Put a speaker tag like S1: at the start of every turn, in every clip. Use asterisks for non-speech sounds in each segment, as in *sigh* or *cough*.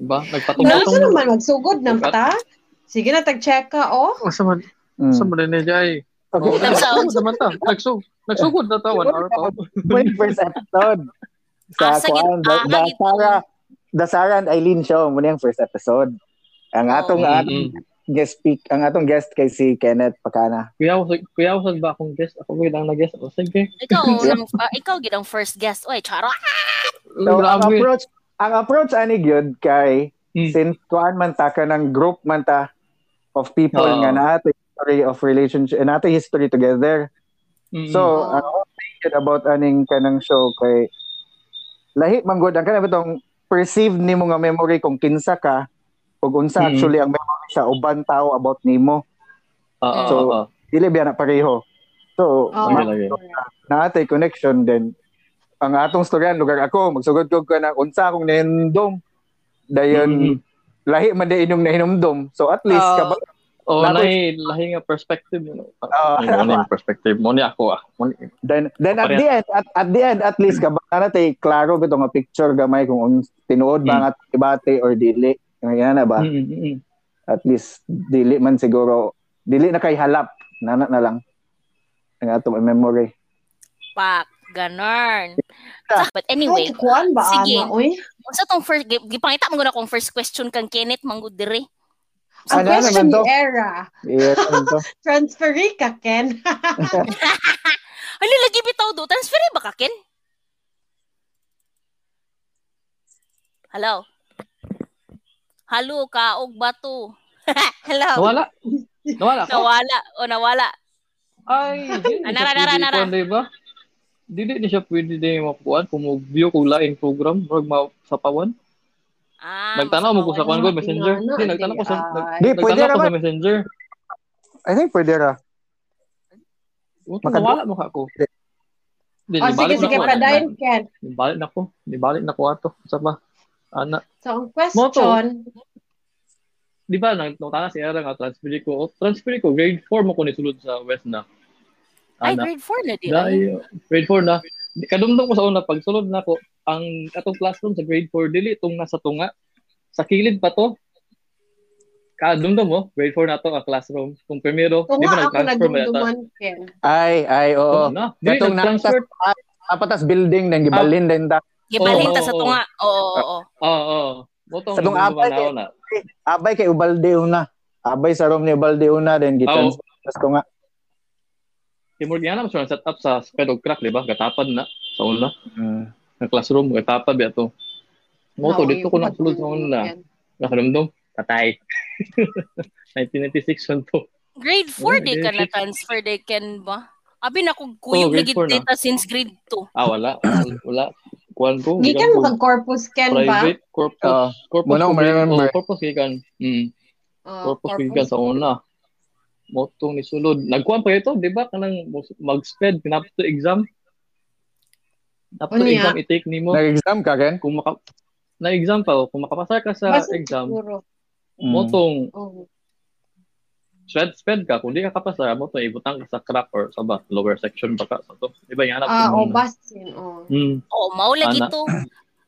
S1: Diba?
S2: Wala ka
S1: Nagpatong-patong.
S2: naman magsugod ng
S1: Diba?
S2: ta. Sige na, tag-check ka, oh.
S1: Asa man,
S3: Mm.
S1: asa man na niya ay.
S3: *laughs* Okay.
S1: Oo, nagsugod naman ta. Nagsug- Nagsugod na ta, one hour pa.
S3: Wait for sa episode.
S4: Ah,
S3: Sa
S4: sige.
S3: kuan,
S4: Ah,
S3: da, da
S4: hangin.
S3: Sara, da Sara and Eileen show mo yung first episode. Ang atong
S4: Oh.
S3: atong
S1: Mm-mm.
S3: guest speak, ang atong guest kay si Kenneth Pakana.
S1: Kuya, usag- kuya, usag ba akong guest? Ako gid ang nag-guest. O, sige.
S4: Ikaw, ang, ah, ikaw gid ang first guest. Oy, charo.
S3: So, ang
S1: Grabe.
S3: approach, ang approach ani gyud kay
S1: Mm.
S3: since kuan man ta ka ng group man ta of people
S1: Oo.
S3: nga na history of relationship and nato history together.
S1: Mm.
S3: So, ang whole thing yun about aning kanang show kay lahi manggod ang kanang bitong perceive nimo nga memory kung kinsa ka ug unsa
S1: Mm.
S3: actually ang memory sa ubang tao about nimo.
S1: Oo,
S3: so,
S1: oo.
S3: Dili biya na pareho. So,
S2: Oo.
S1: ah, Lagi,
S3: ma-
S1: lagi.
S3: naatay connection then ang atong storyan lugar ako magsugod ko ka ng unsa akong nahindom dayon
S1: Mm.
S3: lahi man day inom nahinomdom. So at least
S2: Oo.
S3: ka ba-
S1: Oh,
S3: Lato-
S1: lahi, lahi nga perspective. You know?
S3: Oo.
S1: Ay, mo na yung perspective. Mo ni ako ah. Mo ni-
S3: Then, then at
S1: Pareha.
S3: the end, at, at the end, at least kabang na tay klaro bito nga picture gamay kung un, tinuod ba
S1: Mm.
S3: nga tibate or dili. Ngayon na ba?
S1: Mm, mm, mm.
S3: At least dili man siguro dili na kay halap nana na lang ang ato memory.
S4: Pak, ganon.
S3: Ah.
S4: But
S2: Ay,
S4: anyway,
S2: ano, kuwan ba,
S4: Sige.
S2: ana, uy?
S4: unsa tong first gi- gipangita mo na kung first question kang Kenneth Mangud dire.
S2: Ang
S3: Ano na
S2: question
S3: naman
S2: ni
S3: to?
S2: Era,
S3: Yeah, ano to?
S2: transferi ka,
S1: *laughs*
S2: Ken.
S4: Ano lagi bitaw do? Transfer ba ka Ken? Hello. Halo ka og bato. *laughs* Hello.
S1: Nawala. Nawala ako.
S4: Nawala o nawala.
S1: Ay, di-
S4: Ah, nara, nara,
S1: di-
S4: nara.
S1: kuwan, di ba? Dili ni diba? siya pwede din makuan kung mag-view ko lain program murag ma sa pawan.
S4: Ah,
S1: Nagtanaw mo ko sa
S4: masawa
S1: kuan
S4: na.
S1: ko messenger.
S2: Ano,
S1: Di nagtanaw ko sa
S2: ay,
S1: nag-
S3: Di pwede
S1: nagtanaw ko
S3: ra ba?
S1: sa messenger.
S3: *laughs* I think pwede ra.
S1: Uto,
S3: Makadu-
S1: Nawala mo ka ako. Di
S2: Oh,
S1: nibalik
S2: sige,
S1: na
S2: sige,
S1: ko.
S2: padayon, Ken.
S1: Nibalik na ko. Nibalik na ko ato. Sa ba? Ana,
S2: So, ang question,
S1: di ba, nang nangtana si Era nga, transfer ko. O, transfer ko, grade 4 mo ko nisulod sa West na.
S4: Ay,
S1: Ana.
S4: grade 4 na di. ay.
S1: Dayo. Grade 4 na. Di- Kadumdum ko sa una, pag sulod na ko, ang atong classroom sa grade 4, dili, itong nasa tunga. Sa kilid pa to. Kadumdum mo, grade 4 na to, ang classroom. Kung primero,
S2: kung
S1: di ba
S2: nga ako
S1: nag-transfer mo yata?
S2: nagdumduman, Ken.
S3: Ay, ay, oo.
S1: na. Di,
S3: Katong
S1: nag-transfer.
S3: Apatas building nang gibalin din ta.
S4: Gibalhin ta
S1: Oo,
S4: sa
S1: oo,
S4: tunga. Oo, oo, oo.
S1: Oo, oo. Motong
S3: Sa tunga
S1: nagdumduman
S3: pa,
S2: eh.
S1: na ako na.
S3: Abay kay Ubalde una. Abay sa room ni Ubalde una then
S1: Oo.
S3: gitrans. ko nga.
S1: Timur Diana, mas set up sa Spedog Crack, di ba? Gatapan na. Sa una.
S3: Mm.
S1: Ang classroom, gatapan ba ito? Moto,
S2: Nauwi
S1: dito ko
S2: pag
S1: nasulod sa una.
S2: Ken.
S1: Nakadumdum, patay. *laughs* 1996 man to.
S4: Grade 4
S1: Oo,
S4: di
S1: grade
S4: ka na
S1: six.
S4: transfer di Ken ba? Abi na kog kuyog
S1: Oo, grade
S4: lagi
S1: four na.
S4: data since grade 2.
S1: Ah, wala. Wala. Kuhan ko.
S2: Gikan
S1: gikan
S2: mo
S1: ko.
S2: kag corpus, Ken, ba?
S1: Private, corpus.
S3: Oo.
S1: corpus
S3: Muna
S1: ko
S3: ko
S1: gikan-
S3: Ah, ma-remember.
S1: oh, corpus gikan. Mm.
S2: Oh,
S1: Corpus gikan sa una. Motong ni Sulod. Nagkuhan pa ito, di ba? Kanang mos- mag-sped, pinapto exam. Napto
S2: Ano
S1: exam, i-take ni mo.
S3: Oh, Nag-exam ka ken?
S1: Kung maka- na-exam pa, oh. kung makapasa ka sa
S2: Mas
S1: exam,
S2: siguro.
S3: Mm.
S1: motong
S2: Oh.
S1: sped sped ka kung di ka kapasa mo to ibutang ka sa crack or sa ba lower section ba ka sa to di ba yan
S2: Ah, o, basin, oh.
S1: mm.
S4: Oh, mao lagi
S1: Ana.
S4: to.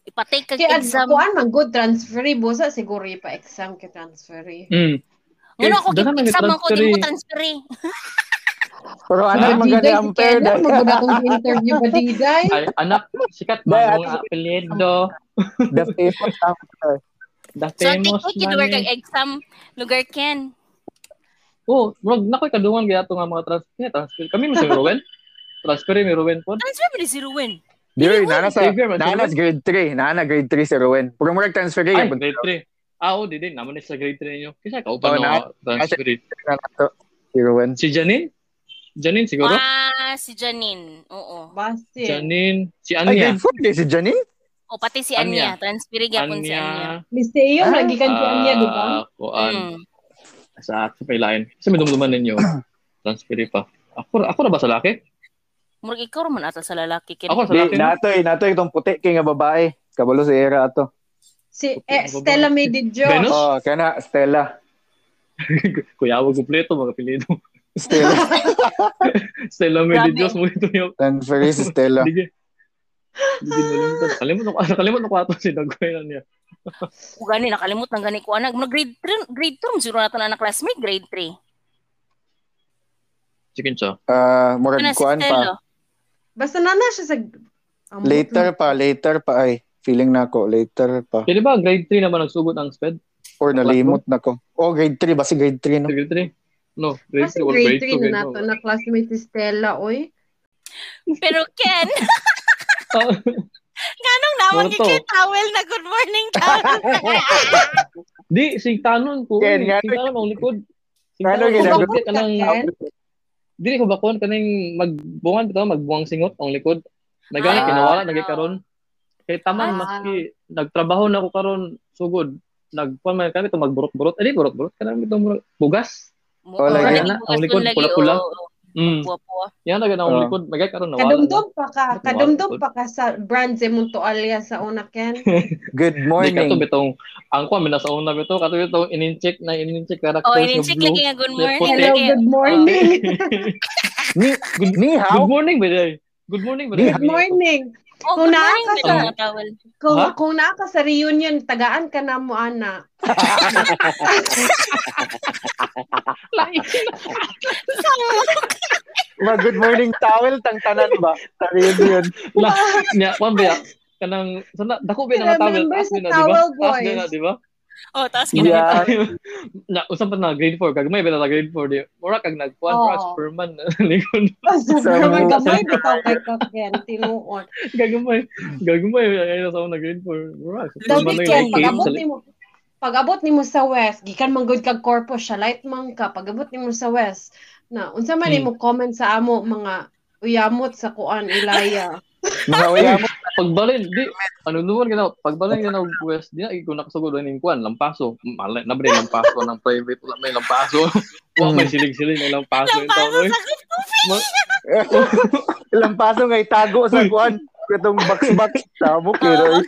S4: Ipatake kag
S2: Kaya,
S4: exam.
S2: kuan man, good transferi. Busa, siguro pa exam ka eh. transferi.
S1: Mm.
S4: Ngano ako
S1: Dala
S4: gig-
S1: na
S4: exam ako di
S1: ni-transfer
S4: mo
S1: eh.
S4: transfer. eh.
S3: Pero ano
S1: Ah,
S3: yung magani ang pair
S2: Ken, magod akong interview ba, Diday?
S1: Ay, anak, sikat
S3: Dahil
S1: ba mong
S3: ato-
S1: apelyido?
S3: *laughs* The famous actor.
S1: The
S4: So take
S1: famous
S4: ko
S1: man
S4: lugar
S1: eh.
S4: kag exam lugar Ken.
S1: Oh, bro, nakoy kadungan kaya ito nga mga transfer. Kaya transfer. Kami
S4: *laughs*
S1: mo si Ruben. Transfer eh, may Ruben po.
S4: Transfer ba ni si Ruin?
S3: Dear, nana sa
S1: Xavier, man, si
S3: nana
S1: Ruben.
S3: sa grade 3, nana grade 3 si Rowan. Pero murag transfer eh, kay
S1: Ay,
S3: pud
S1: grade 3. Ah, oh, di din. Naman eh sa grade 3 ninyo. Kasi ikaw
S3: Oh,
S1: pa
S3: na-
S1: na transfer eh.
S3: na to si Rowan.
S1: Si Janine? Janine siguro?
S4: Ah, si Janine. Oo.
S2: Basin.
S1: Janine. Si
S3: Ay,
S1: Anya.
S3: grade 4 di si Janine.
S4: O pati si
S1: Anya.
S4: Anya, transfer gyapon si Anya.
S1: Anya.
S2: Liseo,
S3: Ah,
S2: lagi kan si Anya, di ba?
S1: Ah, kuan.
S2: Hmm.
S4: Mm.
S1: Sa sa may lain. Kasi may dumduman
S2: *clears throat*
S1: ninyo. transfer eh pa. Ako, ako na ba sa laki? *laughs*
S4: Murag ikaw ra man ata sa lalaki Ken.
S1: Ako sa
S3: Di,
S1: laki. na?
S3: natoy, natoy eh, itong puti kay nga babae. Kabalo si Era ato.
S2: Si
S1: Okay,
S2: eh,
S1: ako ba?
S2: Stella May Di
S1: Venus?
S2: Diyos.
S3: Oh, kana Stella.
S1: Kuya, wag kumpleto mga apelyido.
S3: Stella.
S1: *laughs* Stella May
S4: Grabe.
S1: de Dios mo ito yung
S3: *laughs* transfer
S1: *laughs*
S3: si Stella.
S1: ano, Hindi Hindi nalimutan. Nakalimutan ko, nakalimutan ko ato si Dagoy na niya.
S4: O gani nakalimot nang gani ko anak. Mga grade 3, grade 2 zero na to na na classmate grade 3.
S1: Chicken siya.
S3: Ah, murag
S4: Ano si
S3: kuan pa.
S4: Stella?
S2: Basta nana siya sa... Ah, Ang
S3: Later pa, later pa ay feeling na ako, later pa.
S1: Kaya di ba grade 3 naman nagsugod ang sped?
S3: Or nalimot na ko. Oh, grade 3 ba si grade
S1: *laughs*
S3: 3 no?
S1: Grade 3? No, grade
S2: Kasi
S1: 3 or
S2: grade
S1: grade 2.
S2: 3 na nato na classmate si Stella, oy.
S4: Pero Ken,
S1: Ah,
S4: nganong naman
S1: Ano
S4: kay
S1: to?
S4: Ken towel na good morning towel.
S1: *laughs* *laughs* Di, sing tanon ko.
S3: Ken,
S1: Sing
S3: nga-
S1: tanon ang likod. Sing
S3: Nga-
S1: tanon
S3: nga-
S1: ang
S3: nga-
S1: likod. Kanang,
S2: Ken?
S1: di ko bakon kaning magbuangan bitaw magbuang singot ang likod. Nagana
S3: Ah.
S1: kinawala nagikaron. Kay taman
S2: Ah.
S1: maski nagtrabaho na ako karon sugod. Nagkuan man kami to magburot-burot. Eh di burot-burot kanang bitaw murag- bugas.
S3: Oh, lagi
S4: Mukha
S1: na.
S4: ni
S1: Ang likod,
S4: Bugas
S1: pula-pula.
S4: nun lagi, oo, oo.
S1: Mm.
S4: Puwa-puwa.
S1: Yan na ganang
S3: Ah.
S1: likod. Magay karon nawala.
S2: Kadumdum pa ka,
S1: Ba't nawala?
S2: kadumdum pa ka sa brand sa mong tuwalya sa una,
S1: *laughs*
S2: Ken.
S3: Good
S1: Di ka to
S3: morning.
S1: bitong ang kuan mina sa una bitaw kato bitaw in-check na in-check
S4: Oh,
S1: characters nga
S4: inincheck
S1: blue.
S4: lagi nga good
S1: May
S4: morning.
S1: puti.
S2: Hello,
S4: Lagi.
S2: good morning.
S1: Ah.
S3: ni, ni
S1: Good
S3: hao.
S1: morning, Biday. Good morning, Biday.
S2: Good morning.
S4: Oh, good
S2: Una
S4: morning
S2: ka
S4: good
S1: sa-
S4: mga towel.
S2: Kung,
S1: Ha?
S2: kung naa ka sa reunion, tagaan ka na mo, ana.
S3: Ma, good morning towel tang tanan ba? Tarin yun.
S1: La, nya, kuan ba ya? Kanang, sana, dako ba na nga towel?
S2: Remember
S1: Taas
S2: sa
S1: ba na, di ba? Taas ba na,
S2: towel boys.
S1: di ba?
S4: Oh, taas
S3: Yeah.
S4: kinakita.
S1: na usap pa na grade 4 kag may bala grade 4 di mura kag nagkuan
S2: Oo.
S1: oh. rush per *laughs* man likod
S2: Basta
S3: Sa
S2: gamay
S3: mga-
S2: gamay, bitaw kay ka, Ken. Tinuon.
S1: gagumay gagumay ayo eh, sa una grade 4 mura
S4: Daw
S2: Dabi,
S1: man
S4: Lumalik
S2: Ken,
S4: yung
S2: pag abot
S1: sa
S2: ni mo, pag abot ni mo sa West, gikan man good kag korpo siya, light man ka, pag abot ni mo sa West, na, unsa man ni
S1: Hmm.
S2: mo comment sa amo, mga uyamot sa kuan, *laughs* ilaya.
S3: Mga uya mo.
S1: pagbalin di ano naman ganaw pagbalin ganaw west di na ikaw nakasugod ning kuan lampaso mali na bre lampaso ng private wala may
S4: *laughs*
S1: lampaso wa may silig-silig ng lampaso yung tao
S4: Lampaso sa
S3: *laughs* Ilang paso ngay tago sa kuan. Itong box-box. Tamo
S4: Oh,
S3: kiro.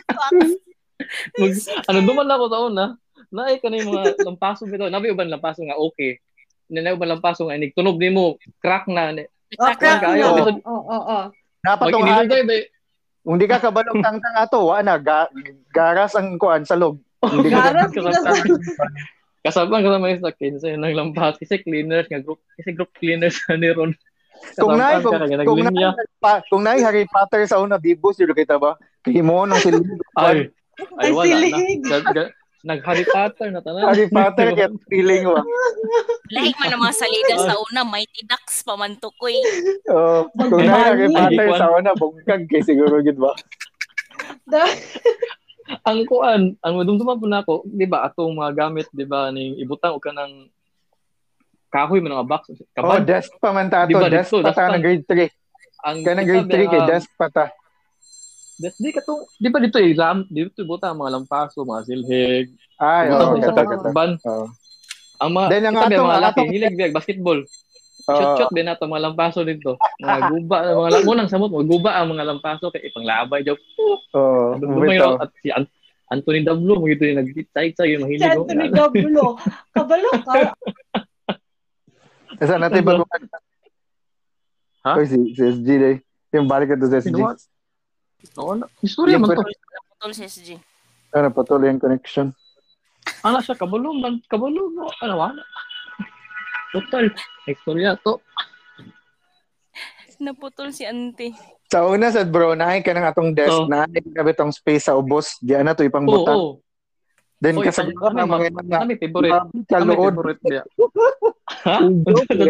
S1: Mag, ano duman na ako taon na naay kanay mga lampaso bitaw nabi uban lampaso nga okay nanay uban lampaso nga inig tunog nimo crack na ni-
S2: Oh,
S4: Sakra.
S2: crack na.
S1: Oo.
S2: Oo, oo, oo.
S1: mag
S3: Napatong
S1: inilog
S3: hagit.
S1: tayo ba
S3: Kung di ka kabalog tang tang ato, wa na. Ga, garas ang kuan sa log. Hindi ka
S2: Garas ko na sa-
S1: Kasabang ka naman sa kinsa ng lampas kasi cleaners nga group kasi group cleaners na ni Ron.
S3: Kung naay,
S1: Kasabang ka na,
S3: kung, kung naay,
S1: naglinya.
S3: pa, kung naay Harry Potter sa una, bibos yun kita ba? Himo nang sila.
S1: Ay, ay
S2: Ay,
S1: wala na.
S2: silig.
S1: Ga- ga- Nag-Harry Potter na tanan.
S3: Harry Potter, kaya feeling wa.
S4: Lahi man ang mga salida sa una, Mighty Ducks pa man to ko eh.
S3: Oh, kung naay Harry Potter sa una, bungkag kay siguro gid ba?
S2: Da-
S1: ang kuan, ang madumduman po na ako, di ba, atong mga gamit, di ba, ning ibutang o ka ng kahoy man nga box.
S3: Oh,
S1: Kabad,
S3: desk pa man tato.
S1: Di ba,
S3: Desk
S1: dito,
S3: pa
S1: desk
S3: ta
S1: pa.
S3: na grade 3.
S1: ang
S3: Kaya na grade 3 kay
S1: um,
S3: desk pa ta.
S1: Des- Di ka to, di ba dito eh, lam, dito ibutang ang mga lampaso, mga silhig,
S3: Ay,
S1: ibutang po
S3: oh, oo,
S1: sa
S3: kata,
S1: mga
S3: kata.
S1: ban.
S3: Oo.
S1: Ang mga,
S3: Then, ang
S1: kita ba,
S3: atong-
S1: mga
S3: ang
S1: laki,
S3: atong-
S1: hilig biag, basketball. Shot-shot din nato mga lampaso dito. Mga guba, mga lam- unang samot, mga guba ang mga lampaso kay ipanglaban daw.
S3: Oo,
S1: Dumay
S3: bitaw.
S1: raw at si An- Anthony Dablo mo ito yung nag-tight sa yung
S2: Si
S1: mahilig oh." ko.
S2: Anthony Dablo. Kabalo ka.
S3: Saan natin ba kumain?
S1: Ha?
S3: Uy, si, si SG na eh. Yung balik ka to sa SG.
S1: Ano? Oo, na- Istorya man to.
S4: Putol si SG.
S3: Ano, patuloy ang connection.
S1: Ano siya kabalo man, kabalo mo. Ano wala. Total istorya to.
S4: Naputol si Ante.
S3: Sa una, sa bro, naay ka ng atong desk,
S1: Oo.
S3: naay ka bitong space sa ubos, di na to ipang
S1: Oo,
S3: butang.
S1: oo.
S3: Then,
S1: Oo,
S3: kasagot
S1: ipang-
S3: na mga na,
S1: Kami favorite. Kami
S3: kalood,
S1: favorite niya. *laughs*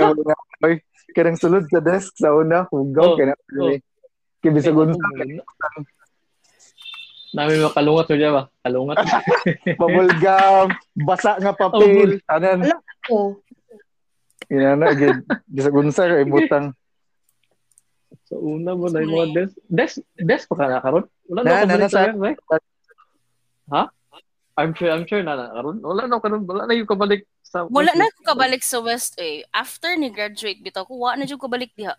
S3: hugaw, oy, kanang sulod sa desk, sa una, hugaw,
S1: Oo,
S3: kaya
S1: oo.
S3: na, kibisagun sa
S1: Namin makalungat mo ba? Kalungat.
S3: pabulgam, basa nga papel, tanan,
S2: ko.
S3: inana, eh, gid, gisagun sa, kay butang.
S1: So una mo na yung mga des. Des, des pa ka nakaroon? Wala
S3: Na-
S1: na, na,
S3: nana
S1: na,
S3: sa-
S1: Ha? I'm sure, I'm sure na nakaroon. Wala na, karoon. wala na yung kabalik sa...
S4: Wala na ko kabalik sa West eh. After ni graduate bitaw ko, wala na jud ko kabalik diha.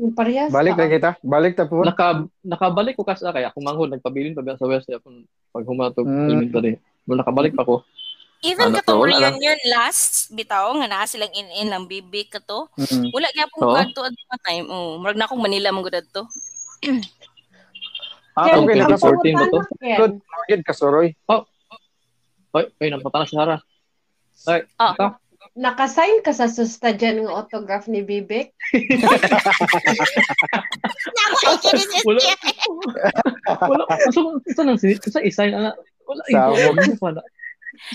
S2: Yung parehas
S3: Balik na
S2: ka.
S3: kita, balik na po.
S1: Naka, nakabalik ko kasi ah, kaya kung manghod, nagpabilin pa ba sa West ako pag humatog
S3: Mm.
S1: elementary. Nung nakabalik pa ko.
S4: Even
S1: Ano
S4: katong
S1: to, wala lang.
S4: reunion last bitaw nga naa silang in in lang bibi ka to.
S3: Mm.
S4: Wala gyud akong
S1: Oo.
S4: oh. to at the time. Oh, murag na akong Manila man gud to.
S1: Ah,
S2: Ken,
S1: okay,
S3: Ah, okay,
S2: ang
S1: 2014 ba to?
S2: pangutan na, Ken.
S3: Good. Gid, kasuroy.
S1: Oy, oy, napatala si Sarah. Ay,
S4: Ah.
S1: ito.
S2: Nakasign ka sa susta dyan ng autograph ni Bibik?
S1: Wala. Wala. So, isa lang, si- isa isa na. Wala,
S3: Sabog.
S1: isa pa na.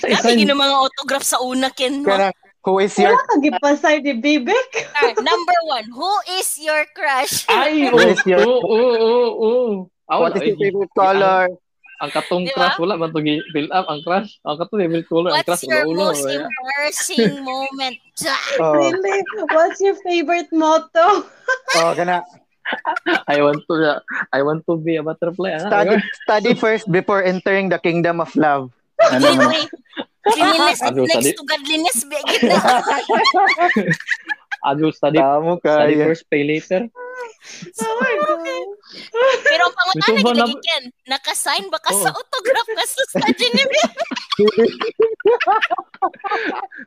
S1: Isa isa.
S4: Sabi ng mga autograph sa una, Ken. no?
S3: Kanang, who is your
S2: Wala kang ipasay ni Bibik?
S4: Ah, Number one, who is your crush?
S1: Ay, oo,
S3: Where is your-
S1: oo, oo, oo, oo. Ah,
S3: what
S1: wala,
S3: is your
S1: eh.
S3: favorite color?
S1: Ang katong
S4: Di ba?
S1: crush, wala man itong build up. Ang crush, ang katong level color. Ang
S4: Ya. What's
S1: crush, wala
S4: your
S1: ulo. ya.
S4: most embarrassing
S1: *laughs*
S4: moment? Jack?
S3: Oh,
S2: Really? What's your favorite motto?
S3: oh, kana
S1: I want to, ya. I want to be a butterfly. ah.
S3: study study first before entering the kingdom of love. Ano man?
S4: Cleanliness Cleanliness
S1: Ano,
S4: next
S1: sabi?
S4: to godliness. Begin
S1: *laughs*
S4: na.
S1: I will study,
S3: Tamo
S1: study
S3: kaya.
S1: first, pay later.
S2: Oh my God.
S4: Pero ang pangutana
S1: Gusto ba
S4: kita,
S1: na-
S4: Ken, nakasign ba ka
S1: Oo.
S4: sa autograph ka sa study ni
S1: *laughs*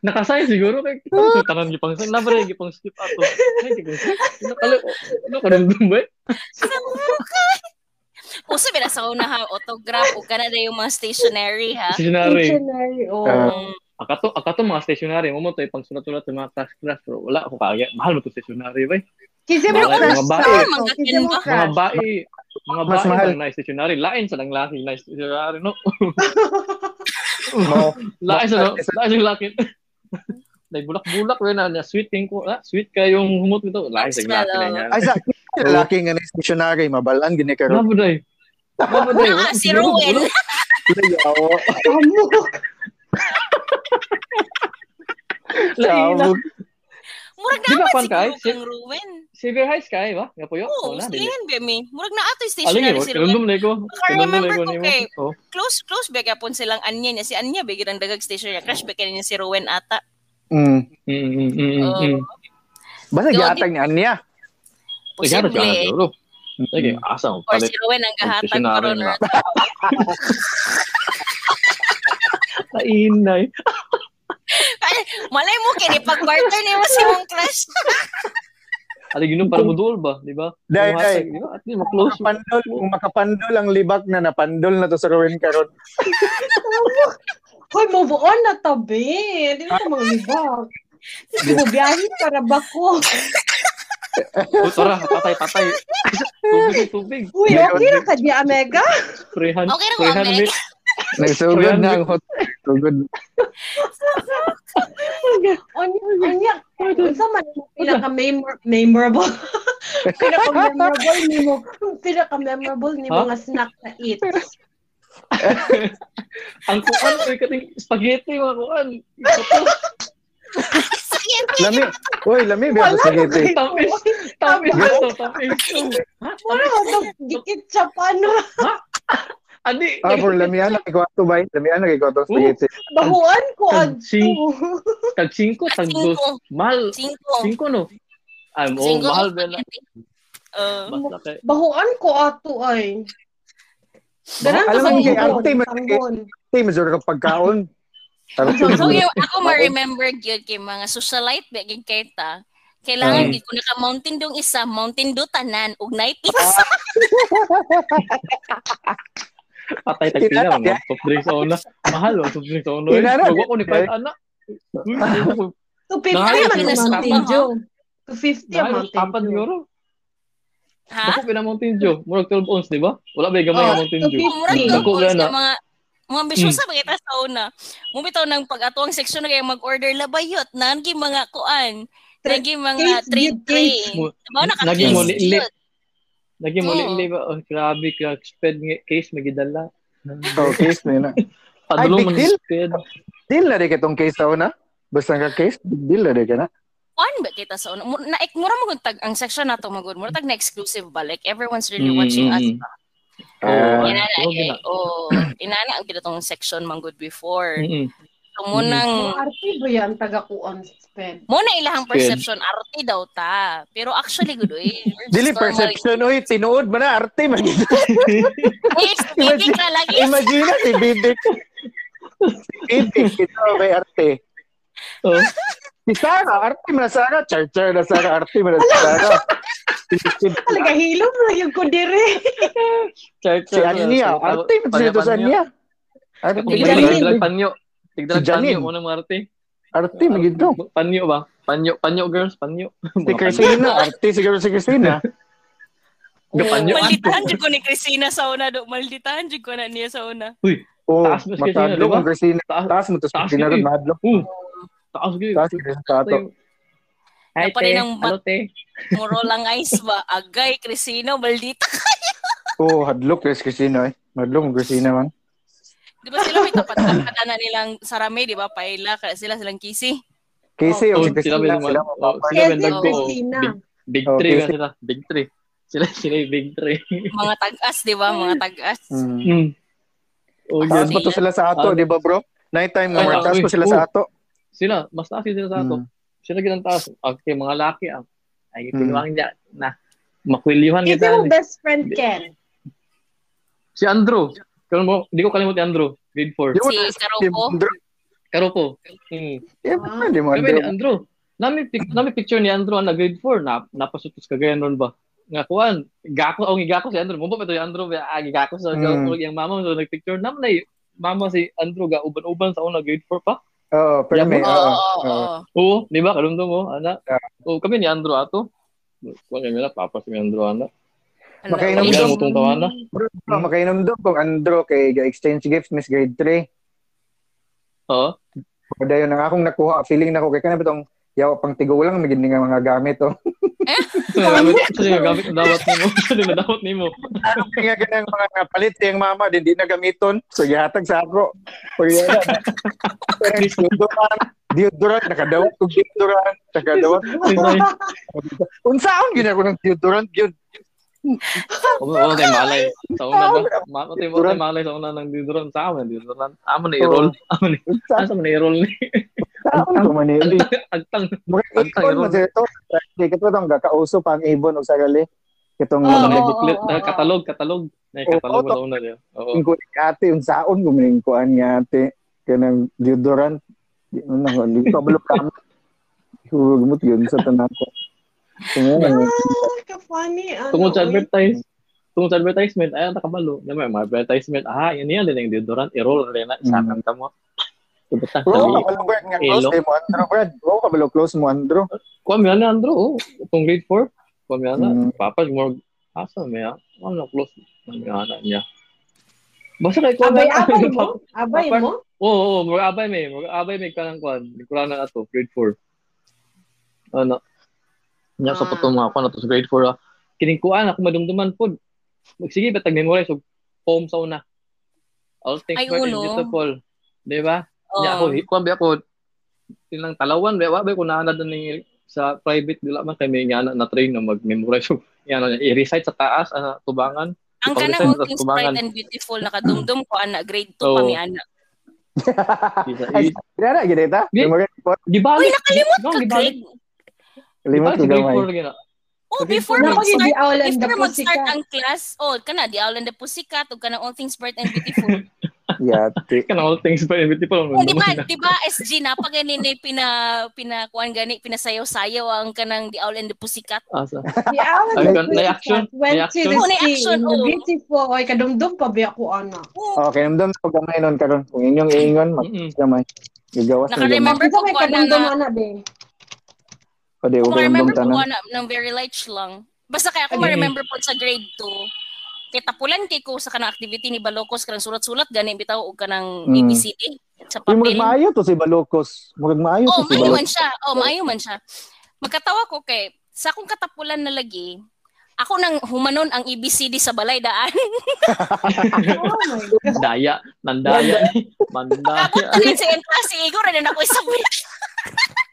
S1: Nakasay siguro kay Kasi tanan gi pang nabre gi pang skip ato. Ay gi pang skip. Nakalo ano ka rin dun
S4: Ya.
S1: ba?
S4: Uso ba na sa una ha, autograph o kana na yung mga stationery ha.
S1: Stationary.
S2: Dictionary. Oh.
S3: Ah.
S4: Mm,
S1: Akato akato mga stationary mo mo to pang sulat-sulat sa mga class class pero wala ko kaya. Mahal mo to stationary bay.
S2: Kisi mo
S1: Mga- mga
S2: crush sa
S1: bae.
S2: ako. Kisi mo
S4: Mga
S1: Mga
S2: crush.
S1: bae mga
S3: Mas
S1: bae
S3: mahal.
S1: lang na stationary lain sa lang laki na stationary no.
S3: Mo-
S1: Lain sa lain sa *laughs* laki. Nay bulak-bulak rin na na sweet king ko. Ah, sweet kayong humot nito. Lain sa laki na
S4: oh.
S1: yan.
S3: Ay sa laki nga na stationary mabalan gini karon.
S1: Mabuday.
S3: *laughs*
S1: Mabuday.
S4: Naka si Ruel.
S3: Layaw.
S2: Amok.
S1: Lain.
S4: Murag
S1: Di
S4: na
S1: ba,
S4: ako
S1: Juan Kai?
S4: siguro kang Ruel.
S1: Silver Heights kay ba? Nga po yun.
S4: Oo,
S1: Wala,
S4: oh,
S1: dili.
S4: silihan ba mi? Murag na ato yung
S1: Alin yun?
S4: stationery si Ruel.
S1: Random na ko. Random
S4: Baka
S1: na
S4: remember
S1: ko
S4: ko
S1: ni
S4: kay.
S1: mo. Oh.
S4: Close, close ba kapon silang Anya niya. Si Anya ba ang dagag stationery. Crush ba kanya si Ruel ata.
S1: Mm,
S3: Mm.
S1: mm, mm, mm,
S4: Oo.
S1: mm.
S3: Basta
S4: Yo,
S3: gihatag ni Anya.
S1: Siguro siya
S4: Posible.
S1: na siguro. Sige,
S3: Mm.
S1: asa mo.
S4: Or
S1: Pali.
S4: si Ruel ang gahatan
S1: Stationery
S4: ko ron.
S1: na. *laughs*
S4: *laughs*
S1: Tainay.
S4: Malay mo, kini pag-barter niya mo si mong
S1: *laughs*
S4: crush.
S1: Alin yun para
S3: Oh.
S1: mudol ba? Di ba?
S3: Dai,
S1: Kung
S3: dai.
S1: hashtag, di ba? At least Oh. maklose.
S3: Makapandol, kung makapandol ang libak na napandol na to sa Rowan karon.
S2: Hoy, move on na tabi. Hindi mo ka mga libag. Bubiyahin para bako.
S1: O, Tara, patay, patay. *laughs* Tubig, tubig.
S2: Uy, okay na ka di, Amega?
S1: Freehand.
S4: Okay na ko,
S1: freehand
S4: Meg.
S1: mix.
S3: Nagsugod na ang hot. Sugod.
S2: Onya, onya. Unsa man ang pinaka
S1: *laughs*
S2: memorable? pinaka memorable nimo. Pinaka memorable nimo
S1: Huh?
S2: nga snack na eat.
S1: Ang kuan, may kating spaghetti, mga kuan. Ito,
S4: Sakit.
S3: Lami. Oy, lami ba sa gate?
S1: Tamis. Tamis na to, tamis. Ha?
S2: Wala
S1: Tamis.
S2: ko to gikit ano? sa pano.
S1: Ani.
S3: Ah, for lamian na ikaw to bay. Lamian na ikaw to sa gate.
S2: Bahuan ko ang
S1: Kanchi. Tag 5, tag 2.
S4: Cinco.
S1: Mahal.
S4: Cinco.
S1: 5, no? Ay, mo,
S4: Cinco.
S1: mahal ba na?
S4: Oo.
S1: Mas laki.
S2: Bahuan ko ato ay. Daran
S3: Alam
S2: ka
S3: mo,
S2: sa
S3: kay
S2: ibon,
S3: ate, mas-
S2: tangbon.
S3: Tay, masura ka pagkaon. Tara.
S4: So,
S3: *laughs*
S4: yung, ako ma-remember gyud kay mga socialite ba gyud kay ta. Kailangan
S3: Mm.
S4: gyud ko naka Mountain Dew isa, Mountain Dew tanan ug night
S1: *laughs*
S4: isa.
S1: Patay tag pila mo. Soft drinks sa una. Mahal o, soft drinks sa una. eh.
S3: Kinara,
S1: Wag ko ni
S3: eh.
S1: Pat Ana. Uy,
S3: Ah.
S1: wag ko.
S2: To
S1: Dahil
S2: 50 man
S1: yung
S2: ang Mountain
S4: tama,
S2: Dew. To 50 ang
S1: Dahil
S2: Mountain
S1: apat
S2: Dew.
S1: euro.
S4: Ha?
S1: Dako pina Mountain Dew. Murag 12 ounce, di ba? Wala ba yung gamay
S2: Oh,
S1: nga Mountain Dew?
S2: okay.
S4: Murag
S1: Dako
S4: ko
S1: Hmm. gana. Hmm.
S4: sa mga mga ambisyosa ba kita sa una. Mo bitaw nang pag atuang section na kay mag-order labayot, naan gyud mga kuan. Naan gyud mga
S2: Cakes,
S4: trade
S2: gyud
S4: Diba, tray.
S2: cakes.
S1: Mo-
S4: Mao naka
S1: Naging
S4: cakes
S1: muli- li-
S4: gyud.
S1: Lagi mo
S4: Oo.
S1: li ba? Oh, grabe ka. Sped nga case may gidala.
S3: Ikaw, Oh, case na yun.
S1: Padulong
S3: big
S1: man
S3: deal.
S1: sped.
S3: Deal na rin itong case sa una. Basta ka case, deal na rin ka na.
S4: Kuan ba kita sa una? Mur- Na ik- mura mo gud tag ang section nato magud. Mura tag na exclusive ba like everyone's really
S1: Mm, mm,
S4: watching us.
S1: mm.
S4: ba?
S1: Oo.
S3: Ah,
S4: Inana,
S1: Oo, gina.
S4: oh, inana ang kita tong section manggod before.
S1: Mm-mm.
S4: So,
S1: Hmm. Mm.
S4: munang,
S2: Arte ba yan taga-kuan sped?
S4: muna ilahang
S1: Good.
S4: perception, arte daw ta. Pero actually, good, eh. we're just
S3: Dili
S4: normal.
S3: perception, uy, tinuod mo na, arte man.
S4: It's bibig na lagi.
S3: Imagina si Bibik. Bibik, ito kay arte.
S1: Oh,
S3: Si Sara, arte mo na Sara. Char-char na Sara, arte mo na Sara.
S2: Talaga *laughs* hilom lang yung kundiri.
S1: char-
S3: Si ah,
S1: char-
S3: Anya,
S1: char-
S3: arte mo dito sa Anya. Arte
S1: Kung
S4: Tigdalan
S1: may
S4: yun.
S1: tigdalan panyo. Tigdalan
S3: ah. Si Janine.
S1: panyo mo ng Marte.
S3: Arte magid to.
S1: Panyo ba? Panyo, panyo girls, panyo.
S3: Si Christina, arte siguro si
S1: *laughs*
S3: Christina.
S1: Gapanyo.
S4: Malditahan jud ko ni Christina sa una do. Malditahan jud ko na niya sa una.
S3: Oh,
S1: Taas mo si Christina,
S3: matadlo
S1: di ba?
S3: ang Christina.
S1: Taas,
S3: Taas mo to si
S1: Taas
S3: Christina
S1: yun eh.
S3: ron madlo.
S1: uh, taas ko yun.
S3: Taas si Christina to.
S1: Hi,
S4: Naparin
S1: te.
S4: ang bat-
S1: Ano, te?
S4: Muro lang ice ba? Agay, Christina, maldita.
S3: Oh, hadlok kay si Christina eh. Madlo ang Christina man.
S4: Di ba sila may tapat na na nilang sarami, di ba? Paila, kaya sila silang kisi.
S3: Kasi
S1: Oh,
S3: yung si
S1: sila
S3: Christina
S1: may
S3: sila
S1: mga-
S3: mapapa-
S1: oh,
S2: Kaya
S1: Eleven
S2: si
S1: lang ko, oh.
S2: Christina.
S1: Big- Big
S3: Oh,
S1: three
S3: okay.
S1: na sila. Big three. *laughs* Sila, sila yung big three.
S4: Mga tag-as, di ba? Mga tag-as.
S3: Hmm.
S1: Hmm. Oh,
S3: Taas
S1: yun.
S3: mo to sila sa ato,
S1: Ah.
S3: di ba bro? Night time
S1: Ah,
S3: naman, taas
S1: uy,
S3: mo
S1: oh.
S3: sila sa ato.
S1: Sila, mas taas yun sila sa ato.
S3: Hmm.
S1: Sila ginang taas. Ah, Okay, mga laki ang. Ay,
S3: Hmm.
S1: pinuwang niya na makwilihan
S2: Kasi mo
S1: kita. eh.
S2: best friend, Ken.
S1: Si Andrew. Kalo mo, di ko kalimutan si Andrew. Grade 4.
S3: Di mo
S4: Si
S3: na-
S4: Karoko.
S1: Karo po. Hmm.
S3: Di
S4: Ah.
S3: mo na- di mo
S1: Kami ni
S3: na-
S1: Andrew. Nami, pic- nami picture ni Andrew ah, na grade 4 na napasutos ka ganyan ron ba? Nga kuan, gako ang gigako si Andrew. Mumpa pa to si Andrew ba ah, gigako sa
S3: Mm.
S1: mm. yung mama mo nagpicture nam na mama si Andrew ga uban-uban sa una grade 4 pa.
S3: Oo, pero may-
S1: Oo,
S3: oo,
S4: Oo,
S1: Ah,
S4: oo,
S3: oo.
S4: oo.
S1: Oo, di ba? Kalumdum mo, ana.
S3: Yeah.
S1: Oo, kami ni Andrew ato. Kuan kami na papa si Andrew ana.
S4: Hala,
S3: Makainom
S1: Kami
S3: Andrew.
S1: mo tong tawana.
S3: Bro, bro, makainom doon kung Andro kay exchange gifts miss grade 3.
S1: Oo.
S3: Kada yun ang akong nakuha, feeling na ko kay kanina itong yawa pang tigo lang, magiging nga mga gamit. *laughs* Oh.
S1: Sa gamit, sa gamit na dawat nimo. Sa na dawat nimo.
S3: Ano kaya ganang mga napalit yung mama, din di nagamiton. So gihatag sa ako. Pag *laughs* yun na. Deodorant, deodorant, nakadawat ko deodorant, nakadawat. Unsa ang gina ko ng deodorant yun?
S1: Oo, oo, kay malay. Sa una na. Ma- Matay mo kay malay sa una nang didron sa amin didron. Amo na i-roll. Amo na
S3: Unsa
S1: Asa man *laughs* i-roll ni?
S3: ang ko man yun?
S1: Agtang.
S3: Mga ikon mo sir ito. Kaya ito itong kakauso pang ibon o sarali.
S2: Oo.
S3: Itong
S1: Ano may
S3: mga
S1: booklet,
S2: oo,
S1: ah,
S2: oo.
S1: katalog, katalog. May
S3: Oo,
S1: katalog
S3: oo.
S1: na una niya. Oo.
S3: Yung kulit ate, yung saon, gumaling ko ang ate. Kaya ng deodorant. Di mo na, hindi ko kabalo kami. Huwag mo yun sa tanan ko. ano, eh. Tingnan mo.
S2: *laughs* Ah, ka-funny. Ano,
S1: Tungod sa
S2: oy.
S1: advertise, tungod sa advertisement, ayan nakabalo. Naman, mga advertisement, ah, yun yan, din yung deodorant, i-roll rin na, sa akin ka mo. Tubata,
S3: Bro,
S1: dali.
S3: kabalo Brad nga close
S1: Elo.
S3: kay mo, Andro, Brad. Bro, kabalo close mo, Andro.
S1: Kuwam yan na, Andrew, oh. Itong grade 4, kuwam yan na.
S3: Mm.
S1: Papa, more, asa, may, ah, kuwam na, close. Kuwam yan na niya. Basta kay kuwam
S2: Abay,
S1: yan.
S2: abay mo. Abay mo.
S1: *laughs* Oo, oo, mga abay may, mga abay may kanang kuwan. Kulang na ato, grade 4. Ano? Nya sa
S2: Ah.
S1: patong mga kuwan ato sa grade 4. ah. Kining kuan ako madumduman pod. Sige ba tag memorize og poem sa una. All things
S4: Ay,
S1: were
S4: ulo.
S1: beautiful. Di ba?
S4: Oo.
S1: Nya ako eh. kuan ba ako ilang talawan ba wa ba ko naanad na ning sa private dila man kay may nga na train na mag-memorize *laughs* og yan ano, i-recite sa taas ana tubangan.
S4: Ang
S1: Ipang-recite
S4: kanang all
S1: sa
S4: things bright
S1: tubangan.
S4: and beautiful, nakadumdum ko, anak, grade 2
S1: Oo.
S4: kami, anak.
S1: Isa,
S3: Ay, Kaya na, ginita.
S1: Di-
S3: Memory po.
S1: di ba?
S4: Uy, nakalimot
S1: No,
S4: ka,
S1: di ba?
S4: grade.
S3: Limot ko
S1: Di ba? Grade
S3: gamay.
S1: 4 gina.
S4: Oh,
S1: Grade four.
S4: before
S2: Nako,
S4: mag-start
S2: hindi awalan
S4: If
S2: na
S4: na
S2: po
S4: mag-start ang class, oh, kana di Aul and the Pussycat, o kana All Things Bright and Beautiful.
S3: Yate.
S1: Kan all things but beautiful ang
S4: oh, di ba,
S1: mundo.
S4: di ba, SG na, pag ganin eh, pina, pinakuan gani, pinasayaw-sayaw ang kanang di Aul and the Pussycat.
S1: Asa.
S2: The hours
S1: Ay,
S2: of
S1: gan- may action?
S2: went
S1: May action?
S2: to the
S4: Oh, may
S2: sea.
S4: action,
S2: in
S4: oo.
S2: Beautiful. Ay, kadumdum pa ba ako, ano?
S4: Oh,
S3: Okay, namdam ko gamay nun karon. Kung inyong iingon, mag
S1: Mm-mm.
S3: gamay. Gagawas na gamay.
S4: Naka-remember
S2: Kasi
S4: ko
S2: may
S4: ko na
S2: kadumdum,
S4: nga.
S2: ano, be.
S3: Pwede ko
S4: Kung
S3: kayo
S4: remember po
S3: tanan.
S4: ko na, ng very light lang. Basta kaya ako
S1: Ay.
S4: ma-remember po sa grade 2, kay tapulan kay ko sa kanang activity ni Balokos, kanang sulat-sulat, gani, bitaw, o kanang
S3: Mm.
S4: ABCD sa
S3: Uy,
S4: papel.
S3: murag maayo to si Balokos. Murag maayo
S4: Oh,
S3: to si
S4: maayo
S3: Balokos.
S4: man siya. Oh, maayo man siya. Magkatawa ko kay sa akong katapulan na lagi, ako nang humanon ang E ABCD sa balay
S3: *laughs*
S4: daan.
S2: Oh my God.
S1: Daya, nandaya ni, *laughs*
S4: Abot
S1: mandaya.
S4: na lang si Entra, si Igor, na ako
S3: *laughs*
S4: isabit.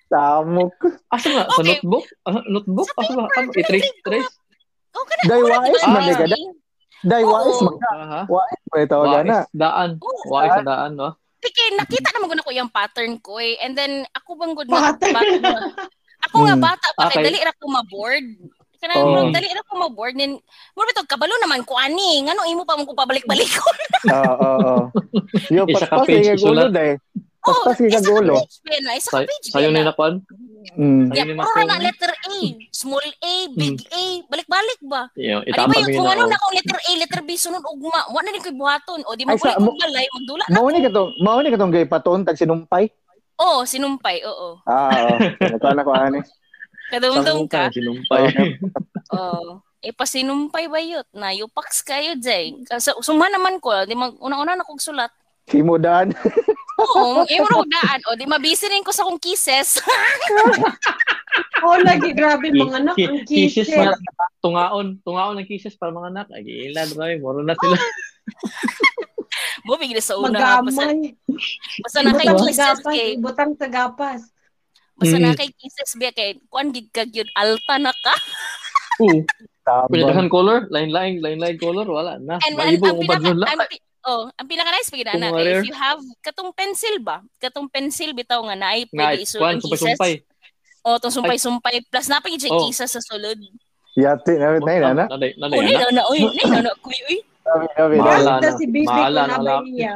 S3: Tamok.
S1: Asa nga, Ah, sa
S4: Okay.
S1: notebook? Asa, notebook? Asa ba? Ano,
S4: paper,
S1: i-trace,
S4: nandito
S1: trace?
S4: Oh, kana.
S3: Day
S4: wala
S3: wise
S4: kita
S1: man,
S4: ABCD.
S3: nagada. Dai
S4: Oo.
S3: wais mag
S1: Aha.
S3: wais pa ito
S1: Wais,
S3: gana.
S1: daan.
S4: Oo.
S1: Wais na daan, no?
S4: Pikit, nakita naman ko na ko yung pattern ko eh. And then, ako bang good na
S2: Pattern.
S4: bata- Ako nga
S3: Mm.
S4: bata pa
S1: Hmm.
S4: kay
S1: Okay.
S4: dali ra ko maboard. Kana
S3: Oo.
S4: oh. dali ra ko maboard nin mo bitaw kabalo naman ko ani. Ngano imo pa man ko pabalik-balik
S1: *laughs*
S4: ko.
S3: Oo oo oo. Yo
S1: Isa ka
S3: paspas
S1: page
S3: kay
S1: isulat.
S3: gulo dai. Paspas kay
S4: isa ka
S3: gulo.
S4: page ba na, isa ka
S1: Sa-
S4: page ba
S1: Sa'yo na
S4: na.
S1: nakuan?
S3: Mm.
S1: Ayun
S4: Yeah,
S1: yung
S4: puro
S1: makuha
S4: na
S1: niya.
S4: letter A, small A, big A, balik-balik ba?
S1: Yung,
S4: Ano ba
S1: itama
S4: yung
S1: yun
S4: kung ano
S1: na. oh.
S4: na kung letter A, letter B, sunod ugma, wala na rin ko'y buhaton. O di
S3: Ay,
S4: mo
S3: sa-
S4: kulit kong balay, magdula na.
S3: Mauni ka tong, mauni ka tong gay paton tag sinumpay.
S4: Oo, sinumpay, oo.
S3: Ah, oh. Natala ko ani.
S4: Kadumdum
S1: ano
S4: ka.
S1: Sinumpay.
S4: Oo. Eh, pasinumpay ba yun? Na yupaks kayo, Jay. Kasi suma naman ko, di mag, una-una na kong sulat.
S3: Himudan.
S4: Oo, eh, mo daan. O, di mabisi rin ko sa kong kisses. *laughs*
S2: Oh, lagi grabe mga anak.
S1: Ki-
S2: Ang
S1: ki-
S2: kisses.
S1: para, tungaon. Tungaon ng kisses para mga anak. Ay, gila, bro. Moro na *laughs* sila.
S4: Bumigil sa una. Basta,
S2: Magamay.
S4: basta na kay
S1: Ibutang
S4: kisses
S2: gapas.
S4: kay,
S2: Ibutang sa gapas.
S4: basta na
S1: Mm.
S4: kay kisses biya kay, kuan gig kag yun, alta na ka.
S1: Oo.
S3: Tabang.
S1: Pinatahan color, line-line, line-line color, wala na.
S4: And ang,
S1: Malibo
S4: ang
S1: ang ubad
S4: pinaka,
S1: nun lang.
S4: ang, pi- oh, ang pinaka nice pag
S1: Ah, Kung
S4: na
S1: wala
S4: if
S1: yun.
S4: you have katong pencil ba? Katong pencil bitaw nga na ay
S1: Nga,
S4: pwede isulod
S1: kuhan,
S4: ang kisses.
S1: sumpay-sumpay.
S4: O, tong sumpay-sumpay plus na pa gid
S1: Oh. Ano
S4: kisses sa sulod.
S3: Yati na na na na.
S1: Naday, naday,
S4: O, nay
S1: na.
S4: na na oy, nay na na kuy oy.
S3: Sabi na.
S1: Mahala
S2: Basta
S1: na.
S2: si Bibi ko
S1: Mahala
S2: na
S1: na lang.
S2: Maria.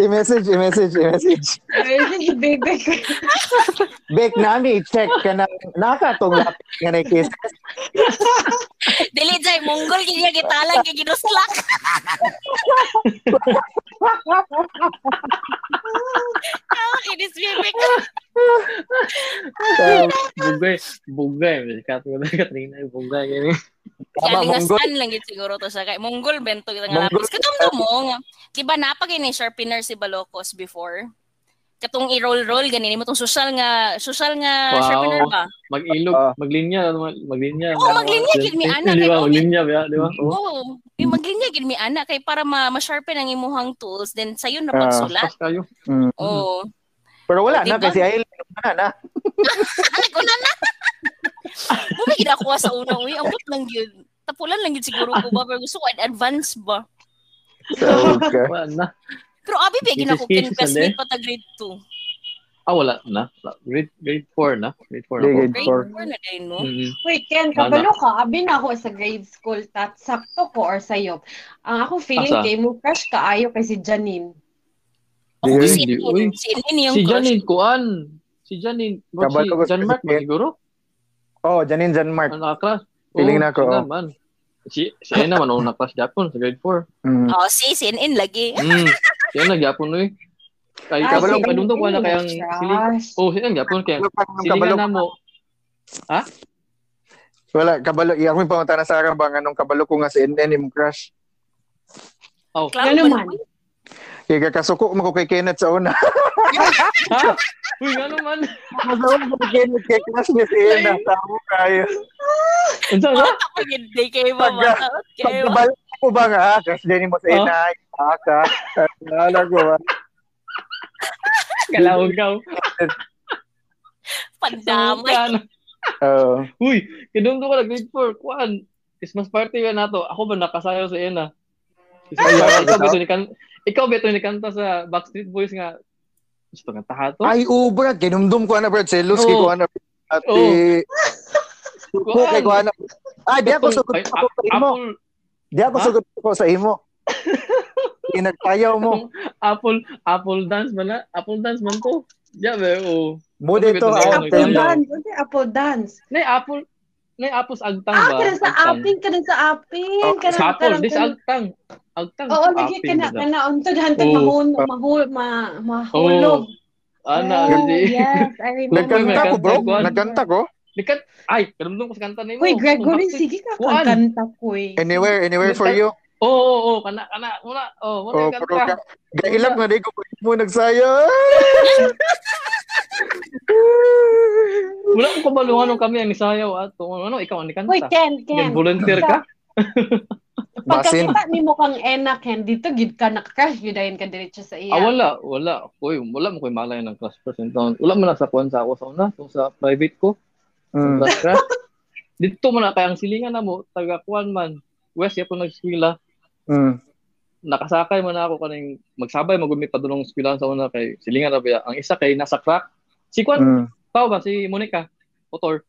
S3: I-message, i-message, i-message.
S2: Pwede si Bibi ko.
S3: Bek nani i-check ka na nakatong lapit nga na kiss.
S4: Dili jay monggol gid niya gitalan kay ginuslak. Ah, Inis bibig.
S1: Bugay, bugay. Katrin Katrina, bugay. Yan eh.
S3: Tama, Monggol.
S4: Kalingasan lang yun siguro to sa kay Mongol bento kita nga
S3: Monggol.
S4: lapis. Katong mo nga. Diba napagay ni sharpener si Balocos before? Katong i-roll-roll ganini mo tong social nga social nga
S1: Wow.
S4: sharpener ba?
S1: Mag-ilog,
S3: Ah.
S1: maglinya, ano, maglinya.
S4: Oo, maglinya, gid mi anak,
S1: Di ba,
S4: kay Omi.
S1: maglinya, di ba? Di ba? Oo.
S4: Oo. Yung maglinya gid mi ana kay para ma- ma-sharpen ang imuhang tools then sayo na
S3: Ah.
S4: pagsulat.
S1: Pas kayo.
S3: Mm.
S4: Oo.
S3: Pero wala na
S4: Oh. Diba?
S3: kasi ay wala na.
S4: Alak ko na na. *laughs* Bumi ginakuha sa una. Uy, ang wet lang yun. Tapulan lang yun siguro ko ba. Pero gusto ko in advance ba.
S1: *laughs*
S3: So, okay.
S1: Wala na.
S4: Pero abi ba
S1: This is
S4: ginakukin
S1: cases,
S4: best
S1: ano eh?
S4: mate pa ta grade 2.
S1: Ah, wala na. Grade, grade 4 na. Grade Mm-hmm. 4 na po.
S3: Grade
S4: Grade
S3: Four.
S4: 4 na din, no?
S1: Mm-mm.
S2: Wait, Ken, kabalo ka. Abi na ako sa grade school. Tat, sakto ko or sa'yo. Ang ako feeling
S1: Asa?
S2: kay mo crush ka ayo kay si Janine.
S4: Ako
S3: Hindi,
S4: si
S1: hindi,
S4: Enin.
S1: uy.
S4: Si Enin yung
S1: Si
S4: crush.
S1: Janine Kuan. Si Janine. Bro, si
S3: Kabalo ko
S1: Jan Mark ba
S3: kasi-
S1: siguro?
S3: Oh, Janine Janmark.
S1: Ang nakaklas.
S3: Feeling
S1: Oo,
S3: na ako, oh.
S1: siya
S3: oo.
S1: naman. Si, siya naman ang nakaklas Japon sa grade 4.
S3: Mm.
S4: Oh, si si Enin lagi.
S1: Mm. Siya nagjapon no eh. Kay
S2: Ay,
S1: kabalo
S2: si
S1: kay dungdong wala
S2: Janine,
S1: kayang sili.
S2: crush.
S1: Oh, siya nagjapon kay
S3: Wala pa ng
S1: silingan
S3: kabalo.
S1: na mo.
S3: Wala, kabalo. Iyak may pamata na sa akin ba anong kabalo ko nga sa NN yung crush.
S1: Oh.
S4: Clown
S2: Ganun
S4: ba
S2: man.
S4: naman?
S3: Kaya kasuko mo ko kay Kenneth sa una.
S1: Ha? Uy, ano
S2: *laughs*
S1: man?
S3: Kasuko mo kay Kenneth kay crush niya si Ena. Tamo kayo.
S1: Unsa na?
S4: Bata pa yun. Di kayo ba?
S3: Pagka-
S4: Bata kayo ba?
S3: Pagkabalo ko ba nga? ah, Crush din mo sa Ena. Aka. Wala ko ah. ba?
S1: Kalawag ka. oh.
S4: Pandamay.
S1: Ano?
S3: Oo.
S1: Uy, kidungdong ko na grade 4. Kuan. Christmas party ba nato? Ako ba nakasayaw sa ina? Christmas
S3: Ay,
S1: party. Ikaw
S3: ay, ay.
S1: beto ni kan Ikaw beto ni kanta sa Backstreet Boys nga. Gusto nga taha to?
S3: Ay, oo, Brad. Kinumdum ko na, Brad. Selos,
S1: Oo.
S3: oh. ko na, Brad. Ate.
S1: Oo.
S3: Suko kay ko na. Ah, di ako sugod
S1: Ay,
S3: ko sa
S1: a-
S3: imo.
S1: Apple,
S3: Di ako
S1: Ha?
S3: sugod ko sa imo. Inagtayaw mo.
S1: apple, apple dance man na. Apple dance man to. Yeah, be, oh.
S3: Mo
S1: Sabi
S3: dito.
S1: ko,
S3: ah,
S1: Apple
S2: Apple
S1: Janine.
S2: dance. Ano yung Apple dance?
S1: Nay apple, nay apos agtang
S2: Ah,
S1: Ano ba?
S2: kanan sa
S1: Agtang.
S2: aping, kanan sa aping.
S3: Oh,
S2: kanan-
S1: Sa apple,
S2: kanan-
S1: this
S2: kanan-
S1: agtang. Agtang.
S2: Oo, lagi
S1: Aping
S2: kana
S1: ba
S2: kana untod hantod
S1: Oo.
S2: mahul mahul ma mahulog.
S1: na? Ana,
S2: Oh,
S1: hindi.
S2: yes, I remember.
S1: Nagkanta
S3: Nagkanta ko, bro.
S1: Nagkanta ko.
S3: Nagkanta ko.
S1: Dikat, ay, karamdam ko sa kanta na yun.
S2: Uy, Gregory, sige ka
S1: Kuan.
S2: kakanta ko eh.
S3: Anywhere, anywhere for you.
S1: Oo, oo, oo, kana, kana, wala, oo, wala
S3: Oh,
S1: yung
S3: pero
S1: kanta.
S3: ka. Gailap na di ko bakit mo nagsaya.
S1: Wala akong kabalungan nung kami ang isayaw at kung ano, ikaw ang
S2: Uy,
S1: kanta.
S2: Ken, Ken.
S1: Nag-volunteer ka?
S3: Masin.
S2: Pagkakita ni mo kang Ena, Ken, dito gid ka nakakrush, yun dayon ka diretso sa
S1: Ah,
S2: iya.
S1: wala, wala. Uy, wala mo ko malay ng class person taon. Wala mo na sa kuwan sa ako sa una, kung sa private ko.
S3: Mm.
S1: Black Rat. Dito mo na kay ang silingan na mo taga kuan man. West yapo nagskila.
S3: Mm.
S1: Nakasakay man ako kaning magsabay magumi pa dunong eskwelahan sa una kay silingan na ba. Ang isa kay nasa crack. Si kuan
S3: Mm.
S1: tao ba si Monica? Otor.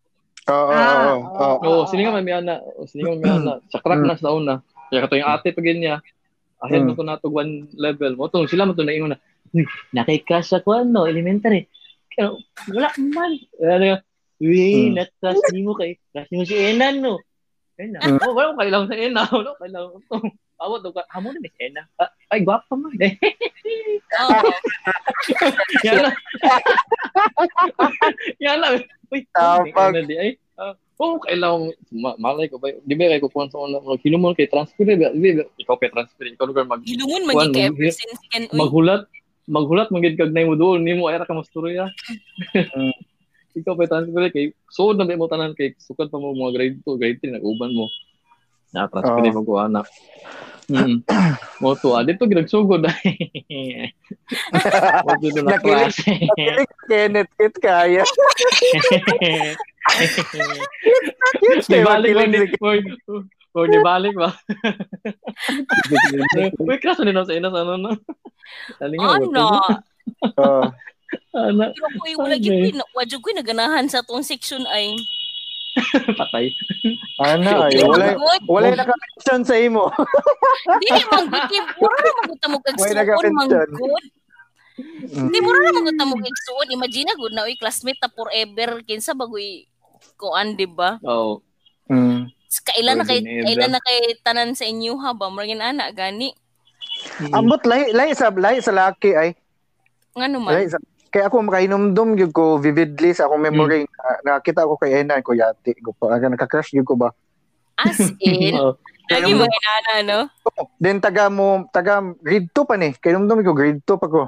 S3: Oo,
S2: Ah,
S3: oo, oo.
S2: oo.
S1: Oo, silingan man may ana, Oo, silingan man may ana. Sa crack
S3: Mm.
S1: na sa una. Kaya kato yung ate pagin niya. Ahead mo
S3: Mm.
S1: ko natog one level mo. Tong sila mo to na ingon na. Nakikasya ko "Hmm, ano, elementary. Pero, wala man. Ano yun? Uy,
S3: Hmm.
S1: natas ni mo kay, crush mo si Enan, no? Enan,
S3: Hmm.
S1: oh, wala ko kailangan sa Enan, *laughs* wala ko kailangan ito. Awat, ka, hamo na ni si Enan. Ah, Ay, gwapa man. Eh,
S4: Oo.
S1: yan *laughs* lang. yan lang. Uy,
S3: Tapag.
S1: ano di ay. ah, Oo, oh, kailangan mo. Ma- malay ko ba? Di ba kay kukuhan sa unang mga kinumon kay transfer? Di ba? Di ba? Ikaw kay transfer. Ikaw lugar mag
S4: Hilungon
S1: Juan,
S4: man
S1: mag-
S4: gyud ever since ken uy.
S1: maghulat. Maghulat, magigid kag mo doon. Ni mo, ay ra ka masturya. *laughs* Ikaw kay ya. transfer. Kay, so, nabi mo tanan kay sukat pa mo mga grade 2, grade 3, nag-uban mo. Na Nah, transfer
S3: Oo.
S1: mo ko anak. Mm. Mo to, ah, dito ginagsugod. *laughs* Mo to doon na class.
S3: Nakilig.
S1: *laughs*
S3: Nakilig Kenneth Kit kaya.
S1: Di balik mo
S3: Nakilig
S1: ni Ford. Ford, di balik ba? Uy, kaso din ako sa inas, ano na? Ano nga,
S4: Ano?
S1: wala
S3: *laughs* Oh.
S1: ko. Ano,
S4: Pero ko wala gyud
S1: Sabi.
S4: uy, na- wa jud ko naganahan sa tong section ay.
S1: patay.
S3: Ano ay wala
S4: Good.
S3: wala na connection sa imo.
S4: Dili man good kay mura na maguta mo kag
S3: Why
S4: suon man
S3: nagka-mention?
S4: good. Di mura na maguta mo kag suon. Imagine na good na uy classmate ta forever kinsa bagoy kuan di ba?
S1: Oo.
S3: Mm.
S4: Kailan na kay
S1: Ordinary.
S4: kailan na kay tanan sa inyo ha ba? Murag ana gani.
S3: Ambot lahi lahi sa lahi sa laki ay.
S4: Ngano man?
S3: Lahi sa kaya ako makainumdum gyud ko vividly sa akong memory na nakita ako kay Enan ko yati ko pa aga nakakrush gyud ko ba.
S4: As
S1: *laughs*
S4: in,
S1: Oo.
S4: lagi mo inana no?
S3: Then taga mo taga grade 2 pa ni. Kainumdum ko grade 2 pa ko.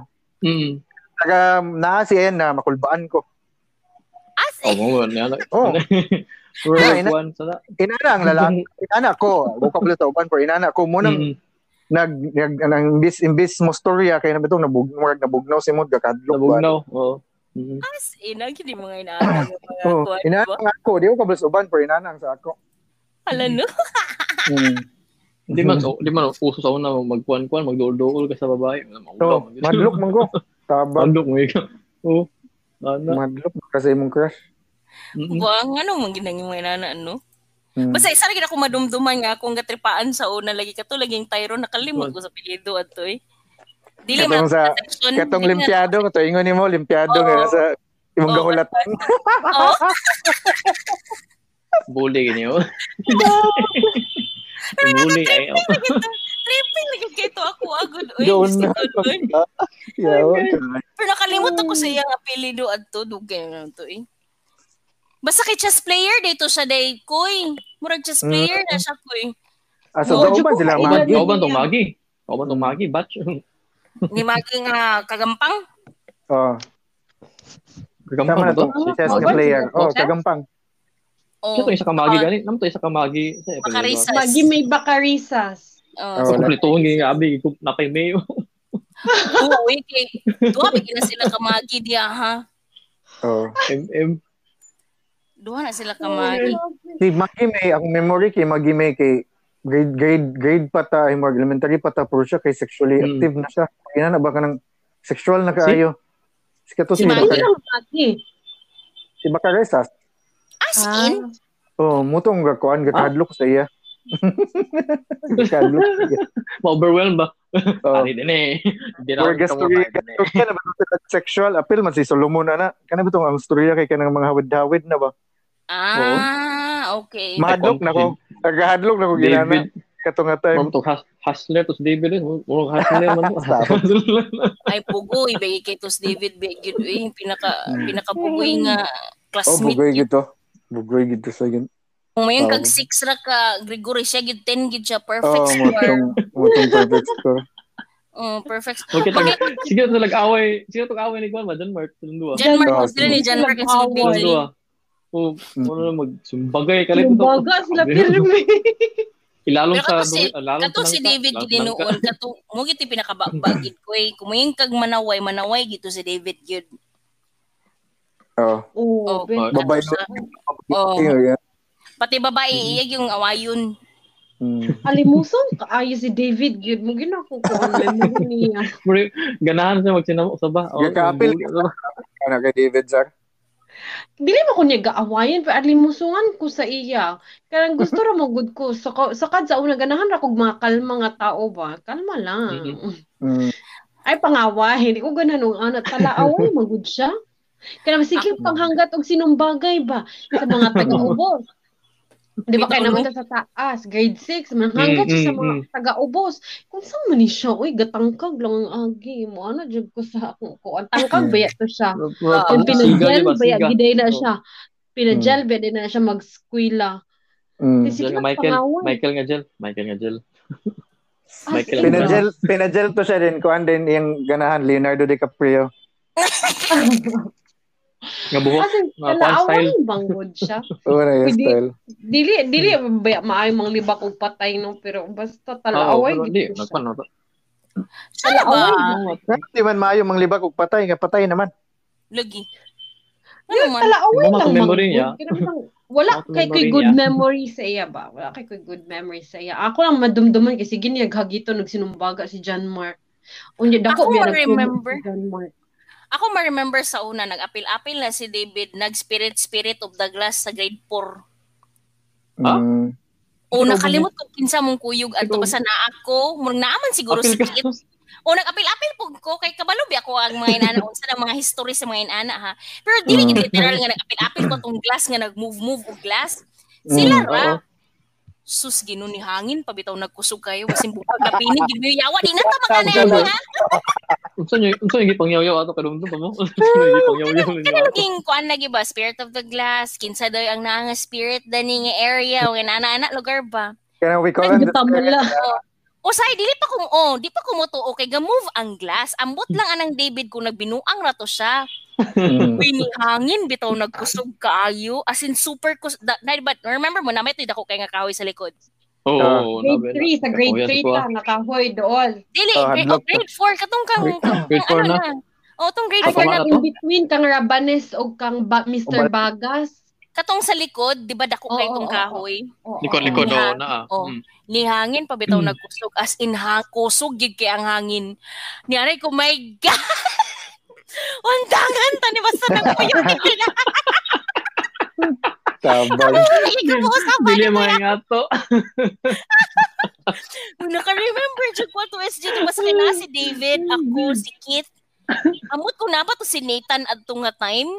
S1: Mm.
S3: Taga naa si Enan makulbaan ko.
S4: As
S1: Oo, mo
S4: in.
S1: nga. *laughs*
S3: Oh,
S1: World
S3: Yeah, ina-
S1: one sana.
S3: inana ang
S1: *laughs*
S3: lalaki. Inana ko. Buka pala sa uban pero inana ko muna
S1: Mm.
S3: nag nag anang imbis imbis mo storya kay na bitong nabug murag nabugnaw si Mod kakadlok ba.
S1: Nabugnaw. Oo. Mm.
S4: As in, ang gini mga inaanang mga
S3: Oh,
S4: kuwan, di ba?
S3: inanang ako, di ko kablas uban pero inanang sa ako.
S4: Hala no?
S3: Mm.
S1: Hindi man, oh, hindi man, uso sa una, magkuhan-kuhan, magdool-dool ka sa babae.
S3: So, madlok man ko. Tabang
S1: Madlok mo ikaw. Oo. Ano?
S3: madlok man kasi imong crush.
S1: Mm.
S4: Ba, ang ano mga ginang mga inana, ano?
S3: Mm.
S4: Basta isa lagi na ako madumduman nga akong gatripaan sa una lagi ka to, laging Tyron, nakalimot ko sa pilido at to eh. Dili
S3: Katong
S4: man ako
S3: sa-
S4: section,
S3: Katong
S4: dili na-
S3: limpiado ko to ingon nimo limpiado
S4: Oo.
S3: nga sa imong
S4: Oo. *laughs*
S3: gahulat. *laughs*
S4: Oo,
S1: Bully ganyo. *laughs* Bully ay. oh.
S4: tripping lagi kay to ako agad. Uy,
S3: Doon
S4: gusto
S3: na.
S4: ko doon.
S3: Yeah,
S4: Pero nakalimot ako sa iyang apelido at to, dugay na lang to eh. Basta kay chess player dito sa day, koy. Murag chess
S3: Mm.
S4: player na siya, koy.
S3: Asa
S2: Oo,
S3: Ah, ba uban
S2: Joko,
S3: sila
S2: uban.
S3: magi.
S1: Kauban tong magi. Kauban tong magi, batch.
S4: Ni Maging ah, kagampang.
S3: Oh,
S1: Kagampang
S3: tama na
S1: ba to?
S3: to. Si Chess na
S1: Magi?
S3: player. Oh, kagampang.
S1: Ano
S4: Oh,
S1: to isa ka magi
S4: Ah.
S1: gani? Ano to isa ka magi? Sa episode.
S4: Makarisa.
S2: Magi may bakarisas.
S4: oh,
S3: Oh,
S1: Sa kumpletuhon gani abi kung napay mayo. *laughs*
S4: Oo, eh, kay duha ba gina sila kamagi diya ha.
S3: Oh.
S1: MM.
S4: Duha na sila kamagi.
S3: Si Magi May, akong memory kay Magi May kay grade grade grade pa ta himo elementary pa ta puro siya kay sexually
S1: Hmm.
S3: active na siya. Ina na ba kanang sexual na kaayo. Si kato
S1: Si
S3: si,
S1: Magi?
S3: Bacar-
S2: Magi ang magi.
S3: si Bacaresas.
S4: As
S2: Ah,
S4: in,
S3: Oh, mutong gakuan
S1: Ah.
S3: gatadlok sa iya. *laughs* Gatadlok sa iya.
S1: Ma-overwhelm ba?
S3: Oh.
S1: Ari din eh. *laughs* Hindi na
S3: Or
S1: ako
S3: gastory
S1: kamuha din eh.
S3: gastory na ba sa sexual appeal man si Solomon ana. Kana bitong ang storya kay kanang mga hawid-hawid na ba.
S4: ah, okay.
S1: Ma-
S3: Mahadlok na ko. Nagahadlok na ko ginana.
S1: David,
S3: Katong nga time.
S1: Mamo to has- hustler to si David eh. Murong hustler
S3: *laughs*
S1: man to.
S3: Sarap.
S1: *laughs*
S4: Ay, pugoy. Bagay kay tos David Begid. Uy, pinaka,
S3: Mm.
S4: pinakapugoy nga
S3: Oh,
S4: classmate.
S3: bugoy gito. Bugoy gito sa gin.
S4: Kung ngayon
S3: Oh.
S4: kag 6 ra ka, Gregory siya, gid 10 gid siya. Perfect
S3: Oh,
S4: score.
S3: mutong mutong perfect score.
S4: Oh, perfect score.
S1: Okay, taga.
S4: Okay,
S1: Sige to nag-away. Sige to away ni Kwan ba John Mark tulundua.
S4: John Mark,
S3: Oh,
S4: sila ni John Mark and
S2: Tulundua.
S4: Biggie.
S1: Tulundua. Oh,
S3: Mm.
S1: ano na magsumbagay ka rin
S2: yung
S1: to.
S2: baga
S1: *laughs*
S2: sila
S1: Sabi.
S2: pirmi.
S1: Ilalong
S4: Pero
S1: sa
S4: kasi,
S1: ilalong
S4: Kato si
S1: nangka,
S4: David
S1: ilalong sa
S4: gid eh,
S1: nangka.
S4: noon kato mo gid ti pinakabagid ko eh. Kumayin kag manaway, manaway gito si David gid.
S3: Oh.
S2: Oo.
S4: Oh, kato
S3: babae
S4: siya.
S3: Oh.
S4: Oh,
S3: Yeah.
S4: pati babae iyag yung awayon.
S3: Mm.
S2: Alimuson ka. Ay, si David yun. Mo
S1: *laughs*
S2: ginakukuha memory niya.
S1: Mure, Ganahan siya magsinamo sa ba.
S3: Gakapil. Ano kay David Zar?
S2: Dili mo ko niya gaawayan, pero alimusungan ko sa iya. Karang
S1: *laughs*
S2: gusto ra mo good ko. Sa, sa kad sa una ganahan ra kog mga kalma nga tao ba. Kalma lang.
S1: Mhm.
S3: Mm.
S1: *laughs*
S2: Ay, pangaway. Hindi ko ganahan ang anak. Tala, away, magod siya. Kaya naman, sige, panghanggat og sinumbagay ba sa
S1: *laughs*
S2: mga taga-ubos. Di ba kaya naman ta sa taas, grade 6, manghanggat siya sa
S1: Mm,
S2: mga
S1: mm,
S2: taga-ubos. Kung saan man ni siya, uy, gatangkag lang ang agi mo. Ano, dyan ko sa akong kuwan. Tangkag,
S3: Mm.
S2: baya to siya.
S4: Ah,
S2: Kung
S4: Ang
S2: pinadyal, baya
S1: Siga.
S2: giday na
S1: Oo. Hmm.
S2: siya. Pinadyal, baya din na siya mag-skwila.
S3: Mm.
S1: Diyan
S2: Kasi sige,
S1: nga, Michael,
S2: pangawan.
S1: Michael nga dyan. Michael nga dyan.
S2: As
S1: Michael
S2: in,
S1: Pinadyan.
S3: Pinagel, pinagel to siya din. Kuan din yung ganahan, Leonardo DiCaprio.
S1: Nga buhok.
S2: As in,
S1: Mga
S2: naawan banggod siya.
S3: Oo na yung
S2: Pwede.
S3: style.
S2: Dili, dili,
S1: Hmm.
S2: baya maay mang libak og patay no, pero basta
S1: Oo,
S2: talaaway.
S1: pero
S2: gid
S1: di,
S2: ko siya.
S1: nagpano.
S4: Sana ba?
S3: Di man maayo manglibak og patay, nga patay naman.
S4: Lagi. Ano
S2: Yun,
S4: man?
S2: talaaway
S1: Wala
S2: lang
S1: akong memory
S2: manggod.
S1: niya.
S2: Kaya naman,
S1: Wala
S2: Wala
S1: akong
S2: kay ko'y
S1: memory
S2: good
S1: niya.
S2: memory sa iya ba? Wala kay ko'y good memory sa iya. Ako lang madumduman kasi giniyaghagito nagsinumbaga si John Mark. Unya dako
S4: Ako
S2: biya
S4: ma-remember.
S2: nagpromote si John Mark.
S4: Ako ma-remember sa una, nag-apil-apil na si David, nag-spirit-spirit of the glass sa grade 4.
S1: Ah?
S3: Mm.
S1: Ikaw
S4: O
S1: ba
S4: nakalimot ko kinsa mong kuyog adto
S1: Ikaw-
S4: pa sa naa ko. Murag naaman siguro
S1: Apil
S4: si
S1: ka.
S4: Kit. O nag-apil-apil po ko kay kabalo bi ako ang mga
S1: *laughs*
S4: inana unsa ang mga history sa mga inana ha. Pero dili
S3: Mm.
S4: gid literal nga nag-apil-apil ko tong glass nga nag-move-move og glass.
S3: Mm,
S4: Sila
S1: oo.
S4: ra. Sus ginon ni hangin pabitaw nagkusog kayo wasin bukag na pinig gid mo yawa di na ta mga
S1: Tama.
S4: nana. ha?
S1: Unsa niyo, unsa niyo gipangyaw-yaw ato kadumdum pa mo? Unsa niyo gipangyaw-yaw niyo
S4: Kana
S1: ato?
S4: naging kuan lagi ba spirit of the glass kinsa daw ang naa nga spirit dani nga area o nga ana lugar ba.
S3: Kaya we call it the
S2: Nagtamula.
S4: O say, dili pa kung oh, di pa kumutuo kay gamove ang glass. Ambot lang anang David kung nagbinuang ra to siya.
S3: *laughs* Mm.
S4: Uy, ni hangin bitaw nagkusog kaayo as in super kus da, na, but remember mo na may tuig ako kay nga kahoy sa likod.
S1: Oo,
S3: Ah.
S1: oo, nabe na.
S2: Grade 3 sa grade
S1: Kakuya sa
S2: 3
S1: kuha.
S2: ta nakahoy dool.
S4: Dili,
S3: Oh,
S4: grade,
S3: hadlock
S4: oh, grade 4 katong kang
S3: Grade-
S4: katong
S1: Ah, grade four nah.
S4: ano
S1: na.
S4: na. Oh, tong grade
S2: Ay
S1: Tama
S4: 4 na.
S1: na
S2: kana
S1: to?
S2: in between kang Rabanes o kang ba- Mr.
S3: Ubat.
S2: Bagas.
S4: Katong sa likod, di ba dako kay
S2: Oo,
S4: kong
S2: oo,
S4: kahoy?
S2: Oo,
S1: Likod,
S2: oo.
S1: likod, oo,
S4: Niha-
S1: naa.
S4: oo.
S1: Mm.
S4: Ni hangin pabitaw
S1: Mm.
S4: nagkusog as in ha, kusog gid kay ang hangin. Ni aray ko, my God! *laughs* Undangan ta ni basta nagkuyo gid
S3: tabag.
S1: *laughs*
S4: Ikaw po sa
S1: Dili
S4: balik
S1: mga ngato.
S4: Naka-remember dyan ko to SJ. Diba sa kina si David, ako, si Kit. Amot ko na ba to si Nathan at nga time?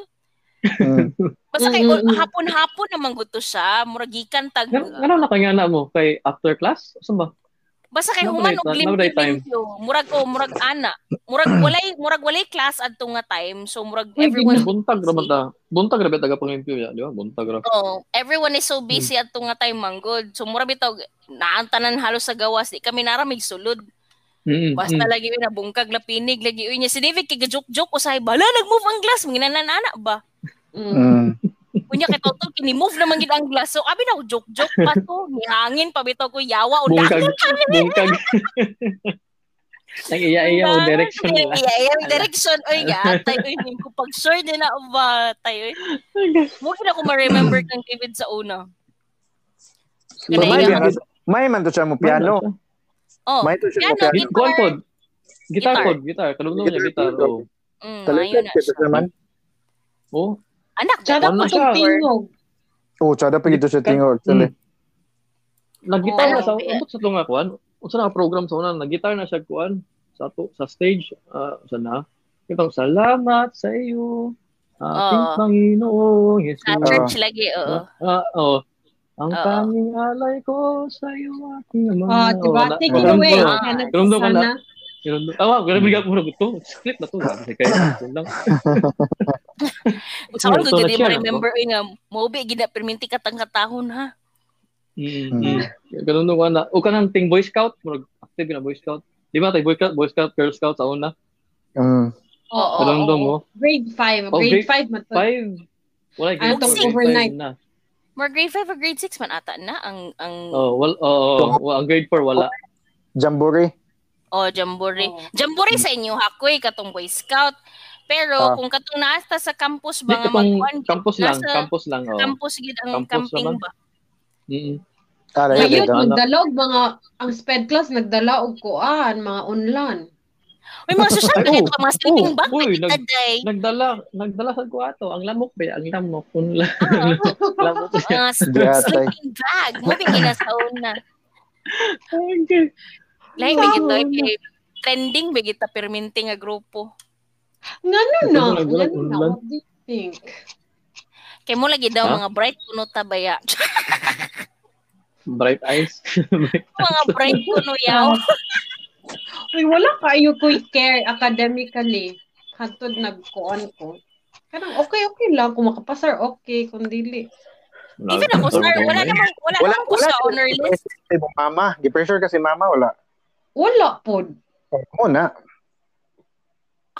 S3: Mm.
S4: Basta kay
S2: Mm, mm, mm.
S4: hapon-hapon naman gusto siya. Muragikan tag...
S1: Nga- Ngano na kanya na mo kay after class? Sa ba?
S4: Basta kay
S1: Nabaday
S4: human
S1: ta-
S4: og
S1: nabaday time.
S4: limpyo-limpyo. Murag ko, murag ana.
S1: *clears throat*
S4: Murag walay, murag walay class at nga time. So murag
S2: Uy,
S4: everyone...
S1: Buntag ra man ta. Buntag ra ba taga pangimpyo ya, di ba? Buntag ra.
S4: Oh, everyone is
S1: Hmm.
S4: so busy at nga time manggod. So mura bitaw naantanan halos sa gawas. Di kami naramig sulod.
S1: Mm.
S4: Basta lagi yun, nabungkag, lapinig, lagi yun niya. Si David, kagajoke-joke, usay, bala, nag-move ang glass, ginananana ba?
S2: Mm.
S3: Mm.
S4: Kunya kay Toto, kinimove naman gid ang glass. So, abi na, joke-joke pa to. Nihangin, pabitaw ko, yawa, o
S1: Bungkag.
S4: dahil ka nila.
S1: Buntag. Nang iya-iya o direction nila.
S4: Yeah, yeah, yung direction. Oy, ga, tayo, yun, ko pag sure nila, o ba, tayo, mungkin ako ma-remember kang David sa una.
S3: But
S4: Kaya
S3: may,
S4: yung-
S3: man- may man to siya mo piano.
S4: Oh,
S3: May to siya mo
S4: Piano,
S3: piano.
S1: Git- kuwan pod. Guitar
S4: Guitar.
S1: pod, guitar. Kalumdum niya
S3: Guitar
S1: guitar.
S3: pod.
S1: oo.
S4: mm, ayun
S3: Talagang
S4: na
S3: siya
S4: siya.
S3: naman.
S1: Oh.
S4: Anak,
S2: Tsada
S1: Ano
S2: ko
S1: siya?
S2: tong tingog.
S3: Oo, tsada pa gito siya tingog. actually.
S1: Nag-guitar na sa
S4: Oo.
S1: ambot sa tunga kuan. Unsa na ang program sa una nag-guitar na siya kuan sa to, sa stage ah, sa na. Kitang salamat sa iyo. Ating
S4: Oo.
S1: Panginoong Yesus.
S4: Sa church lagi, oo.
S1: Ah, ah, oh. Ang
S4: Oo.
S1: tanging alay ko sa iyo aking ama. Oh,
S2: Ah, diba?
S1: Oo, na-
S2: Take
S1: Oo,
S2: it
S1: ganun
S2: away.
S1: po.
S4: Ah.
S2: Sana,
S1: Ganun daw ka na.
S2: sana.
S1: Ganun daw. Ah, wow, ganun bigla ko muna ko to. Split
S4: *laughs*
S1: na to. Kasi kayo, yun lang.
S4: Sa ako,
S1: Ito na
S4: gagawin
S1: siya,
S4: mo
S1: no?
S4: remember, um, oy, nga, mobi, ginaperminti katang katahon, ha?
S1: Mm,
S3: Mm.
S1: mm. Ganun daw ka na. O ka ng ting Boy Scout. Murag active na Boy Scout. Di ba tayo Boy Scout, Boy Scout, Girl Scout sa una?
S3: Mm.
S4: Oo.
S1: Ganun daw mo.
S2: Grade 5.
S1: Oh,
S2: Grade
S1: grade
S2: 5 man to.
S1: Five. Wala,
S2: Ano
S1: grade
S4: tong
S1: four, grade
S2: overnight?
S1: five na.
S4: More grade 5 or grade 6 man ata na ang ang
S1: Oh, wal, oh, oh, oh, ang grade 4 wala.
S3: Jamboree.
S4: oh, jamboree.
S2: Oo.
S4: Jamboree sa inyo hakoy katong boy scout. Pero
S3: Ah.
S4: kung katong nasta sa campus
S1: Di
S4: ba nga
S1: katong
S4: magkuan gid,
S1: campus lang,
S4: nasa
S1: campus lang. Oh.
S4: campus gid ang
S1: Campus
S4: camping
S1: naman.
S4: ba.
S1: Mm-mm.
S3: Ah, right,
S2: Ngayon,
S3: right, right.
S1: Dala.
S2: nagdalog mga, ang sped class, nagdala og kuan, mga unlan.
S4: May mga social
S1: Ay,
S4: na
S1: oh,
S4: ito mga sleeping
S1: oh,
S4: bag
S1: uy,
S4: na kita
S1: nag- *laughs*
S4: day.
S1: Nagdala, nagdala sa kuwato. Ang lamok ba? Ang lamok. Ang *laughs* lamok.
S4: Ah,
S2: *laughs*
S1: lamok.
S4: mga
S3: Di atay.
S4: sleeping bag. Mo bigyan sa una.
S1: Okay.
S4: Lahi bigyan to eh, trending bigita perminting nga grupo.
S1: Ito
S2: Ngano na?
S1: mo nagdala,
S2: Ngano Ano na?
S1: unlan.
S2: Wa di- Pink.
S4: Kay mo lagi daw
S1: Ha?
S4: mga bright kuno tabaya.
S1: Bright
S4: *laughs*
S1: eyes.
S4: mga bright kuno yaw.
S3: Ah.
S2: Uy, wala kayo ko care academically. Hatod nagkuan ko. Kanang okay, okay lang. Kung makapasar, okay. Kung dili.
S4: Even ako sir, wala namang wala,
S3: Wala,
S4: namang ko
S3: wala.
S4: sa honor list.
S3: Kay mo mama, gi-pressure kasi mama, wala. Oh,
S2: Wala po.
S3: Oo na.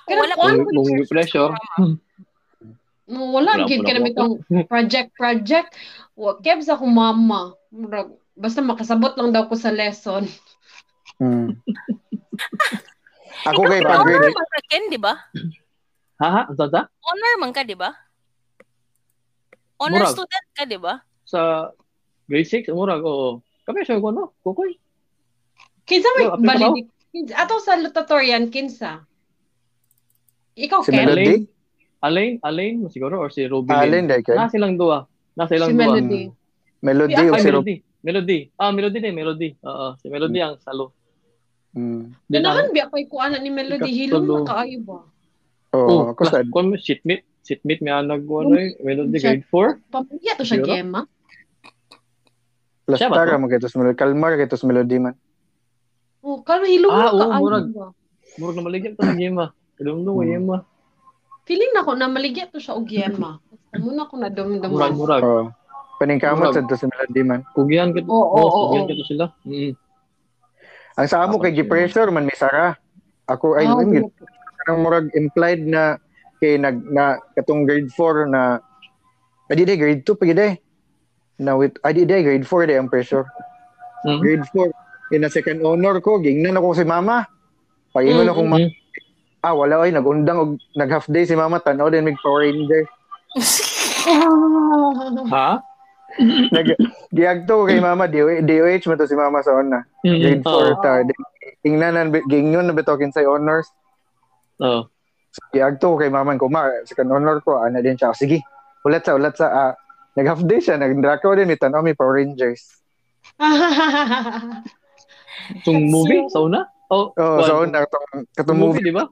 S4: Ako wala
S2: Kung-
S1: kung
S4: akong pressure
S1: may pressure.
S4: sa
S2: No, wala,
S1: Wala
S2: gid
S1: po *laughs*
S2: ka
S1: na
S2: namin itong project, project. Wa- Kebs ako mama. Murag, Basta makasabot lang daw ko sa lesson.
S4: *laughs*
S3: Hmm. Ako
S4: Ikaw, Ano
S3: kay
S4: pero
S3: pag
S4: Honor
S3: grade
S4: man ka, Ken, di ba?
S1: Ha ha, sa sa?
S4: Honor man ka, di ba? Honor
S1: Murag.
S4: student ka, di
S3: *laughs*
S4: ba?
S1: Sa grade 6, murag, oo. Kami siya ko, no? Kukoy.
S2: Kinsa may
S1: Yo, apil ka
S2: balidik. Kinsa- Ato sa lutatorian, kinsa? Ikaw,
S3: si
S2: Ken?
S3: Melody,
S1: Alain, Alain mo siguro, or si Ruby. Lin.
S3: Alin dai kay.
S1: Na silang dua. Na silang
S2: Si
S1: dua.
S2: Melody.
S3: Melody
S2: Ay,
S3: o
S1: Ay,
S3: si Rob.
S1: Melody. Melody. Ah, Melody din, Melody. Oo, si Melody ang salo. Diba?
S3: Hmm.
S1: Then, ang-
S2: Ganahan biya ko kuan ni Melody
S1: Ikatulo.
S2: Hilong na kaayo ba?
S1: Oh,
S3: Oo, Oh, ako sad.
S1: Kung shitmate, shitmate may anag ano eh, Melody grade 4.
S2: Pamilya to siya
S1: Siguro.
S2: Gemma.
S3: Last
S1: Siya ba
S3: tara
S1: to?
S3: mo kay tos Melody. Kalmar kay tos Melody man.
S2: Oh, karon hilong
S1: Ah,
S2: na
S1: oo,
S2: kaayo
S1: murag.
S2: ba?
S1: Murag na maligyan to ng Yema. Kadumdum ko
S3: Hmm.
S1: Yema.
S2: Feeling na ko na maligya to siya og Gemma. Muna ko na
S1: Murag,
S2: dumdum.
S1: murag.
S3: Oo. Oh. Paningkamot
S1: Murag.
S3: sad to si Melody man.
S1: Kugyan ka to.
S2: Oo, oo, oo.
S1: kugyan ka to sila. Mm.
S3: Ang sa
S1: Ah,
S3: amo kay gi-pressure man mi Sara. Ako ay
S4: Ah,
S2: Oh,
S3: yun,
S2: *laughs*
S3: gid. parang murag implied na kay nag na katong grade 4 na adi day grade 2 pagi day eh. na with adi day grade 4 day ang pressure
S1: Mm.
S3: grade 4 in second honor ko gingnan ako si mama pagingon
S2: Mm,
S3: akong ma-
S1: Mm.
S3: ah wala ay nagundang og nag half day si mama tanaw din mig Power Ranger
S2: Ah.
S1: Ha?
S3: nag giagto ko kay mama DOH, DOH man to si mama sa ona
S1: Mm.
S3: grade 4
S1: Oo.
S3: ta gingnan gingnon na bitokin sa honors
S1: Oo.
S3: Giagto ko kay maman ko, ma, second honor ko, ana din siya. Sige, ulat sa, ulat sa, ah, nag-half day siya, nag-drakaw din, may tanaw, may Power Rangers.
S1: Itong movie, sa una? Oh,
S3: Oh,
S1: one.
S3: so, na, katong,
S1: Itong
S3: katong movie
S1: di ba?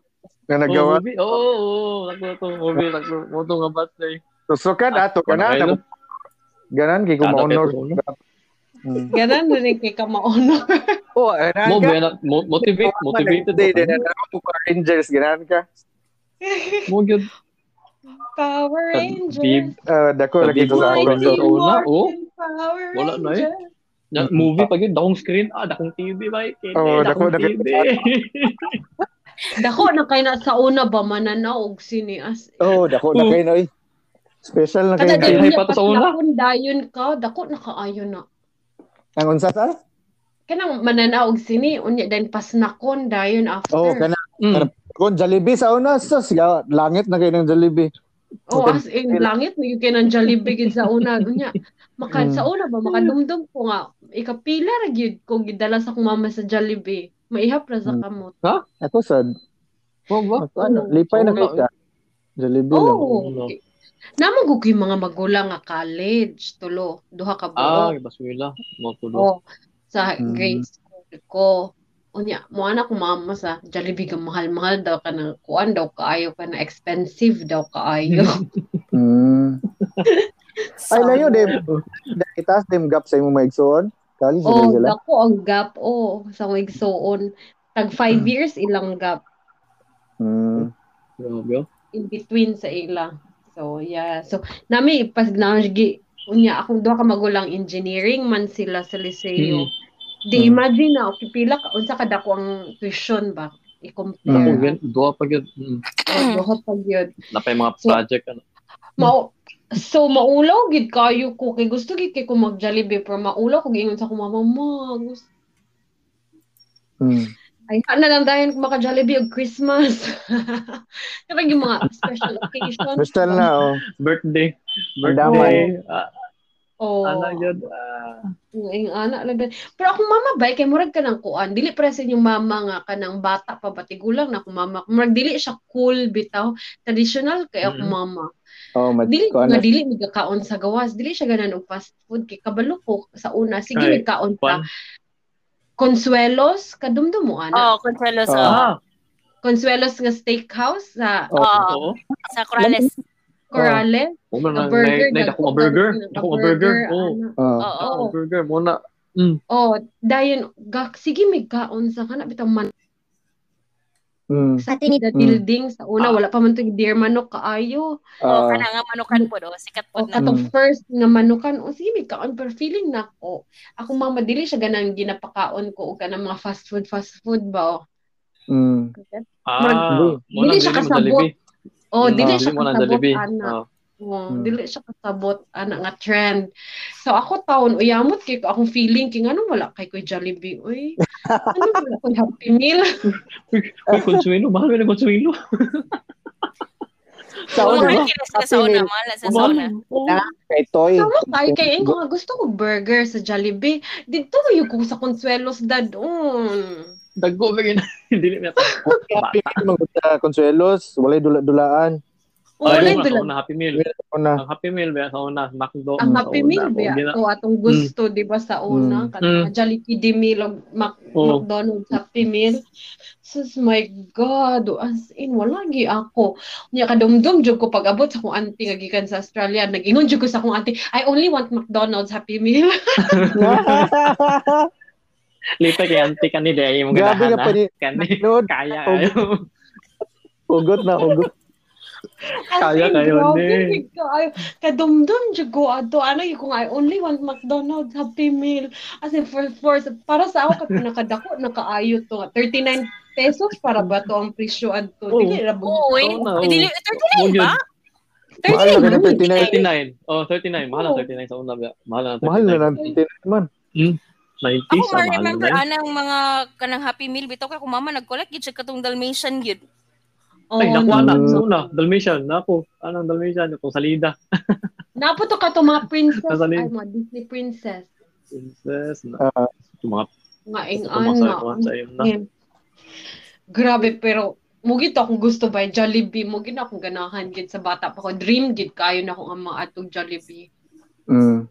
S3: na
S1: Oh,
S3: nagawa.
S1: movie. Oo, oo, oo. Takbo itong movie. Takbo mo itong kabat na eh.
S3: Tusukan, ato ah, ka na.
S1: Ano?
S3: nag- Ganan, kay
S1: Kada kay
S3: kuma-honor.
S1: kumauna.
S3: Mm.
S2: Ganan na rin kay Kamaono.
S3: Oh, ana
S1: Mo,
S3: ka.
S1: ba na- mo- motivate, motivated.
S3: Day, din,
S1: ako.
S3: ano, mo, Power Rangers, ganan ka.
S1: Mo, yun.
S2: Power
S1: Sa
S2: Rangers.
S1: bib-
S3: Ah, dako,
S1: Sabi
S3: lagi
S1: ko
S3: ko sa
S1: sa
S3: ako.
S1: Power Rangers.
S2: Mighty
S1: una, oh.
S2: Morphin Power
S1: Wala na eh.
S2: Rangers.
S1: Na, movie pag yun, dakong screen. Ah, dakong TV ba? Kete,
S3: Oo,
S1: dakong
S3: dako,
S1: TV.
S3: *laughs*
S2: Dako na kay na sa una ba mananaw og sini as
S3: Oh, dako na
S1: Oh.
S3: kayo na, eh. Special na kayo
S2: Kada
S1: Kaya
S3: na.
S1: day-
S2: dili
S1: pa
S2: pa
S1: to sa una?
S2: dayon ka, dako na kaayo na.
S3: Ang unsa sa? Oh,
S2: Kanang mananaw og sini unya den pasnakon dayon after.
S3: Oh, kana.
S1: Mm.
S3: Kung Jollibee sa una, sus, ya, langit na kayo ng Jollibee.
S2: Oh,
S3: Okay.
S2: as in, langit, may kay ng Jollibee gid sa
S3: *laughs*
S2: una. Unya, maka,
S3: Mm.
S2: sa una ba, makadumdum ko nga, ikapila ra gyud ko gidala sa akong mama sa Jollibee. Maihap ra sa
S3: Mm.
S2: kamot.
S3: Ako sad.
S1: Mo ba?
S3: Ako, ano, lipay na kayo ka. Jollibee lang.
S2: Oh, namang ko yung mga magulang nga college, tulo, duha ka
S1: Ah,
S2: buok.
S1: ibaswila. Mo tulo.
S2: Oh, sa
S3: Mm.
S2: grade school ko. Unya, mo anak ko mama sa Jollibee ka mahal-mahal daw ka ng kuan daw kaayo ka na expensive daw
S3: *laughs*
S2: kaayo. *laughs*
S3: Mm. Ay, layo, dem. Itaas, dem gap sa imong maigsoon. Kali sa
S2: Oh,
S3: sila.
S2: dako ang gap. Oh, sa wigsoon. Tag five
S3: Hmm.
S2: years ilang gap
S3: Mm.
S1: Grabe. oh.
S2: in between sa ila. So, yeah. So, nami pas na gi unya akong duha ka magulang engineering man sila sa Liceo. Di
S3: Mm.
S2: imagine na okay, pila ka unsa ka dako ang tuition ba
S3: Hmm.
S1: Ako
S2: i-compare.
S1: yun, duha pag yun. Mm.
S2: Oh, duha pa gyud.
S1: Napay mga project. kan? Ano.
S2: Mao So maulaw gid kayo ko kay gusto gid kay ko mag Jollibee pero maulaw ko giingon sa akong mama, "Ma, gusto
S3: Mm.
S2: Ay, ano lang dahil kung maka Jollibee og Christmas. *laughs* Kapag yung mga special occasion.
S3: Basta na, oh.
S1: Birthday.
S3: damay.
S1: Birthday. Ah,
S2: Oo.
S1: ano yun? Ah.
S2: Yung anak lang dahil. Pero akong mama ba, kay murag ka ng kuan. Dili presen yung mama nga ka ng bata pa ba. Tigulang na akong mama. Murag dili siya cool bitaw. Traditional kay akong
S1: Mhm.
S2: mama.
S3: Oh, mat
S2: Dili
S3: ko
S2: nga
S3: ano.
S2: dili migakaon sa gawas. Dili siya ganan og fast food. Kay kabalo ko sa una. Sige,
S1: Ay,
S2: migkaon
S1: Kwan.
S2: ta. Consuelos, kadumdum mo anak.
S4: Oh, Consuelos.
S3: Ah.
S4: oh.
S1: Ah,
S2: Consuelos nga steakhouse sa
S3: Oh.
S4: Oh,
S1: oo.
S4: sa Corales.
S2: Corale.
S1: Mo Ah, na
S2: Nga burger.
S1: na ako nga burger. Ako nga burger.
S2: ano
S1: Oh,
S3: Oh.
S4: Oo.
S1: ako nga burger mo na.
S2: Oh, dayon gak sige may kaon sa kana bitaw man
S3: Mm.
S2: sa tinida
S3: Mm.
S2: Mm-hmm. building sa una
S4: Ah.
S2: wala pa man to dear manok kaayo.
S4: Oh,
S3: Ah.
S4: kana nga manukan po do. Sikat po
S2: O
S4: na.
S2: katong
S3: Mm.
S2: first nga manukan o sige may kaon pero feeling nako. Ako mama dili siya ganang ginapakaon ko og kanang mga fast food fast food ba. o.
S3: mm.
S1: Ah, mo na
S2: Dili
S1: dili mo
S2: siya kasabot.
S1: dalibi.
S2: Oh,
S3: Mm.
S2: dili
S3: Ah,
S2: siya
S1: mo na
S2: kasabot
S1: dalibi.
S2: ana.
S1: Oh.
S2: Oo,
S3: Mm.
S2: dili siya kasabot ana nga trend. So ako taon uyamot kay ko akong feeling kay nganong wala kay koy Jollibee oy. Ano wala koy Happy Meal?
S1: Uy, Consuelo, mahal mo na Consuelo.
S3: Sa una
S4: Mahal
S3: ba?
S4: kina sila sa una. Mahal na sila sa
S1: Mahal
S4: una.
S1: mo. Oo.
S3: Na, kay Toy.
S2: Tama kay kay ko nga gusto ko burger sa Jollibee. Dito mo yung kung sa Consuelos dadon.
S1: Dagko ba gina? Dili na. *laughs*
S3: Happy meal mga sa Consuelos, walay dula-dulaan.
S2: O wala yung
S1: dula.
S2: dula-
S1: Happy meal.
S3: Wala ko *laughs* na.
S1: Ang happy meal ba sa una, McDo.
S2: Ang
S1: sa
S2: Ah, Happy
S1: Diba, una,
S2: Meal
S1: o,
S2: ba?
S1: gina-
S2: O atong gusto, di ba, sa una.
S3: Mm.
S2: Kanang Jollibee di meal o Mac-
S1: Oo.
S2: McDonald's Happy Meal. Sus, my God. o, As in, wala gi ako. Niya kadumdum jud ko pag-abot sa kung auntie nga gikan sa Australia. Nag-ingon jud ko sa kung auntie, I only want McDonald's Happy Meal.
S1: Lito kay auntie kanila ay mong
S3: Grabe
S1: ganahan
S3: ka pa
S1: na.
S3: ni. *laughs*
S1: Kani,
S3: Nanood.
S1: kaya *laughs*
S3: Oh.
S1: kayo.
S3: Hugot na hugot.
S2: As
S1: Kaya eh.
S2: in,
S1: kayo,
S2: grabe,
S1: ne.
S2: gid ko, ay, Kadumdum jud ko ato ano yung kung I only want McDonald's Happy Meal. As in for, for para sa ako kapag nakadako *laughs* nakaayo to nga. 39 pesos para ba to ang presyo adto.
S1: Oo.
S2: Dili ra
S4: Oo,
S2: bo.
S4: eh.
S1: Oo na, oo.
S3: oh.
S4: Dili,
S1: Mo yun.
S4: 39 ba?
S3: Mahal na ganun,
S1: 39.
S3: 39.
S1: Oh, 39. Mahal
S2: Oo.
S1: na 39 sa una ba? Mahal na 39.
S3: Mahal na lang. man.
S1: 90
S4: Ako
S1: sa
S4: ma
S1: mahal
S3: eh.
S4: remember
S1: na.
S4: anang mga kanang Happy Meal bitaw kay mama nag-collect gid siya katong Dalmatian gid. *laughs*
S2: Oh,
S1: Ay, nakuha
S3: no.
S1: na. Sa una, Dalmatian. Nako, anong Dalmatian? Kung salida.
S2: Napo to ka to mga princess.
S1: Nasalin.
S2: Ay, mga Disney princess.
S1: Princess. Na.
S3: Ah.
S1: Mga
S2: Nga ing
S4: ano?
S1: pumasa ko
S2: ana.
S1: sa iyo na.
S2: Yeah. Grabe pero Mugi to akong gusto ba Jollibee. Mugi na akong ganahan gid sa bata pa ko. Dream gid kayo na akong ang mga atong Jollibee.
S3: Mm.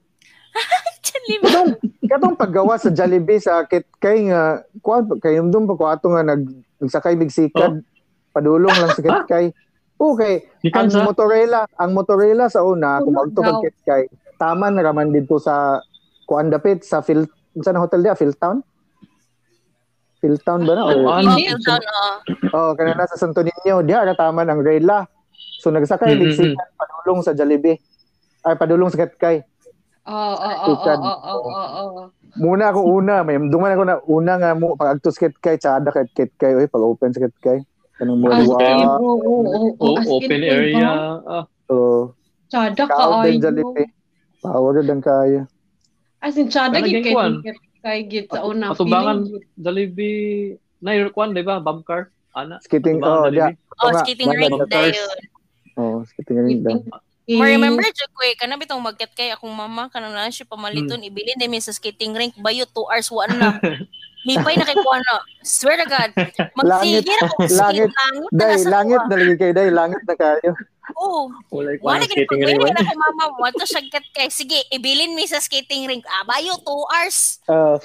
S4: Chalibo.
S3: Katong, katong paggawa sa Jollibee sa kit kay nga kuan kay umdum pa ko ato nga nag nagsakay bigsikan padulong lang sa kit kay. Okay,
S1: Ikan
S3: ang
S4: ano?
S1: sa
S3: motorela, ang motorela sa una
S2: Puno
S3: kumagto
S2: daw.
S3: kag kit kay. Tama na raman dito sa kuan dapit sa Phil sa na hotel dia Philtown. Philtown ba na?
S1: Oh,
S3: O,
S1: ano?
S4: Oh, feel down,
S3: oh,
S4: oh.
S3: kana nasa Santo Niño, diha na taman ang rela. So nagsakay
S1: Mm, mm,
S3: bigsikan padulong sa Jollibee. Ay padulong sa kit kay.
S2: Oo, oo, oo,
S3: Ikan.
S2: oo, oo, oo.
S3: Muna ako una, may duman ako na una nga mo pag agtos kit kay tsada kit kit kay oy pag open sa kit kay. Kanang mo
S2: As in,
S3: duwa.
S2: oo, oo, oo.
S1: oh,
S2: As in,
S1: open
S2: diba?
S1: area. Ah,
S3: So,
S2: Tsada ka
S3: kaon
S2: ay.
S3: din Jollibee. Power din kayo.
S2: As in, tsada
S1: Talagang Ah,
S2: gid kay
S1: kuwan.
S2: kay gid sa una.
S1: Atubangan.
S2: feeling gid.
S1: Jollibee. Na, your kwan, di ba? Bumcar. Ana.
S3: Skating
S1: Atubangan,
S3: oh,
S1: Diba, Jollibee.
S3: diya.
S4: Oh,
S3: Tama,
S4: skating
S3: wala
S4: ring
S1: na.
S4: dayon.
S3: Oh, skating rin daw.
S2: Eh,
S4: Ma remember jud ko eh kana bitaw magket kay akong mama kana na siya pamaliton ibili na mi sa skating rink bayo 2 hours wa na. Nipay na kay kuha na. Swear to God. Magsigir
S3: Langit.
S4: ako. Langit. Langit. na
S3: Day,
S4: nasa
S3: langit
S4: kuha.
S3: na lagi kay day, langit na kayo.
S4: Oo.
S1: Oh, Wala yung kwan,
S4: Wala ka
S1: skating ring.
S4: na ako mama mo. Ito siya kat kay. Sige, ibilin mi sa skating rink. Ah, bayo 2 hours.
S3: Uh,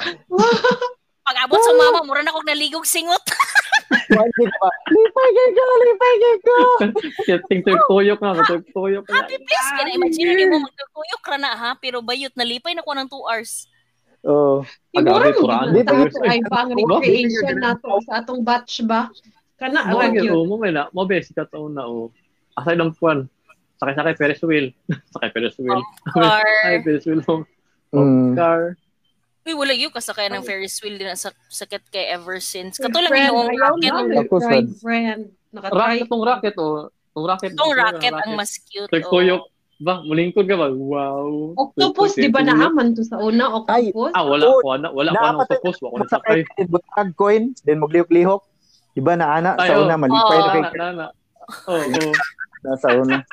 S4: Pag abot sa mama, mura na akong naligog singot.
S3: *laughs*
S4: *laughs*
S3: one gig pa. Lipay kay ko, lipay kay ko.
S1: Skating tuyok na. sa Tuyok na.
S4: Oh, Happy place. Kaya imagine na mo magkakuyok ra na ha. Pero bayot, nalipay na ko ng 2 hours.
S3: Oh,
S2: siguro
S1: Agabi,
S2: nung
S1: Quran.
S2: ginawa
S3: Dito,
S2: nato ay pang
S1: Diba?
S2: recreation nato sa atong batch ba? Kana
S1: Mo yun,
S2: ra gyud.
S1: oh, mo may na, mo be sikat sa una oh. Aside ng kwan, sakay-sakay Ferris wheel. *laughs* sakay Ferris wheel. Ay,
S4: Car.
S1: Ferris wheel mo.
S3: Mm.
S1: Car.
S4: Uy, wala yung kasakayan ng Ferris wheel din sa sakit kay ever since. Katulad
S2: Friend,
S4: yung
S2: ayaw
S4: rocket.
S2: na,
S3: Ako,
S2: try,
S3: friend.
S2: friend. Nakatry.
S1: Rocket tong rocket oh. Tong rocket.
S4: Itong
S1: tong
S4: rocket ang mas cute. oh.
S1: Like, tuyok. Ba, mulingkod ka ba? Wow.
S2: Octopus,
S1: Tuyok,
S2: di ba
S1: tuyok.
S2: naaman to sa una?
S3: Ay,
S2: Octopus?
S1: Ah, wala
S3: Oh,
S1: ko na, wala ko na
S3: dapat-
S1: octopus, wala ko na sakay.
S3: Sakay din butag coin, then maglihok-lihok. Di ba na ana
S1: Ay,
S3: sa
S1: oh.
S3: una malipay
S4: Oh.
S3: na kay
S1: Na, na, na. Oh, oh.
S3: na sa una.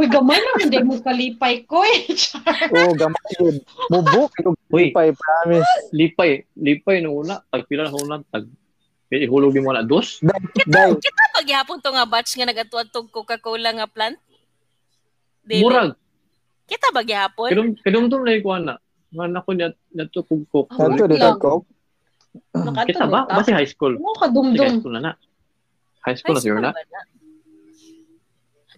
S2: Uy,
S1: ah.
S2: gamay na hindi mo kalipay ko eh. *laughs*
S3: Oo, gamay yun. Mubuk.
S1: Uy,
S3: Pay, promise.
S1: lipay, lipay nung una, tag pila na sa una, tag eh, ihulog mo na dos.
S3: Dahil,
S4: Kita paghihapon to nga batch nga nagatuad tog Coca-Cola nga plant. Dili.
S1: Murag.
S4: Kita ba gihapon?
S1: Kadum kadumdum na ikuan na. Man ako niya nato kog kog.
S2: Ah,
S3: kanto
S2: wala.
S3: dito ko.
S1: Kita ba? Ba si high school?
S2: Ano
S1: Sige, high
S2: ka dumdum?
S1: school na na. High
S4: High
S1: school na siguro na.
S4: ba na?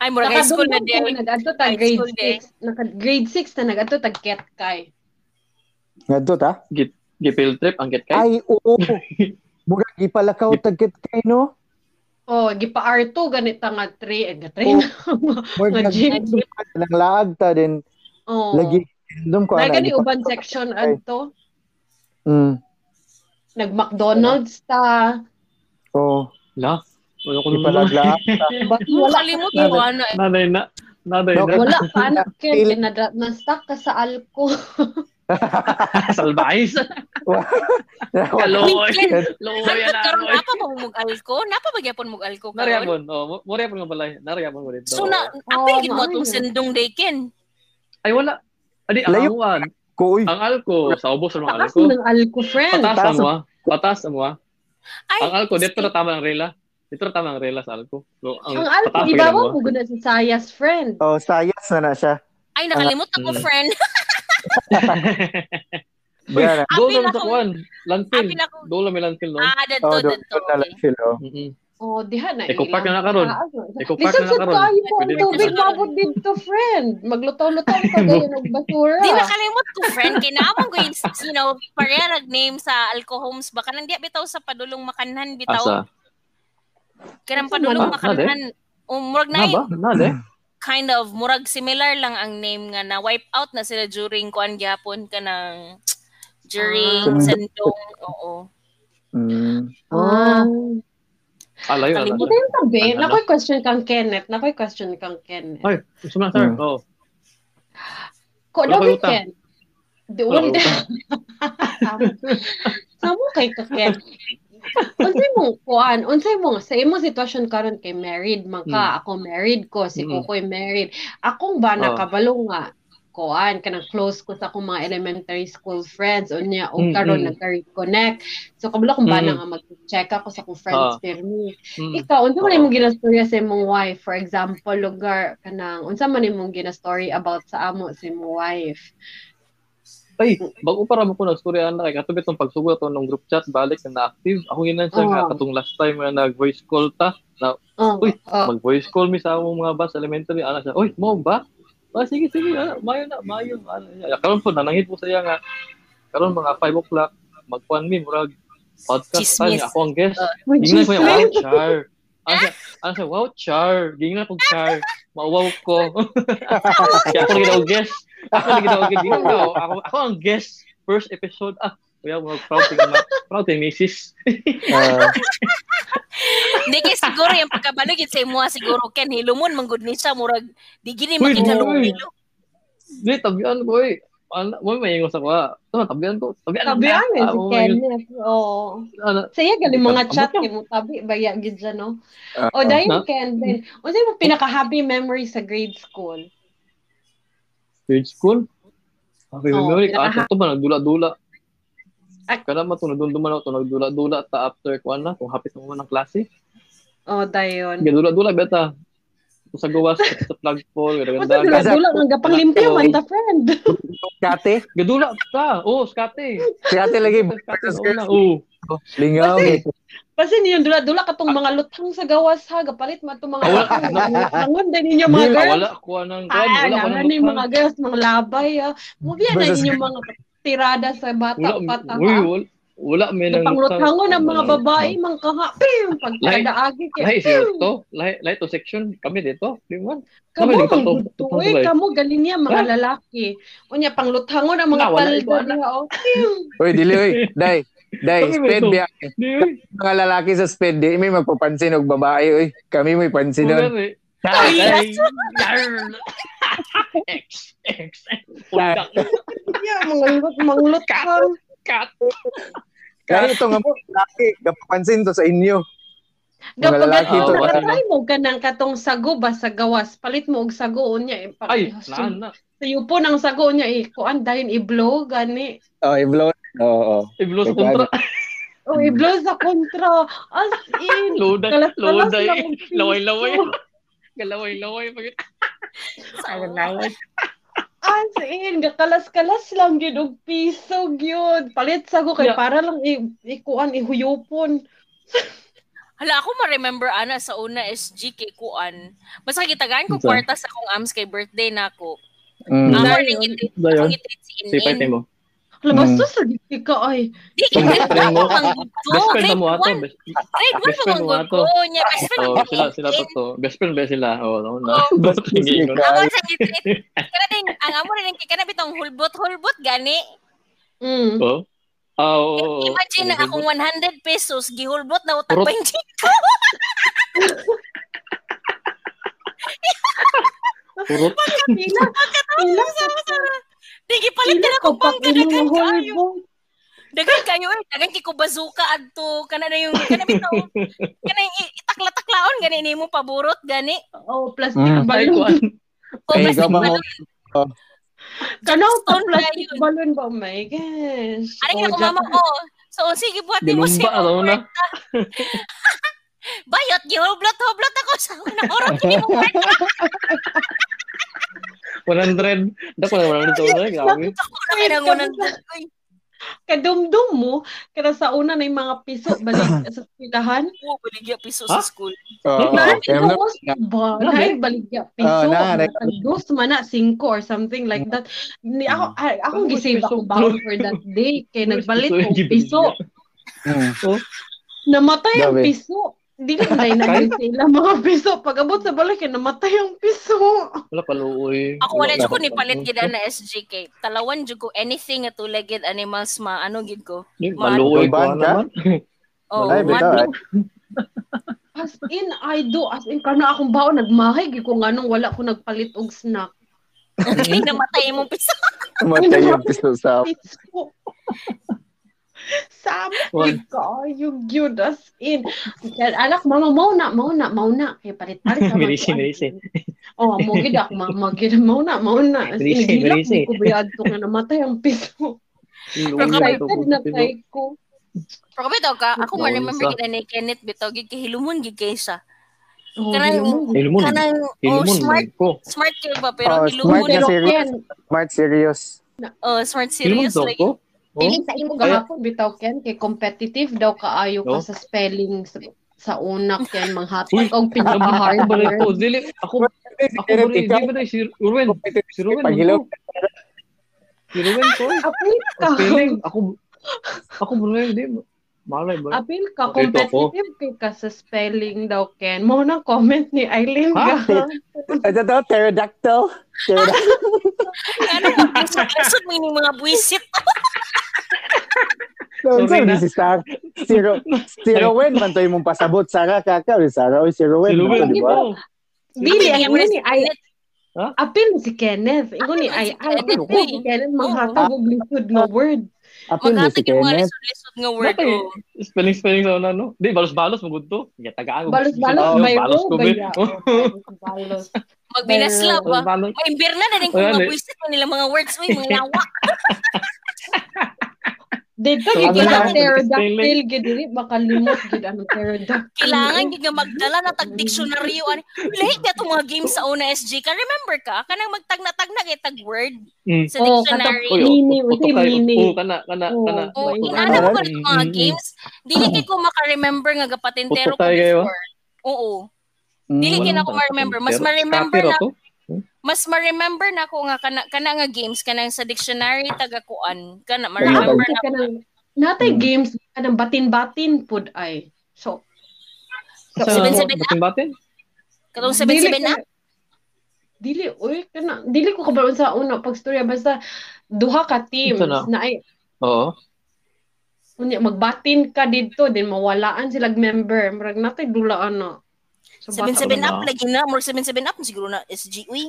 S4: Ay, mura high school na
S2: Nakadungdong
S4: din.
S2: ko, nag-adto ta
S4: High
S2: ano grade
S4: school day.
S2: 6. Naka grade 6 na ano nag-adto ta get kay.
S3: Ngadto ta?
S1: Gipil trip ang get kay.
S3: Ay, oo. Mura gipalakaw tagkit kay no.
S2: Oh, gipa R2 ganit ta nga 3, eh, ga 3
S3: Oh.
S2: na. *laughs*
S3: Mura
S2: Nga jeep.
S3: nang laag ta din.
S2: Oh.
S3: Lagi random ko
S2: Na
S3: ana.
S2: gani
S3: gipa-
S2: uban section ano adto.
S3: Mm.
S2: Nag-McDonald's ta.
S3: Oo.
S1: La. Wala ko naman.
S3: Gipalaglaag ta.
S2: Ba't
S4: Mo
S2: wala
S4: kalimot mo ana. eh.
S1: *laughs* Nanay na. Nanay
S3: No,
S1: na.
S2: wala pa na kin pinadra na stuck ka sa alcohol. *laughs*
S1: Salbais. *laughs* Kaloy.
S4: Winklin.
S1: Loy
S4: Hangtod
S1: na.
S4: karon napa pa mo mag-alko? Napa ba gyapon mag-alko karon?
S1: Nariyapon. Oh, muriyapon nga pala. Nariyapon ko dito.
S4: So na
S2: Oh,
S4: apil gid mo
S2: maayo.
S4: atong sendong dayken.
S1: Ay, wala. Adi, ang
S3: Layo.
S1: awan.
S3: Kuy.
S1: Ang alko. Sa ubos ang mga
S2: Takas
S1: alko.
S2: ng alco friend.
S1: Patas ang mga. Patas ang mga.
S4: Ay,
S1: Ang alko, dito na tama ang rela. Dito na tama ang rela sa alko. So,
S2: Ang alco
S1: patas
S2: ibabaw
S1: ang
S4: oh?
S2: mo gud na sa sayas friend.
S3: Oh, sayas na na siya.
S4: ay nakalimot ako
S1: Mm.
S4: friend.
S1: ginagawa.
S3: Gara.
S1: Doon
S4: Apil
S1: naman sa
S4: ako.
S1: kuwan. Landfill.
S4: Apil ako.
S1: Doon naman landfill no.
S4: Ah,
S3: Oh,
S4: dadto
S3: doon
S4: dadto.
S3: doon na lang sila. oh.
S1: Mm-mm.
S2: Oh, diha na.
S1: Eko
S2: ilang
S1: park na na karon.
S2: taas, no?
S1: Eko park
S2: Lisod
S1: na na
S2: sa
S1: karon.
S2: tayo po ang
S1: Pwede na
S2: tubig
S4: karon.
S2: mabot dito, friend. Maglutaw-lutaw ka
S3: *laughs*
S2: kayo ng basura.
S4: Di nakalimot ko, friend. Kaya naman ko yung, you know, parehag name sa alcohomes. Baka nang di bitaw sa padulong makanhan, bitaw.
S1: Asa.
S4: Kaya ang padulong
S1: Ah, na,
S4: makanhan. O, murag na
S1: Na ba?
S4: yun,
S1: Na de.
S4: kind of, murag similar lang ang name nga na wipe out na sila during kuan gyapon ka ng during
S3: Ah.
S4: sendong. Oo.
S3: Mm.
S2: Ah.
S1: Alayo. alayo.
S4: Kalimot.
S2: Buti yung tabi.
S1: Ano?
S2: Nakoy question kang Kenneth. Nakoy question kang Kenneth.
S1: Ay, Gusto mo na, sir? Oh.
S3: Mm.
S1: Oo.
S2: Ko,
S1: wala
S2: no
S1: ko'y
S2: Ken. ano Di,
S1: Wala
S2: wala. *laughs*
S1: ko'y
S2: Samo kay ka, Ken. Unsay mong kuan, unsay mong sa imo sitwasyon karon kay married man ka, ako married ko, si
S1: Mm.
S2: Kukoy married. Akong ba
S1: Oh.
S2: nakabalo nga kuan kanang close ko sa akong mga elementary school friends unya og
S1: Mm,
S2: karon
S1: mm.
S2: nagka-reconnect. So kabalo kung ba
S1: Mm.
S2: na nga mag-check ako sa akong friends
S1: Ah.
S2: firmi.
S1: Mm.
S2: Ikaw, unsa man
S1: Oo.
S2: imong ginastorya sa imong wife? For example, lugar kanang unsa man imong ginastory about sa amo sa imong wife?
S1: Ay, bago para mo ko nagstorya na kay katubit ng pagsugot to ng group chat balik na active. Ako yun lang siya nga
S4: Oh.
S2: Oo.
S1: katong last time nga nag voice call ta.
S2: Oh,
S1: Uy,
S2: oh.
S1: Mag voice call mi sa among mga bus elementary ana siya. Oy, mo ba? Ah, sige sige, ana, mayo na, mayo. Ana. siya. Karon po nanangit po siya nga karon mga 5 o'clock magkuan mi murag podcast time
S4: Chismis.
S1: ako ang guest.
S2: Uy,
S1: Gingnan ko
S2: Jesus.
S1: yung wow char. Ano siya, ano siya, wow char. Gingnan ko char. Mauwaw ko. Siya ako naging daw guest. Ako naging daw guest. Gingnan ko. Ako, ako ang guest. First episode. Ah, kuya, mga proud ting ma. Proud ting misis.
S3: Ah,
S4: Hindi kaya siguro yung pagkabalog yun sa imuha siguro Ken hilumon mong good nisa murag di gini
S1: Uy,
S4: makinalong
S1: uy.
S4: hilo.
S1: Hindi, tabihan ko eh. Ano, mo may ingos ako ah. Tama, tabihan ko. Tabihan ko.
S2: Tabihan yun eh, si
S1: Ah,
S2: Kenneth. Oo.
S1: ano,
S2: Saya gali mga
S1: Amo
S2: chat
S1: ka.
S2: kay mo tabi baya gid siya, no.
S3: Ah,
S2: O dayon
S1: ah.
S2: Ken din. Unsa imong pinaka happy memory sa grade school?
S1: grade school. Okay,
S2: Oo,
S1: memory ka.
S2: pinaka-
S1: Ato to ba, nagdula-dula.
S2: Ay.
S1: Kala mo, tunadun-duman ako, nagdula-dula ta after ko na, kung hapit mo man ang klase.
S2: O Oh, dayon.
S1: Gadula-dula, beta. Ito sa gawas, ito sa plug pole,
S2: Unsa
S1: ganda
S2: dula
S1: ganda.
S2: dula nga gapanglimpyo man ta friend.
S3: Kate,
S1: Gadula ta. Oh, skate.
S3: si Kate lagi
S1: Skate
S3: versus
S1: sa una.
S3: girls.
S1: Oh.
S3: Lingaw. eh.
S2: Kasi niyo dula dula katong mga lutang sa gawas ha gapalit man tong mga
S1: Ah, wala.
S2: lutang. Nangon din ninyo mga
S1: Ah,
S2: girls.
S1: wala ko anang kwan, wala
S2: Ah,
S1: ko
S2: wala
S1: anang
S2: ni
S1: lutang.
S2: mga girls mga labay ah. ha. Mo biya na
S3: Versus-
S2: ninyo mga tirada sa bata
S1: Wala,
S2: pata.
S1: uy,
S2: ha?
S1: wala. Wala may nang
S2: Panglutangon ng mga babae mga kaha. Pim! Pagkadaagi kay.
S1: Lahi
S2: pim!
S1: siya to, lahi, lahi to section kami dito, di ba?
S2: Kamu
S1: Kamali,
S2: kay
S1: totoo,
S2: gusto
S1: totoo
S2: eh.
S1: ba eh?
S2: Kamu galing niya
S1: Ha?
S2: mga lalaki. O niya panglutangon ang mga
S1: Na, wala,
S2: palda
S1: wala.
S2: niya. oh. O.
S3: Uy, dili uy. Dai. Dai,
S1: Kami
S3: sped
S1: may
S3: biya.
S1: Di ba?
S3: Mga lalaki sa sped, di may magpapansin og babae uy. Kami may
S1: Wala
S3: pansinon.
S1: eh.
S3: Ay,
S1: Ay, darn. X, X, X. Pundak na
S2: Niya mga lut- mga lutang.
S1: cat.
S3: Kaya ito nga mo, lalaki, kapapansin to sa inyo. Mga
S2: Gapagat
S3: lalaki
S1: to,
S2: ito.
S1: wala.
S2: Nakatry oh, mo ganang katong sago ba sa gawas. Palit mo og sago o niya. eh, pa-
S1: Ay,
S2: Sa
S1: naan na.
S2: iyo po ng sago niya. Eh, kuan dayon i-blow gani.
S3: Oh, i-blow. Oo, oo.
S1: Iblo sa kontra.
S2: O Oh, i-blow sa kontra. As in.
S1: Loda,
S2: Kalas-kalas
S1: loda.
S2: lang ang piso.
S1: Laway-laway. Galaway-laway. Pag- Laway.
S2: As in, gakalas-kalas lang yun, og piso yun. Palit sago kay
S1: Yeah.
S2: para lang i- ikuan, ihuyupon.
S4: Hala, ako ma-remember ana sa una SG kay Kuan. Basta gitagaan ko kwarta sa akong AMS kay birthday na ako.
S3: Mm.
S4: Ang
S1: Dayon,
S4: morning itin,
S1: dayon.
S4: ang itin si
S1: Sipay
S4: Inin.
S1: tayo mo.
S2: Labas
S3: Mm.
S2: to sa gigi ka, ay.
S4: Di, kay
S1: Best friend mo.
S4: ako pang
S1: Best
S4: gusto.
S1: friend na
S4: Grade
S1: mo ato.
S4: 1.
S1: Best,
S4: Grade 1
S1: Best
S4: pa
S1: friend
S4: mong
S1: mo ato.
S4: gusto. Niya, best friend
S1: oh,
S4: mo.
S1: sila, sila to to. Best friend ba sila? Oh, no, no. Best friend
S3: Sige,
S1: ingon.
S4: Ako
S3: guys.
S4: sa itin. Kana ding, ang amo rin kay kana bitong hulbot-hulbot gani.
S2: Mm.
S1: Oh. Ah, oo, oo, oo.
S4: Imagine na akong 100 pesos gihulbot na utang
S1: Purot.
S4: 20.
S1: Purot.
S2: Pila, pila sa
S4: Di gipalit
S2: pila
S4: na
S2: ko
S4: ako
S2: pa
S4: pang
S2: kinuha
S4: kadagan kayo.
S2: horrible.
S4: Dagan kayo eh. Dagan kiko bazooka adto. Kana na yung,
S1: *laughs*
S4: kana bitaw. kana yung i- itakla-taklaon gani ni mo paburot gani.
S2: Oh, plastic
S3: Mm.
S1: Ay,
S2: balloon.
S1: Kuan.
S4: O
S3: Ay,
S4: mas
S3: ikaw ba mo?
S2: Kanaw pa
S4: Stone
S2: plastic
S4: balloon.
S2: balloon ba? Oh my gosh.
S4: Ano
S2: Oh,
S4: yung
S2: Jack-
S4: mama ko? So, sige, buhat
S1: Galumba,
S4: mo siya.
S1: ano na.
S4: Bayot, gihublot-hublot ako sa una. Orot, hindi mo kahit
S1: 100. Dako na 100 taon na. Grabe.
S4: ako na kinangunan. Uy,
S2: Kadumdum mo, kada sa una na yung mga piso
S3: *clears throat*
S2: balik sa pilahan.
S4: po, baligya piso
S1: Ha?
S4: sa school.
S3: Oo, Ano,
S2: Dahil
S3: kaya mo-
S2: ibuhos ba? Dahil baligya piso.
S3: Oh, na, na-
S2: Dos man na, cinco or something like that. Ni, ako,
S3: Mm.
S2: ay, akong
S1: Tapos
S2: gisave
S1: piso.
S2: ako baon for that day. Kaya nagbalit
S1: Piso,
S2: ko
S1: yung
S2: piso.
S3: Mm.
S2: Namatay ang
S3: Grabe.
S2: piso. Hindi ko
S3: *laughs*
S2: tayo nag-sale mga piso. Pag abot sa balik, eh, namatay ang piso.
S1: Wala paluoy.
S4: Ako wala jud ko ni palit gid na SGK. Talawan jud ko anything nga two-legged animals ma ano gid ko.
S1: Paluoy ko
S3: Urban ka?
S1: naman.
S4: Oh,
S1: Wala,
S3: Ay,
S4: man,
S3: bitaw. ay.
S2: As in, I do. As in, kana akong baon, nagmahay. Gi ko nga nung wala ko nagpalit og snack.
S1: Hmm?
S4: *laughs* Ay, namatay mong piso.
S3: Matay yung piso sa
S2: Piso. Sabi
S1: Well-
S2: ko, yung yun, as in. Kaya, alak, mama, mauna, mauna, mauna. Kaya palit-palit. ka,
S1: Mirisi,
S2: mag-
S1: mirisi.
S2: Oh, mo gid ako, ma, mo gid mo na, mo na. As in,
S1: Birisi,
S2: gilak
S1: birisi.
S2: ko bayad to nga namatay ang piso. Excited na
S1: Paluoy.
S2: tayo ko.
S4: Pero bitaw ka, ako man
S1: Maulis
S4: remember
S1: ah.
S4: gid ni Kenneth bitaw gid kay hilumon gid kay siya.
S2: Oh,
S4: Kanang-
S2: yun.
S1: Ilmon.
S4: Kanang oh,
S1: Ilmon.
S4: smart
S1: ko.
S4: smart kay ba
S3: Oh,
S4: pero
S3: smart na
S4: hilumon smart,
S3: si-
S2: Pero Ken,
S3: smart serious.
S4: oh, smart
S1: Ilmon
S4: serious
S1: daw
S4: like
S1: ko. Oh,
S2: piling sa imo gahapon bitaw Ken kay competitive daw kaayo
S1: Oh.
S2: ka sa spelling sa, sa una
S1: Uy,
S2: Ken manghatag og
S1: *laughs*
S4: *laughs*
S2: pinaka
S1: Ako ba rin
S2: harder.
S1: ko? Dili. Ako Ako ba rin? Di ba tayo si Ruben? Si Ruben.
S3: Pagilaw.
S1: ano? Si Ruben
S4: *laughs*
S1: ko.
S2: Apil ka.
S1: Feeling. Ako. Ako ba rin? Di ba? Malay
S4: Ah,
S1: ba?
S2: Apil ka
S1: Okay, ito ako.
S2: competitive kay ka sa spelling daw Ken. Mo na comment ni Eileen
S1: Ha?
S2: gahapon. *laughs*
S3: Ano to? Pterodactyl? Pterodactyl.
S4: ano mo piso mo yung mga buwisit.
S1: Sorry
S3: Sorry
S1: na.
S3: Si Sar. Si, Ro, si Rowen man to yung mong pasabot. Sara, kaka. Uy, Sara, uy,
S1: Si
S3: si Rowen. man
S1: Ruben.
S3: to, di ba?
S1: Oh.
S2: Dili ang
S4: Yung
S2: ingon ni Eileen.
S1: Ha?
S2: Apil si Kenneth. Ingon ni
S4: Apil
S2: ay ay
S4: si Kenneth,
S2: apil ko
S4: eh.
S2: si Kenneth manghatag og lisod nga word.
S3: Apil mo si
S4: Maghatag yung mga
S3: Kenneth.
S4: lisod-lisod nga word oh.
S1: Bakit?
S4: ko.
S1: eh, Spelling, spelling sa una, no? Di, balos-balos, magod to. Ya, tagaan.
S2: Balos-balos may
S1: Balos
S2: row
S1: ko,
S2: ba
S1: be.
S2: ya?
S1: Oh,
S2: Balos.
S4: Magbinasla ba?
S1: Balos-balos.
S4: Maimbir ah. na na rin kung
S1: Wala, di.
S4: mabuisit mo nila mga words. Uy, mga lawa.
S2: Dito
S1: So, ano
S2: yung
S1: lang,
S2: kailangan pterodactyl gid dili makalimot gid ano pterodactyl.
S4: Kailangan gid nga magdala na tag dictionary o ano. Lahi ka itong mga games sa una SG ka. Remember ka? Kanang magtag-na-tag na kay tag word
S1: Mm.
S4: sa
S2: Oh,
S4: dictionary.
S2: katap- Mini, we say mini.
S1: Oo, kana, kana,
S2: Oo.
S1: kana.
S4: Oh,
S2: Wait,
S4: inaano
S3: wait.
S4: ko ba rin
S1: Mm,
S4: mga
S1: mm,
S4: games? Dili kay ko maka-remember nga gapatentero
S1: Utok
S4: ko
S1: tayo kayo, ah.
S4: before. Oo. Dili
S3: Mm.
S4: kay na ako ma-remember. Mas ma-remember
S1: Kapiro
S4: na,
S1: to.
S4: mas ma-remember na ako nga kana, kana nga games kanang sa dictionary taga kuan. Kana
S2: Remember
S4: ma-remember na
S2: ka nang natay
S1: Hmm.
S3: Mm.
S2: games ka ng batin-batin pud ay. So,
S1: Sa
S4: Seven-seven na?
S1: batin-batin.
S4: katong 77 na.
S2: ka- Dili, uy, kana, dili ko kabalon sa una pag storya basta duha ka teams
S1: Ito na.
S2: na ay
S1: Oo.
S2: unya magbatin ka didto din mawalaan sila member murag natay dula ano. So, basta-
S4: 77
S1: na.
S4: up lagi na. More 77 up siguro na SG. *laughs* Uy.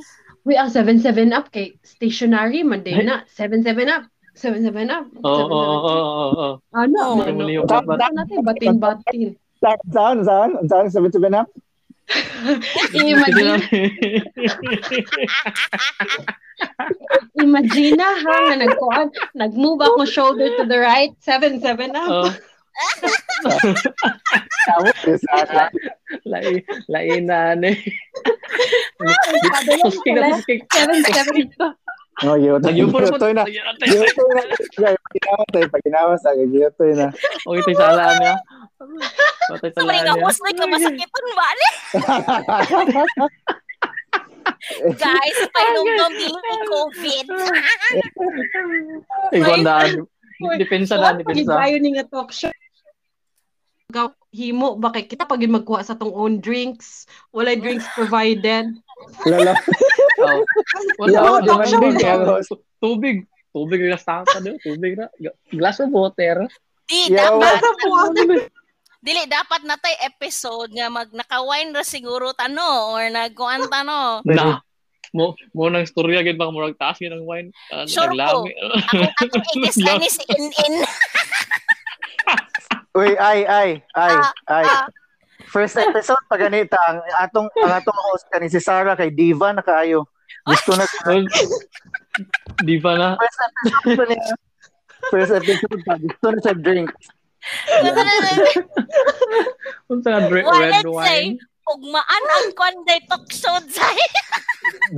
S2: Uy, ang 7-7 up kay stationary man din na. 7-7 up. 7-7 up.
S1: Oo, oo,
S2: 7-7 up.
S1: oo, oo, oo.
S2: Ano?
S4: Oo.
S2: ano?
S1: Mali yung
S2: Tama
S1: dapat.
S2: natin, batin-batin.
S3: Saan? Saan? Saan? Saan? Sabi sabi na?
S4: *laughs*
S2: Imagina, imagina ha, na nagkuhan. Nag-move ako shoulder to the right, 7-7 up.
S1: Oo.
S3: Tawag si Sara.
S1: Lai, lai na ano eh. Sustig na, sustig.
S2: 7-7 up.
S3: Oh, yun.
S1: Nagyupo na po.
S3: Gyotoy na. Gyotoy na. Gyotoy na. tayo. Paginawas na. Gyotoy na.
S1: Okay, tayo sa alaan niya. Patay sa
S4: Sa mga
S1: alaan niya.
S4: kawas na kamasakitan ba? Ano? *laughs* Guys, painumdum din ni *laughs* COVID.
S1: Ikaw daan. Depensa na, depensa.
S2: Tayo ni nga talk show. Gaw himo ba kay kita pag yun magkuha sa tong own drinks, walay *laughs* drinks provided.
S3: Lalo.
S2: *laughs*
S1: Oh. Wala
S3: Yeah,
S1: ako,
S3: di man
S1: demanding
S3: din,
S1: ka.
S3: Carlos.
S1: Tubig. Tubig na staka na. Tubig na. Glass of water.
S4: Di,
S3: Yeah,
S4: dapat.
S2: Basta po ako.
S4: Dili, dapat na tay episode nga mag nakawine ra siguro tano or nagkuan tano.
S1: Na. Mo, mo nang storya gid bang murag taas yun ang wine. Ano,
S4: Sure
S1: naglami. *laughs*
S4: Ako, *laughs* ako, ikis na ni si *laughs* In-In.
S3: Uy, ay, ay, ay, ay.
S4: Ah, ah.
S3: First episode pa ganita. Ang atong, ang atong host ka ni si Sarah kay Diva na kaayo. Gusto na
S1: Well, Di ba na?
S3: first episode pa niya. First episode pa. Gusto na sa drink.
S1: Unsa nga dre-
S4: Wala
S1: red
S4: say.
S1: wine?
S4: Ugmaan ang kuan day talk show say.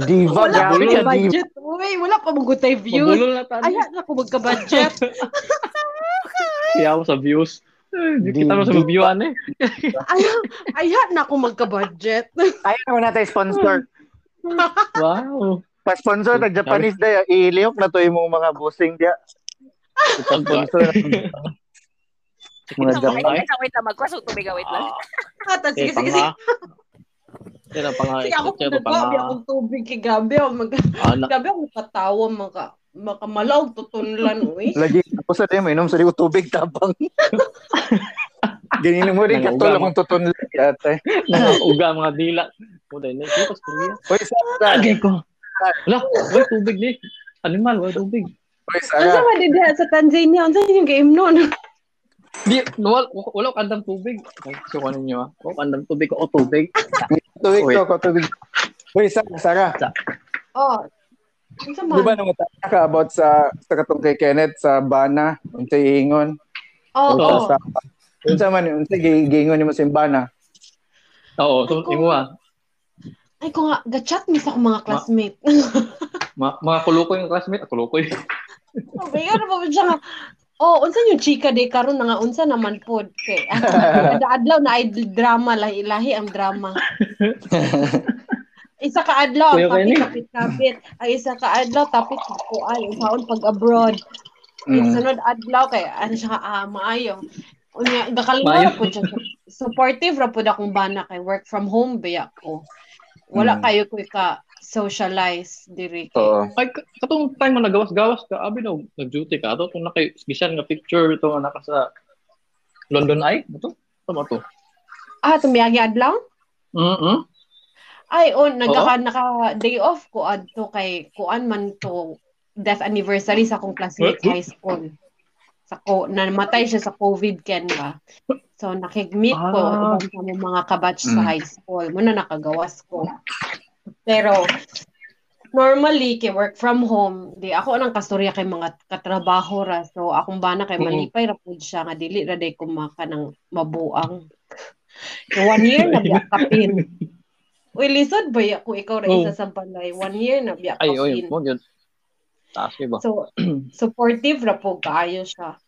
S3: Diva,
S2: Wala pa
S3: grabe
S1: Pabulol
S2: mga
S3: ka,
S1: na,
S3: Diva.
S2: budget. Uy, wala pa mga tayo views.
S1: Mabulol na tayo.
S2: Ayan na ko magka-budget.
S1: Kaya ako sa views. Eh, di Kita mo sa
S3: Di-
S1: view ane.
S2: Ayan, ayan na ko magka-budget. *laughs*
S3: Ayaw mo ano na tayo sponsor.
S1: Wow.
S3: Pa-sponsor na Japanese day. ah, Iliyok na to yung mga busing dia. Pa-sponsor na. Mga
S4: Wait
S3: Japanese.
S4: lang, wait lang, wait lang. Magkwas og tubig, ah, wait lang.
S2: Ah, tas-
S1: Eh,
S2: Sige, sige, sige.
S1: panga. Kaya panga.
S2: Sige, ako
S1: Kaya
S2: pinagawa.
S1: panga. Ah,
S2: Hindi akong tubig kay Gabi. Ako mag-
S1: *laughs* Ana.
S2: Gabi ako patawa, maka, makamalaw, tutunlan,
S3: *laughs*
S2: uy.
S3: Lagi ako sa demo, inom sa demo
S2: *laughs*
S3: tubig tabang. Ganyan mo rin,
S1: Nanguga
S3: katol
S1: mo.
S3: akong tutunlan yata.
S1: Nanganguga mga dila. Puta na. Kaya pas Korea.
S3: Uy, Sarah,
S1: Agay ko. Wala. Wala tubig ni. Animal. Wala tubig.
S3: uy,
S2: Ano sa
S3: Sarah.
S2: madidya sa Tanzania? Ano sa yung game nun?
S1: Di, wala, wala ko andam tubig. Gusto ko ninyo ah. Wala ko andam tubig. O tubig.
S3: Tubig
S1: Uy.
S3: to, ko tubig. Uy, Sarah, Sarah.
S2: Oh. Ano sa
S3: Di ba
S2: man?
S3: nung utana ka about sa, sa katong kay Kenneth sa Bana, unsa iingon?
S1: Oo.
S2: Oo. Oh,
S3: Unsa sa- Unsa man, unsa gi- giingon nimo sa Bana?
S1: Oo. So,
S2: Ako.
S1: imo ah.
S2: Ay, kung nga, gachat mi sa akong mga classmate. *laughs*
S1: Ma- mga kulukoy yung classmate. Ah, Kulukoy.
S2: Sabi ka, ano ba ba siya nga? Oh, unsa yung chika day karon na nga unsa naman pod kay. Adlaw na ay drama lahi-lahi ang drama. isa ka adlaw
S1: Kuya
S2: tapit
S1: Kenny.
S2: tapit tapit. Ang isa ka adlaw tapit kuan usaon pag abroad. Yung
S3: Mm.
S2: sunod adlaw kay ano siya ka ah, maayo. Unya
S1: Maayo.
S2: gakalinga po siya. Supportive ra pod akong bana kay work from home biya ko. Wala
S3: Mm.
S2: kayo ko ka socialize diri kay.
S3: Oo.
S1: Ay, ka- katong time mo nagawas-gawas ka, abi na, nag-duty ka. Ato, itong naka, bisan nga picture itong anak ka sa London Eye. Ito? Tama to.
S2: Ah, tumiyagi adlaw?
S1: Mm-mm.
S2: Ay, oh, nagka, naka day off ko adto kay kuan man to death anniversary sa akong classmates
S1: Eh?
S2: high school. Sa ko namatay siya sa COVID ken ba. So nakig-meet ko
S1: Ah.
S2: ubang sa mong mga kabatch sa
S3: Mm.
S2: high school. Muna nakagawas ko. Pero normally kay work from home, di ako anang kastorya kay mga katrabaho ra. So akong bana kay
S1: Mm.
S2: malipay ra pud siya nga dili ra day kumaka ng mabuang. So one year na biya
S1: *laughs*
S2: kapin. Uy, lisod ba ya kung ikaw ra isa sa balay? One year na biya
S1: Oh. Ay,
S2: ka
S1: oy,
S2: pin.
S1: mo yun. Taas yun ba? *clears throat*
S2: So, supportive ra po kaayo siya.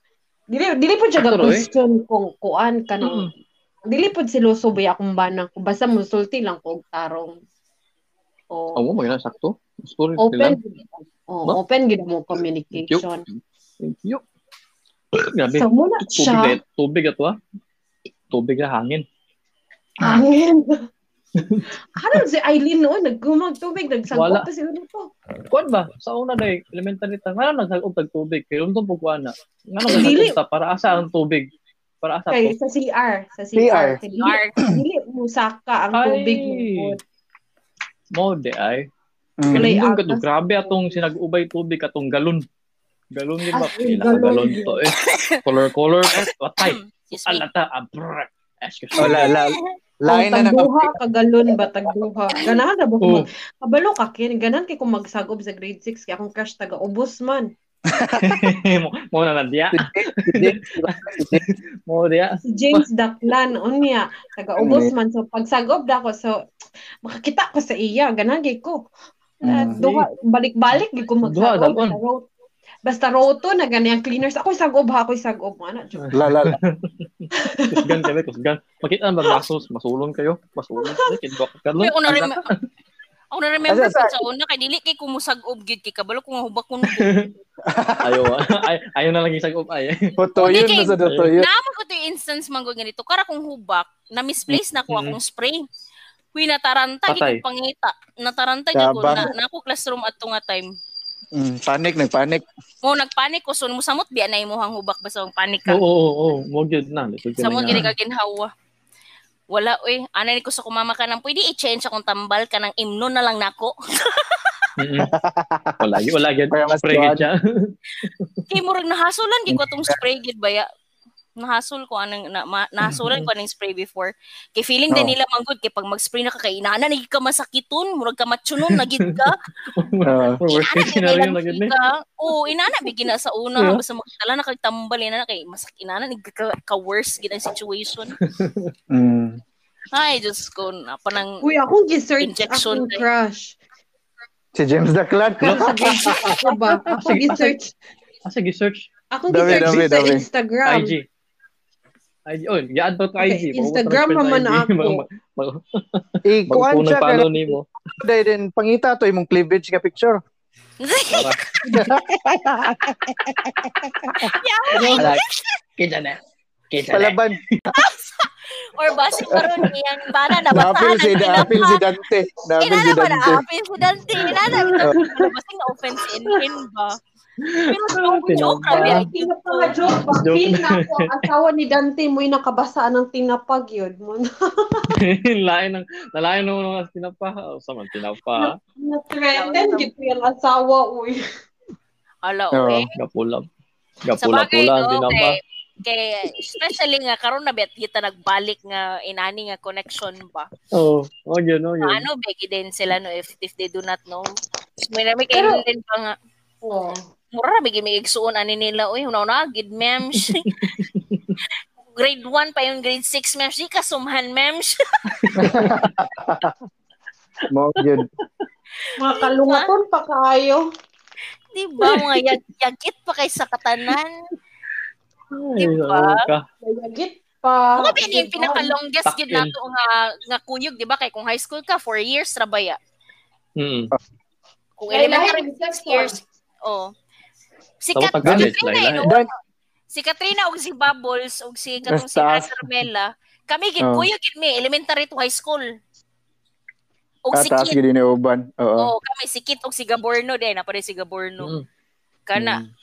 S2: Dili dili po siya
S1: Actually,
S2: question kung kuan ka nang dili po sila subay akong banang kung basta musulti lang ko og tarong.
S1: Oo,
S2: O,
S1: mo yun, sakto. Story
S2: open
S1: nila.
S2: o,
S1: Ba?
S2: open gid mo communication.
S1: Thank you. Grabe.
S2: So muna
S1: tubig na,
S2: siya.
S1: tubig ato ah. Tubig ya, na hangin.
S2: *laughs* Angin. Haron si Eileen noon, naggumag tubig, nagsangkot
S1: Wala.
S2: pa Oh, siguro po.
S1: Kuan ba? Sa una day, elementary ta. Nga lang nagsagop tag tubig. Kaya yung tubog na. Nga lang
S2: Dili.
S1: nagsagop ta. Para asa ang tubig. Para asa
S2: Kay,
S1: to.
S2: sa CR. Sa CR.
S3: CR.
S2: Kay, dili- Dili musaka ang
S1: Ay.
S2: tubig mo po.
S1: Mo de ay.
S3: Mm.
S2: Wala. Kulay
S1: Ganun ka
S2: atas.
S1: to. Grabe atong sinag-ubay tubig atong galon. Galon yun ba?
S2: As in,
S1: Pila ka
S2: galon
S1: galon
S2: yun.
S1: to eh. Color-color. Watay.
S4: Excuse me.
S1: Alata. Abrak. Eh, Excuse
S3: Oh,
S1: me.
S3: la, la,
S2: Lain
S3: lain na nang
S2: tagduha ka galon ba tagduha. Ganahan na ba
S1: Oh. *laughs*
S2: ko. Kabalo ka kin ganan kay kung magsagob sa grade 6 kay akong crush taga ubos man.
S1: Mo- Mo na nandiya. Mo diya.
S2: Si James Daklan unya taga ubos man so pagsagob dako so makakita ko sa iya ganan kay ko.
S3: Mm.
S2: Uh, duha, balik-balik gid ko
S1: Duha,
S2: magsarod.
S1: dagon.
S2: Basta road- Basta roto na gani ang cleaners. Ako sagob ha, ako sagob mo na.
S3: *laughs* La, la, la.
S1: Kusgan kami, kusgan. Makita ang magmasos, masulong kayo. Masulong kayo, kidbok. Kadlong,
S4: Pero ako na
S1: ang- *laughs*
S4: remember. Ako na remember
S3: Asa,
S4: po
S3: sa-
S4: sa una kay dili kay kumusag og gid kay kabalo kung hubak kun.
S1: ayaw, ah. *laughs* ay, ayaw na lang isang up ay. *laughs*
S3: Photo yun na sa doto yun.
S4: Naamo ko to yung instance man gud ganito kara kung hubak na misplace na ko
S1: Mhm.
S4: akong spray. Kuy nataranta
S1: Patay.
S4: gid ko pangita. Nataranta gid ko
S3: Tabang.
S4: na, na ako classroom at nga time.
S3: Mm, panic, nagpanic.
S4: Mo nagpanik ko so musamot biya na imuhang hubak basta ang panik ka.
S1: Oo, oo, oo. Mo gyud na. Lisod ka
S4: Sa mo
S1: na
S4: gini
S1: nga.
S4: ka ginhawa. Wala oy, ana ni ko sa kumama ka nang pwede i-change akong tambal ka ng imno na lang nako.
S1: *laughs* Mm-mm. Wala gyud, wala gyud.
S3: Kaya mas
S1: Spray gyud
S3: *laughs*
S1: siya.
S4: Kay murag nahasulan gid ko tong spray gid baya. Nahasol ko anang na, ma, nahasulan ko anang spray before. Kay feeling din
S3: Oo.
S4: nila manggod kay pag mag-spray na ka kay inana na gid ka masakiton, murag ka matsunon na gid ka.
S3: Ah,
S1: Worst case
S4: Inana gid
S1: scenario na
S4: lang
S1: gyud
S4: gid
S1: ni.
S4: ka. Oo, inana bigin na sa una
S1: Yeah.
S4: basta makitala na kag tambal inana kay masak inana ni ka, ka worse gid ang situation.
S3: mm.
S4: Ay, just ko na panang
S2: Uy, akong gisearch
S4: Injection
S2: akong
S4: na-
S2: crush.
S3: Si James the Clark.
S2: Pero sa Facebook, ko ba? Akong
S1: Sige,
S2: gisearch.
S1: Ah, sige, search
S2: Akong
S3: Dami,
S2: gisearch
S3: dami,
S2: sa
S3: dami.
S2: Instagram.
S1: IG. IG, oh, yaan pa to
S2: Okay,
S1: IG. Mawawala
S2: Instagram
S1: pa rin
S2: naman
S1: sa IG.
S2: ako.
S1: *laughs* Mag-
S3: Ikuan
S1: Magpunong
S3: siya
S1: pano
S3: ka
S1: ni mo.
S3: dahil din pangita to imong cleavage nga picture.
S1: Tara. Wala. Kita na. Kita na. *laughs*
S3: Palaban.
S4: *laughs* or basi karon iyang bana na
S3: Naapil
S4: *laughs* basahan
S3: si, naapil si Dante. Naapil si
S4: Inana ba na
S3: Dante.
S4: apil si Dante? Inana
S3: Oh.
S4: Kasi na-offense in in ba? Pero joke, joke, grabe. I think
S2: Tinapag, joke. Bakit na ako, asawa ni Dante mo'y nakabasa ng tinapag yun. Mo na-
S1: Lain ng lalain ng mga tinapa. O sa man tinapa.
S2: Na-threaten gito yung asawa, uy.
S4: Ala,
S3: Oo.
S4: okay.
S1: Gapula.
S4: Sa bagay,
S1: Gapula-pula ang
S4: no, eh.
S1: tinapa.
S4: kay, kay, especially nga, karon na bet, kita nagbalik nga, inani nga connection ba?
S1: Oh, oh yun,
S3: Hmm.
S1: oh yun.
S4: Ano, beki din sila, no, if, if they do not know. May nami kay
S2: Pero-
S4: din pa nga,
S2: Oh.
S4: mura na bigi may igsuon ani nila, uy, una-una, gid, ma'am. *laughs* grade 1 pa yung grade 6, ma'am. Di ka sumhan, ma'am. *laughs*
S3: Mo yun.
S2: Mga kalungaton pa kaayo.
S4: Di ba, mga yag, yagit pa kay sa katanan.
S1: Ay,
S4: Diba?
S1: ano ka?
S2: Nagagit pa.
S4: Ako din yung pinaka-longest
S1: Takil.
S4: gid nato nga nga kuyog, di ba? Kay kung high school ka, four years trabaya.
S1: Mm.
S4: Kung elementary,
S2: Elementary
S4: six years. Oh. Si,
S1: Tapos
S4: Kat-
S1: pag
S4: si
S1: college,
S4: Katrina,
S1: lahi-lahi.
S4: eh, no?
S3: Dan,
S4: si Katrina og si Bubbles og si katong si
S3: Basta.
S4: Kat Carmela, kami gid
S3: Oh.
S4: kuyog gid mi elementary to high school. Og si
S3: tataas
S4: Kit,
S3: gini ni Uban. Oo.
S4: oh, kami si Kit og si Gaborno din, na si Gaborno.
S1: Mm.
S4: Kana
S3: Hmm.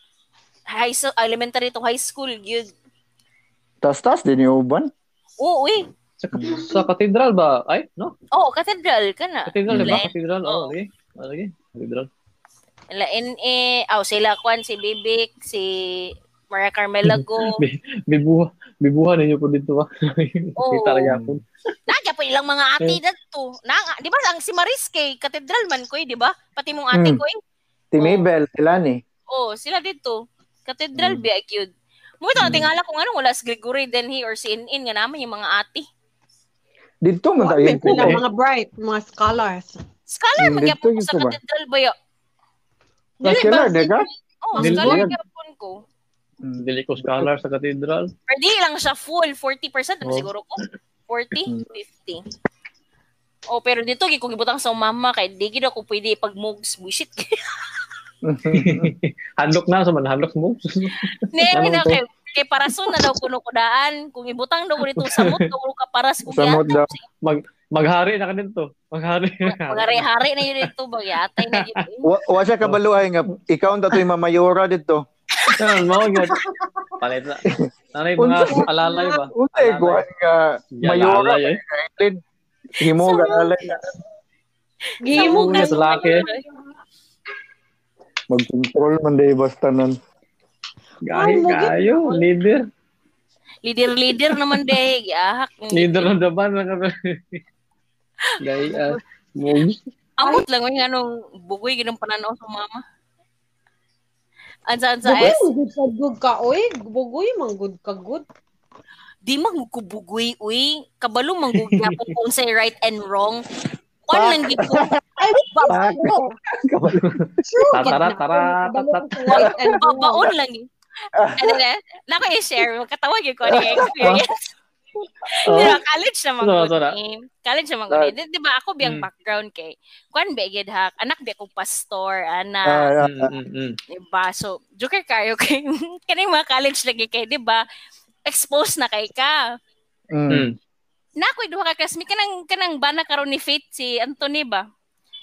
S4: high so, elementary to high school gyud.
S3: Taas-taas din ni Uban.
S4: Oo, uy.
S1: Sa, sa katedral ba? Ay, no?
S4: Oh, cathedral kana.
S1: Katedral, diba?
S4: Lain-
S1: Katedral,
S4: Oo.
S1: oh, lagi. Oh, lagi. Katedral.
S4: La NA, aw oh, sila Kwan, si Bibik, si Maria Carmela Go.
S3: *laughs*
S1: Bi- Bibuha, bibuha ninyo po dito ba?
S4: Oo.
S1: Kita lagi ako.
S4: Nagya po ilang mga
S3: Eh.
S4: ate dito. Na, di ba ang si Mariske, katedral man ko, eh, di ba? Pati mong ate
S3: Mm.
S4: ko eh.
S3: Tinibel, sila ni.
S4: Oh, sila dito. Katedral
S3: Mm.
S4: biya cute. Mo ito
S3: Hmm.
S4: tingala kung ano wala si Gregory then he or si Inin nga naman yung mga ate.
S3: Dito man tayo
S2: May
S3: yung
S2: sila,
S3: kuko.
S2: mga bright, mga scholars.
S4: Scholar
S3: Mm,
S4: man gyapon
S3: dito
S4: ko
S3: yun
S4: sa
S3: po ba?
S4: katedral baya.
S3: Mas killer, di ka?
S4: Oh,
S1: Dito
S4: scholar
S1: yun.
S4: gyapon ko.
S3: Hmm. *laughs*
S1: Dili ko scholar sa katedral.
S4: Pero di lang siya full 40% ano
S1: Oh. Mm.
S4: siguro ko. 40, 50. Oh, pero dito gi ko gibutang sa mama kay di gid ako pwede pag mugs *laughs* bullshit.
S1: handok na sa man handok mo. *laughs*
S4: Nemi
S1: Ano
S4: na
S1: to?
S4: kay kay parason na daw kuno kudaan kung ibutang daw ko dito sa mut daw ka paras kung
S3: Sa mut daw.
S1: Maghari na ka dito. Maghari na ka.
S4: Magari-hari na yun dito bag yatay na yun.
S3: Wa, wa siya kabaluhay nga. Ikaw ang tatoy mamayora dito.
S1: *laughs* Yan, mga yun. Palit na. Nanay mga alalay ba?
S3: Unsay kuha nga mayora.
S1: Alalay eh.
S3: Lin. Himo ka alay.
S2: Gimo
S1: Uy, sa laki.
S3: Mag-control man day basta nun.
S1: Gahi, kayo. Leader.
S4: Leader-leader naman deh. Ahak.
S1: Leader ng daban. *laughs* Gahi,
S4: *laughs*
S1: ah. Mogi.
S4: Amot lang yung anong bugoy ganun pananaw sa mama. Ansa ansa
S2: Bugoy,
S4: S.
S2: good ka, good ka, uy. Bugoy, man, good ka, good.
S4: Di magkubugoy uy. Kabalo manggugya po kung say right and wrong. Kwan lang gid ko.
S2: Ay, babaw. True.
S1: Tatara, tara, tatat.
S2: White and
S4: Babaon lang eh. Ano na? Naka-share. Katawag yung ko ni experience.
S1: Oh.
S4: Pero college naman
S1: Sura,
S4: ko
S1: sura.
S4: ni. College naman ko
S3: Ah.
S4: ni. Di, di ba ako biyang
S1: Mm.
S4: background kay Kwan Begid Hak. Anak di akong pastor. Ana.
S3: Ah, ah,
S1: Mm,
S3: ah.
S1: mm, mm.
S4: di ba? So, joker kayo kay. *laughs* Kani mga college lagi kay. Di ba? Exposed na kay ka.
S3: Mm,
S4: Na ako'y duha ka classmate. Kanang, kanang bana karon ni Faith si Anthony ba?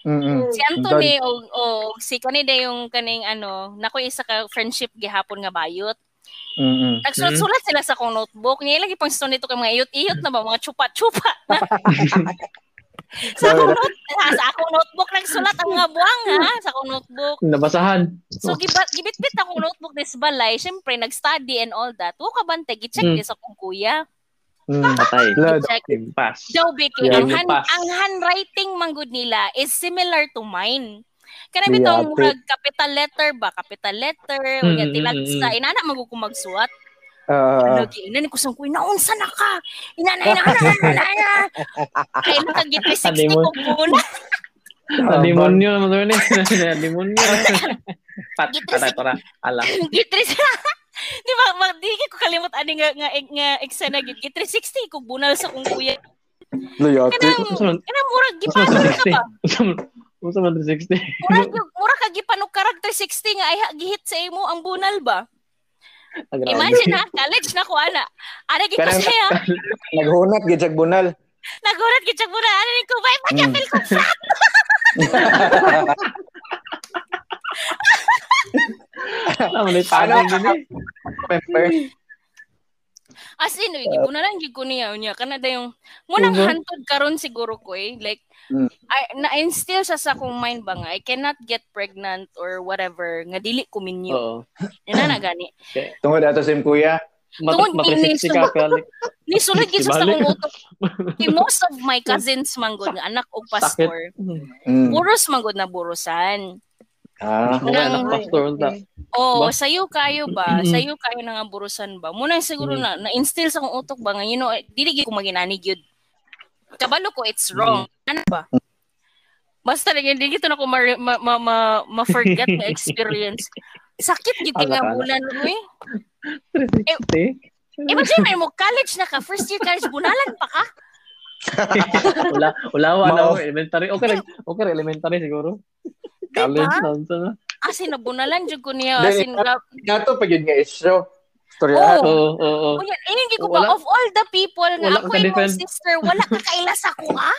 S3: mm, mm.
S4: Si Anthony o, o si kanina yung kaning ano, nakoy isa ka friendship gihapon nga bayot.
S3: Mm, mm.
S4: Nagsulat-sulat sila sa kong notebook. Ngayon lagi pang stone nito kay mga iyot-iyot na ba, mga chupa-chupa. sa akong note, ha, sa akong notebook nagsulat ang mga buwang ha, sa akong notebook.
S1: Nabasahan.
S4: So gibat gibitbit akong notebook this balay, syempre nag-study and all that. Wa ka bante gi-check
S1: Mm.
S4: this akong kuya.
S3: Mm.
S1: Patay.
S3: Lord.
S4: Check
S1: Pass.
S4: daw Becky,
S1: Yeah,
S4: ang,
S1: you
S4: hand,
S1: pass.
S4: ang handwriting man gud nila is similar to mine. Kana bitong
S3: Yate.
S4: murag capital letter ba, capital letter, mm,
S1: Mm,
S4: unya
S1: mm,
S4: tilag
S1: mm,
S4: sa inana man gud ko Ano, magsuwat.
S3: Ah, ah, ah.
S4: Lagi, inani ko sang kuy, naunsa na ka? Inana, inana, inana, inana. Kay nakagit 360
S1: Honeymoon.
S4: ko muna. *laughs*
S1: Ah, demonyo naman doon eh. Demonyo. *laughs* Pat, tara, tara. Ala.
S4: Git 360. *laughs* Di ba, ma, di ko kalimot ani nga nga nga eksena gid. Git 360 ko bunal sa kong kuya.
S3: Luyati.
S4: Kanang kanang murag
S1: Usa man
S4: gipano ka ba?
S1: 360. Usa man 360.
S4: Murag yung- mura ka gipanukarag 360 nga ay ha- gihit sa imo ang bunal ba?
S1: Ah, grabe.
S4: Imagine ha, college na ko ana. Ana gid ko
S3: Kanang- *laughs*
S4: siya.
S3: Naghunat gid sa bunal.
S4: Nagurat gid siya muna. Ana ni ko, "Bay, bakit
S3: Mm.
S4: feel ko fat?"
S1: Wala man, may panig din eh.
S3: Member.
S4: As in,
S3: *laughs*
S4: uy, gid ko na lang gid ko niya unya. Kana dayong munang
S1: Mhm.
S4: hantod karon siguro ko eh. Like
S3: Mm-hmm. Mm.
S4: I, na instill sa sa akong mind ba nga I cannot get pregnant or whatever nga dili ko
S3: Oh.
S4: minyo.
S1: Oo.
S4: Ina na gani.
S3: Tungod ato sim kuya.
S1: Mat-
S4: Tungod
S1: Mat-360 ka, kalik.
S3: *laughs*
S4: Ni sulod gid sa
S1: Ibalik.
S4: akong utok. Kay most of my cousins manggod nga anak og pastor.
S3: Mm.
S4: Buros manggod na burusan.
S3: Ah.
S1: Mga anak pastor, unta.
S4: Oo,
S1: Ba?
S4: sa'yo kayo ba?
S1: Mm-mm.
S4: Sa'yo kayo na nga burusan ba? Muna siguro
S1: Mm.
S4: na, na-instill sa kong utok ba nga, you know, eh, dili gyud ko maginani yun. Kabalo ko, it's wrong. Ano ba? Basta lang, hindi gito na ko ma-forget ma, ma, ma, ma-forget na experience. Sakit gid kay nga
S1: Alakala.
S4: bulan mo eh.
S1: 360?
S4: Imagine mo, college na ka, first year college, bunalan pa ka.
S1: *laughs* Wala, wala, wala. oh,
S3: Mao.
S1: Elementary. Okay, lang- okay, elementary siguro.
S4: Diba?
S1: College, nonsense na.
S4: As in, nabunalan jud ko niya. As
S3: Dahil-
S4: in, lab-
S3: Nato pa gid nga isyo.
S4: Oo.
S1: Oo,
S3: Storya.
S1: oo, oo.
S4: O yan, ayun, hindi ko
S1: Wala-
S4: pa, of all the people
S1: wala
S4: na ako
S1: ka
S4: and my
S1: defend.
S4: sister, wala ka kailas ako, ha?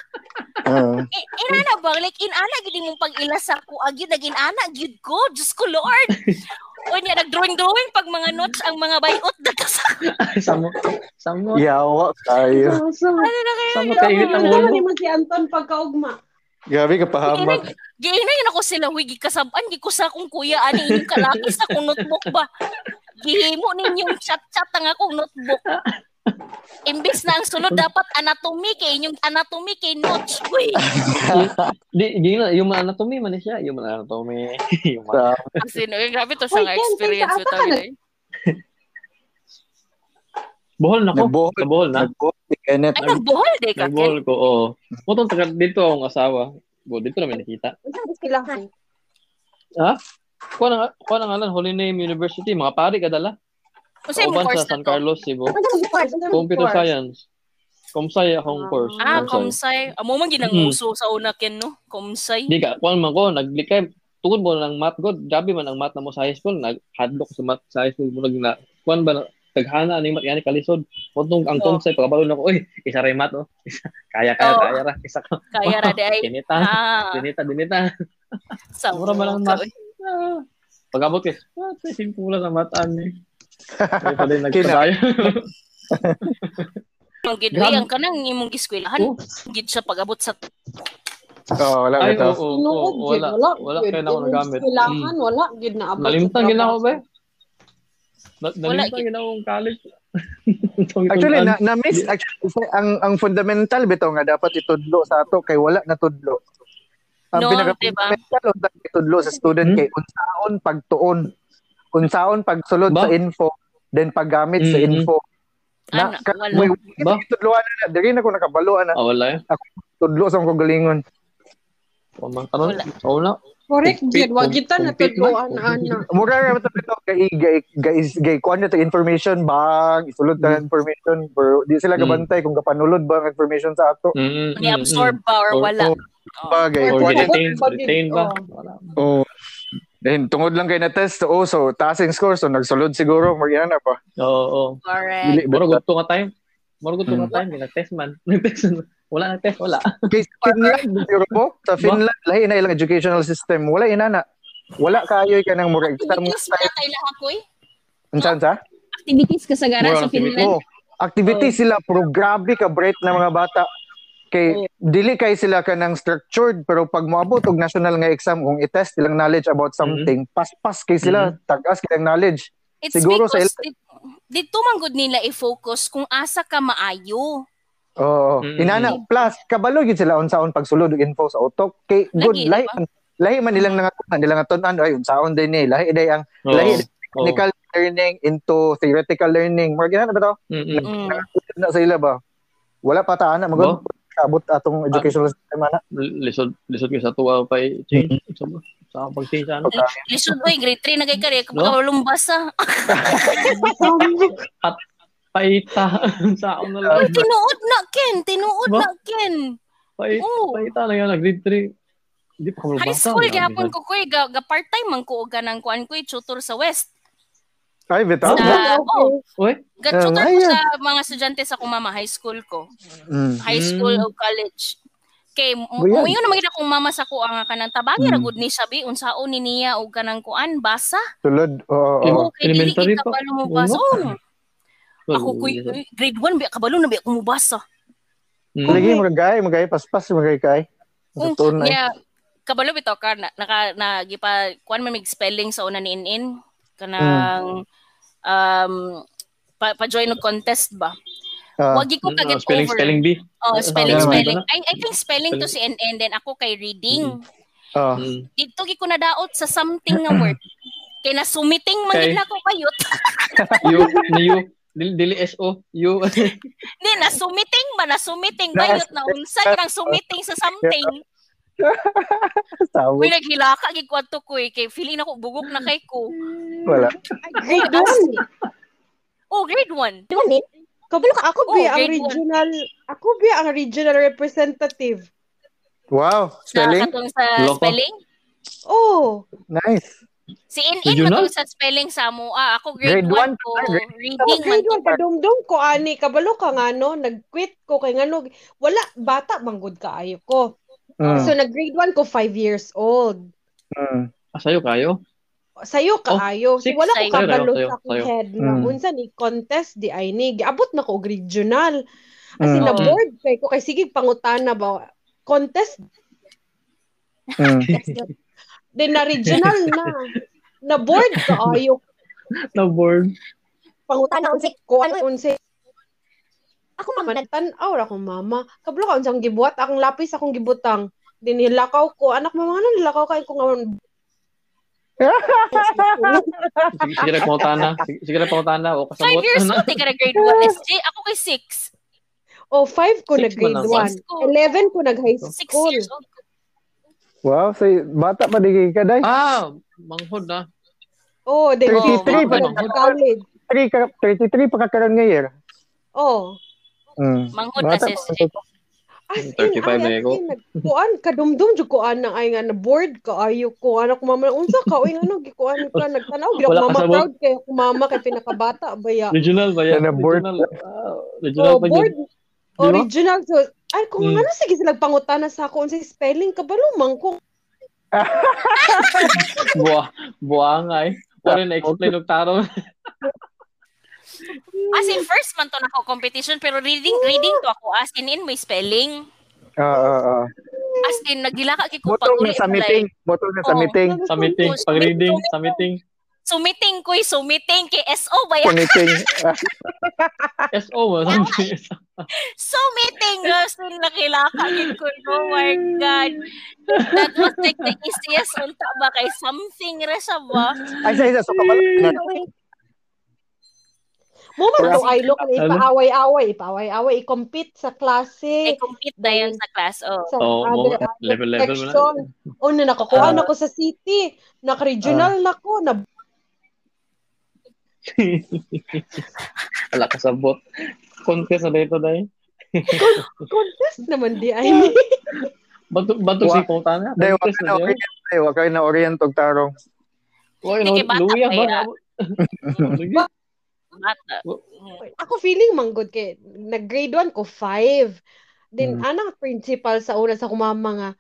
S3: Ah.
S4: I- inana ba? Like, inana, gini mong pag-ilas ako. Agyo, nag-inana, gyud ko. Diyos ko, Lord. o niya, nag-drawing-drawing pag mga notes ang mga bayot *laughs* na kasama.
S1: Samo, samo.
S3: Yawa kayo.
S1: Samo,
S4: Ano na kayo?
S1: samo
S2: Kaya
S1: kainit ang ulo.
S2: mo si Anton pagkaugma.
S3: Grabe ka pahamak.
S4: Giinayin ako sila, huy, gikasaban, di ko sa akong kuya, ani inyong kalaki sa akong notebook ba? Gihimo ninyong chat-chat ang akong notebook. Imbis na ang sulod, dapat anatomy kay inyong anatomy kay notes. Uy,
S1: Di, di na, human anatomy man siya. Human anatomy. *laughs* Human.
S3: Sa
S4: As in, uy, grabe
S2: Uy,
S4: to siya nga
S2: Ken,
S4: experience eh.
S2: Ken, saan
S4: with
S2: ka
S4: Tawid.
S1: Bohol na ko.
S3: nabuhol.
S1: Sa bohol na.
S3: Nabuhol si Kenneth.
S4: Ay, nagbuhol, di ka, Ken.
S1: Nag-bohol ko, oo. Mutong taga dito akong asawa. Bo, dito namin nakita.
S2: Saan sila? Ano
S1: Kuha na, kuha na nga lang, Holy Name University. Mga pari ka dala.
S4: Kasi mo
S1: Kauban
S4: course
S1: sa
S4: na
S1: San
S4: to.
S1: Carlos, Cebu.
S2: yung course? Ano yung
S1: Computer
S2: course?
S1: Science. Kumsay akong
S2: Ah.
S1: course.
S4: Ah, komsay. Amo man ginanguso sa una ken no, komsay.
S1: Di ka, kuha man ko, naglikay. Tungod mo ng math god, grabe man ang math na mo sa high school, naghadlok sa math sa high school mo nag na, kuha ba na- taghana ni math yani kalisod. Kuntong ang
S4: Oo.
S1: kumsay pagkabalo na ko, oy, isa ra yung math oh. Isa, kaya kaya
S4: Oo.
S1: kaya ra, isa ka.
S4: Kaya ra
S1: *laughs*
S4: di ay.
S1: Kinita,
S4: Ah,
S1: dinita, dinita.
S4: sa
S1: Mura ba lang math? Ah. Pagabot kay, ah, simple lang ang math
S3: *laughs*
S1: ani. eh. Kaya pa din nagpadayo.
S4: Ang gid
S1: Grabe.
S4: ang kanang imong giskwelahan.
S1: Oh.
S4: Gid siya pag-abot sa
S3: Oo, wala ka
S1: Ay, oo, oo,
S3: to.
S1: oo,
S2: Tinuod,
S1: wala,
S2: gid,
S1: wala
S2: gid.
S1: kaya na ako
S2: Tinuod
S1: nagamit. Mm.
S2: Silahan, wala. Gid na abot.
S1: Nalimtang gina ako ba? eh? Na-
S4: Wala,
S1: Nalimtang gina akong college.
S3: *laughs* Actually, na, na-miss. Actually, sa- ang, ang fundamental bitaw nga dapat itudlo sa ato kay wala natudlo. Ang
S4: No,
S3: pinaka-fundamental diba? itudlo sa student
S1: Hmm?
S3: kay unsaon pagtuon. Unsaon pagsulod
S1: Ba?
S3: sa info then paggamit sa
S1: Mm-mm.
S3: info.
S4: ana,
S3: ka-
S4: wala.
S3: may-
S1: Ba?
S3: Itudloan na na. Diri na ko nakabaluan na.
S1: Ah, wala eh.
S3: Tudlo sa akong kagalingon.
S1: Wa man Ah, karon. Sauna.
S2: Correct,
S1: Compete,
S2: Jed. Wag kita
S1: com-
S2: na ano.
S1: compete
S2: tutuan,
S1: man.
S2: ana.
S3: Mura ra to bitaw kay gay gay gay kuan na to information bang isulod ta
S1: Mm.
S3: information pero di sila
S1: Mm.
S3: gabantay kung kapanulod ba ang information sa ato.
S1: Mm.
S4: Ni absorb ba or
S1: Or-
S4: wala?
S3: or- Bagay
S1: Or
S2: Or
S3: kuan
S2: dito.
S1: retain,
S2: Pag-
S1: retain ba?
S2: oh.
S1: Wala.
S3: Oh. Then tungod lang kay na test oh so taas yung score so nagsulod siguro mga na pa.
S1: Oo. oo.
S4: Correct.
S3: Dili
S1: Moro
S3: ba-
S1: gusto nga time. Moro gusto nga
S3: Mm.
S1: time nag-test man. *laughs* Nag-test man. Wala nag-test, wala.
S3: Kay Finland siguro po sa Finland lahi na ilang educational system wala ina na. Wala kaayoy ka nang mura exam
S4: Activities
S3: style.
S4: na kailangan ko eh.
S3: Unsan sa?
S5: Activities kasagaran
S1: Moral
S5: sa Finland.
S3: Oo. Activity sila, pero grabe ka bright na mga bata. Kay dili kay sila ka ng structured pero pag moabot og national nga exam kung i-test ilang knowledge about something, pas-pas kay sila, tagas kay ang knowledge.
S4: It's
S3: Siguro sa
S4: because di- dito man gud nila i-focus kung asa ka maayo.
S3: Oo.
S1: Mm.
S3: Inana plus kabalo gyud sila unsaon pagsulod og info sa utok. Kay good
S4: Lagi,
S3: lahi
S4: diba?
S3: man lahi man nilang nangatunan, nila nga tun-an ay unsaon din ni, lahi day ang
S1: Oo.
S3: *laughs* Lahi-
S1: Oo.
S3: technical learning into theoretical learning. Mga ginana ba to?
S1: Mm-mm.
S4: Mm.
S3: Nakasulod na sa ila ba? Wala pa ta ana magod kabot atong educational system ana.
S1: lisod lisod ko sa tuwa pa eh. change
S3: Mm.
S1: sa sa pag-change ano
S3: Okay.
S4: Lisod oy grade 3 na kay ka rin.
S1: No?
S4: Kapalumbas ah.
S1: paita *laughs* sa ako na
S4: Uy,
S1: lang
S4: tinuod na Ken, tinuod
S1: Ba?
S4: na Ken. Oh.
S1: paita
S4: Oo.
S1: paita na yan grade 3 hindi pa kami
S4: High
S1: basa
S4: school gihapon ko koy ga, ga part-time man ko ga nang kuan koy tutor sa West.
S3: Ay,
S1: Ah,
S3: bitaw.
S4: Sa, oh,
S1: oy
S4: ga
S3: Ah,
S4: tutor ko
S3: ayan.
S4: sa mga estudyante sa kumama high school ko.
S3: Mm.
S4: High
S1: Mm.
S4: school o college. Kay mo
S3: Ba yan?
S4: yun naman gid akong mama sa ko ang kanang
S1: Hmm.
S4: tabangi
S3: Mm.
S4: ra gud ni sabi unsaon ni niya og kanang kuan basa.
S3: Tulad, oo.
S1: Iba.
S3: oo.
S4: Oo, kay
S1: Oh,
S4: dili
S1: elementary
S4: gid
S1: pa. Oh,
S4: kabalo mo basa. Oo. Ako koy
S1: lisod.
S4: grade 1 biya kabalo na biya ko mo basa.
S1: Mm.
S3: Lagi mga gay, mga gay, paspas mga gay kay. Sa
S4: Mm,
S3: tunay.
S4: Yeah. Kabalo bitaw ka na, naka nagipa kuan man mig spelling sa una ni in kanang um pa, pa join contest ba.
S3: Ah,
S4: Wagi ko ka
S1: Ah,
S4: get
S1: spelling
S4: over.
S1: spelling bee
S4: Oh, spelling
S3: Ah,
S4: spelling.
S1: ganun.
S4: I, I think spelling to si NN then ako kay reading.
S3: ah.
S4: *laughs*
S1: Mm.
S4: Dito gi ko nadaot sa something nga word. Kay na sumiting man
S1: Okay.
S4: gid na ko kayot.
S1: you ni you dili, dili SO *laughs* you
S4: Di na sumiting ba na sumiting
S3: Na-
S4: bayot na unsa gyud ang sumiting sa something.
S3: Sabi.
S4: Uy naghilaka gid ko adto ko eh, kay feeling ako bugok na kay ko.
S3: Wala.
S2: Grade one.
S4: Oh, grade 1.
S2: Kabalo ka, ako
S4: Oh,
S2: ba ang
S4: grade one.
S2: regional, ako ba ang regional representative?
S3: Wow.
S4: sa
S3: Spelling?
S4: katong sa
S1: Loko.
S4: spelling.
S2: Oh,
S3: Nice.
S4: Si in
S1: Regional?
S4: in matong sa spelling sa mo. Ah, ako grade
S3: Grade
S4: 1
S3: one
S4: ko.
S3: pa, grade
S4: Reading
S2: ako
S4: man
S2: grade
S4: ko.
S2: 1, kadumdum ko, ani, kabalo ka nga, no, nag-quit ko, kay nga, no, wala, bata, manggod ka, ayo ko.
S3: Mm.
S1: Hmm.
S2: So, nag-grade 1 ko, 5 years old.
S3: Mm.
S1: asayo Ah,
S4: *laughs*
S1: kayo Oh,
S2: Sayo kaayo.
S1: six,
S2: wala ko
S4: sayo,
S2: kabalo
S1: sayo,
S2: sa akong
S1: sayo. Hmm.
S2: head na
S3: Mm.
S2: unsa ni contest di ay ni giabot na ko og regional. As
S3: Mm.
S1: Hmm.
S2: in, na
S4: Mm.
S2: board kay ko kay sige pangutana ba contest
S3: Mm.
S2: din na regional
S1: *laughs*
S2: na. Na board kaayo
S1: na bored
S4: *laughs*
S2: pangutana
S5: Ano,
S2: unsay ko ano unsay
S5: Ako
S2: man tan-aw ra ko mama. Kablo ka unsang gibuhat akong lapis akong gibutang. Dinilakaw ko anak mama ano nilakaw kay ko nga
S1: sige sige na pangutana sige, sige na pangutana o kasabot
S4: 5 years
S1: Ano?
S4: old, tika na grade 1 SJ. Ako kay 6.
S2: oh 5 ko
S1: Six
S2: nag grade
S1: man ang-
S2: 1.
S4: Six ko.
S2: 11 ko nag high
S4: 6
S2: school.
S4: years old.
S3: Wow. So, bata pa di ka, day.
S1: ah manghod na
S2: Oh, di ko
S3: 33
S1: pa
S2: nag college.
S3: Three ka- 33 pa ka karon nga year.
S2: Oh.
S3: Mm.
S4: Manghod na
S3: Bata
S4: si
S3: pa.
S4: SJ.
S2: As in,
S1: 35
S2: ay,
S1: na
S2: as
S1: ako.
S2: in, nagkuan, kadumdum jud ko an ang ay nga na bored ka ayo ko anak mama unsa ka uy ano gikuan ka nagtanaw gid
S1: Wala ka
S2: ako mama
S1: sa board.
S2: proud kay ako mama kay pinakabata baya.
S1: regional ba yan
S3: Na bored.
S1: regional ah, regional
S2: Oh,
S1: pa yun
S2: board original so ay kung
S1: Hmm.
S2: ano sige sila pangutana sa ako unsay spelling kabalo man ko.
S1: Buwa, buangay. Wala na *laughs* explain og tarong.
S4: As in, first man to na ako competition. Pero reading, reading to ako. As in, in may spelling.
S3: Ah, ah, ah.
S4: As in, nagilaka kay ko
S3: Motong na
S4: pag-uli.
S3: sa meeting. Motong na sa
S4: Oo.
S3: meeting.
S2: Ano,
S1: sa meeting, pag reading, sa meeting.
S4: Sumiting ko, sumiting kay SO ba
S3: Sa
S4: yan?
S3: meeting.
S1: SO mo.
S4: Sumiting nga. So, nakilaka kay ko. Oh my God. That was like the easiest unta ba kay something ra siya ba? *laughs*
S3: Ay, isa, isa. So, kabalo.
S2: Mo man
S3: Wala.
S2: to ay look
S1: Ano?
S2: ipaaway-away, ipaaway-away, i-compete sa klase,
S4: I-compete na yan sa class. Oh.
S2: sa
S1: Oo,
S2: other
S1: mo- level-level na.
S2: section. O na nakakuha
S1: Ah.
S2: na ko sa city, naka-regional na ko, na
S1: *laughs* Wala ka sa bot. Contest na dito dahil.
S2: contest naman di I mean.
S1: Bato, bato
S3: Wa-
S1: si Kota na.
S3: Dahil wala
S1: Contest
S3: na
S1: na dahil.
S3: orient tayo. Wala kayo na orient og tarong.
S1: Wala
S4: Hindi
S1: na.
S4: kay bata
S1: Luya
S4: pa
S1: ba?
S4: yan.
S1: *laughs* Sige.
S4: Bata. Mm.
S2: Ako feeling manggod kay nag-grade 1 ko 5. Then anang principal sa una sa kumama nga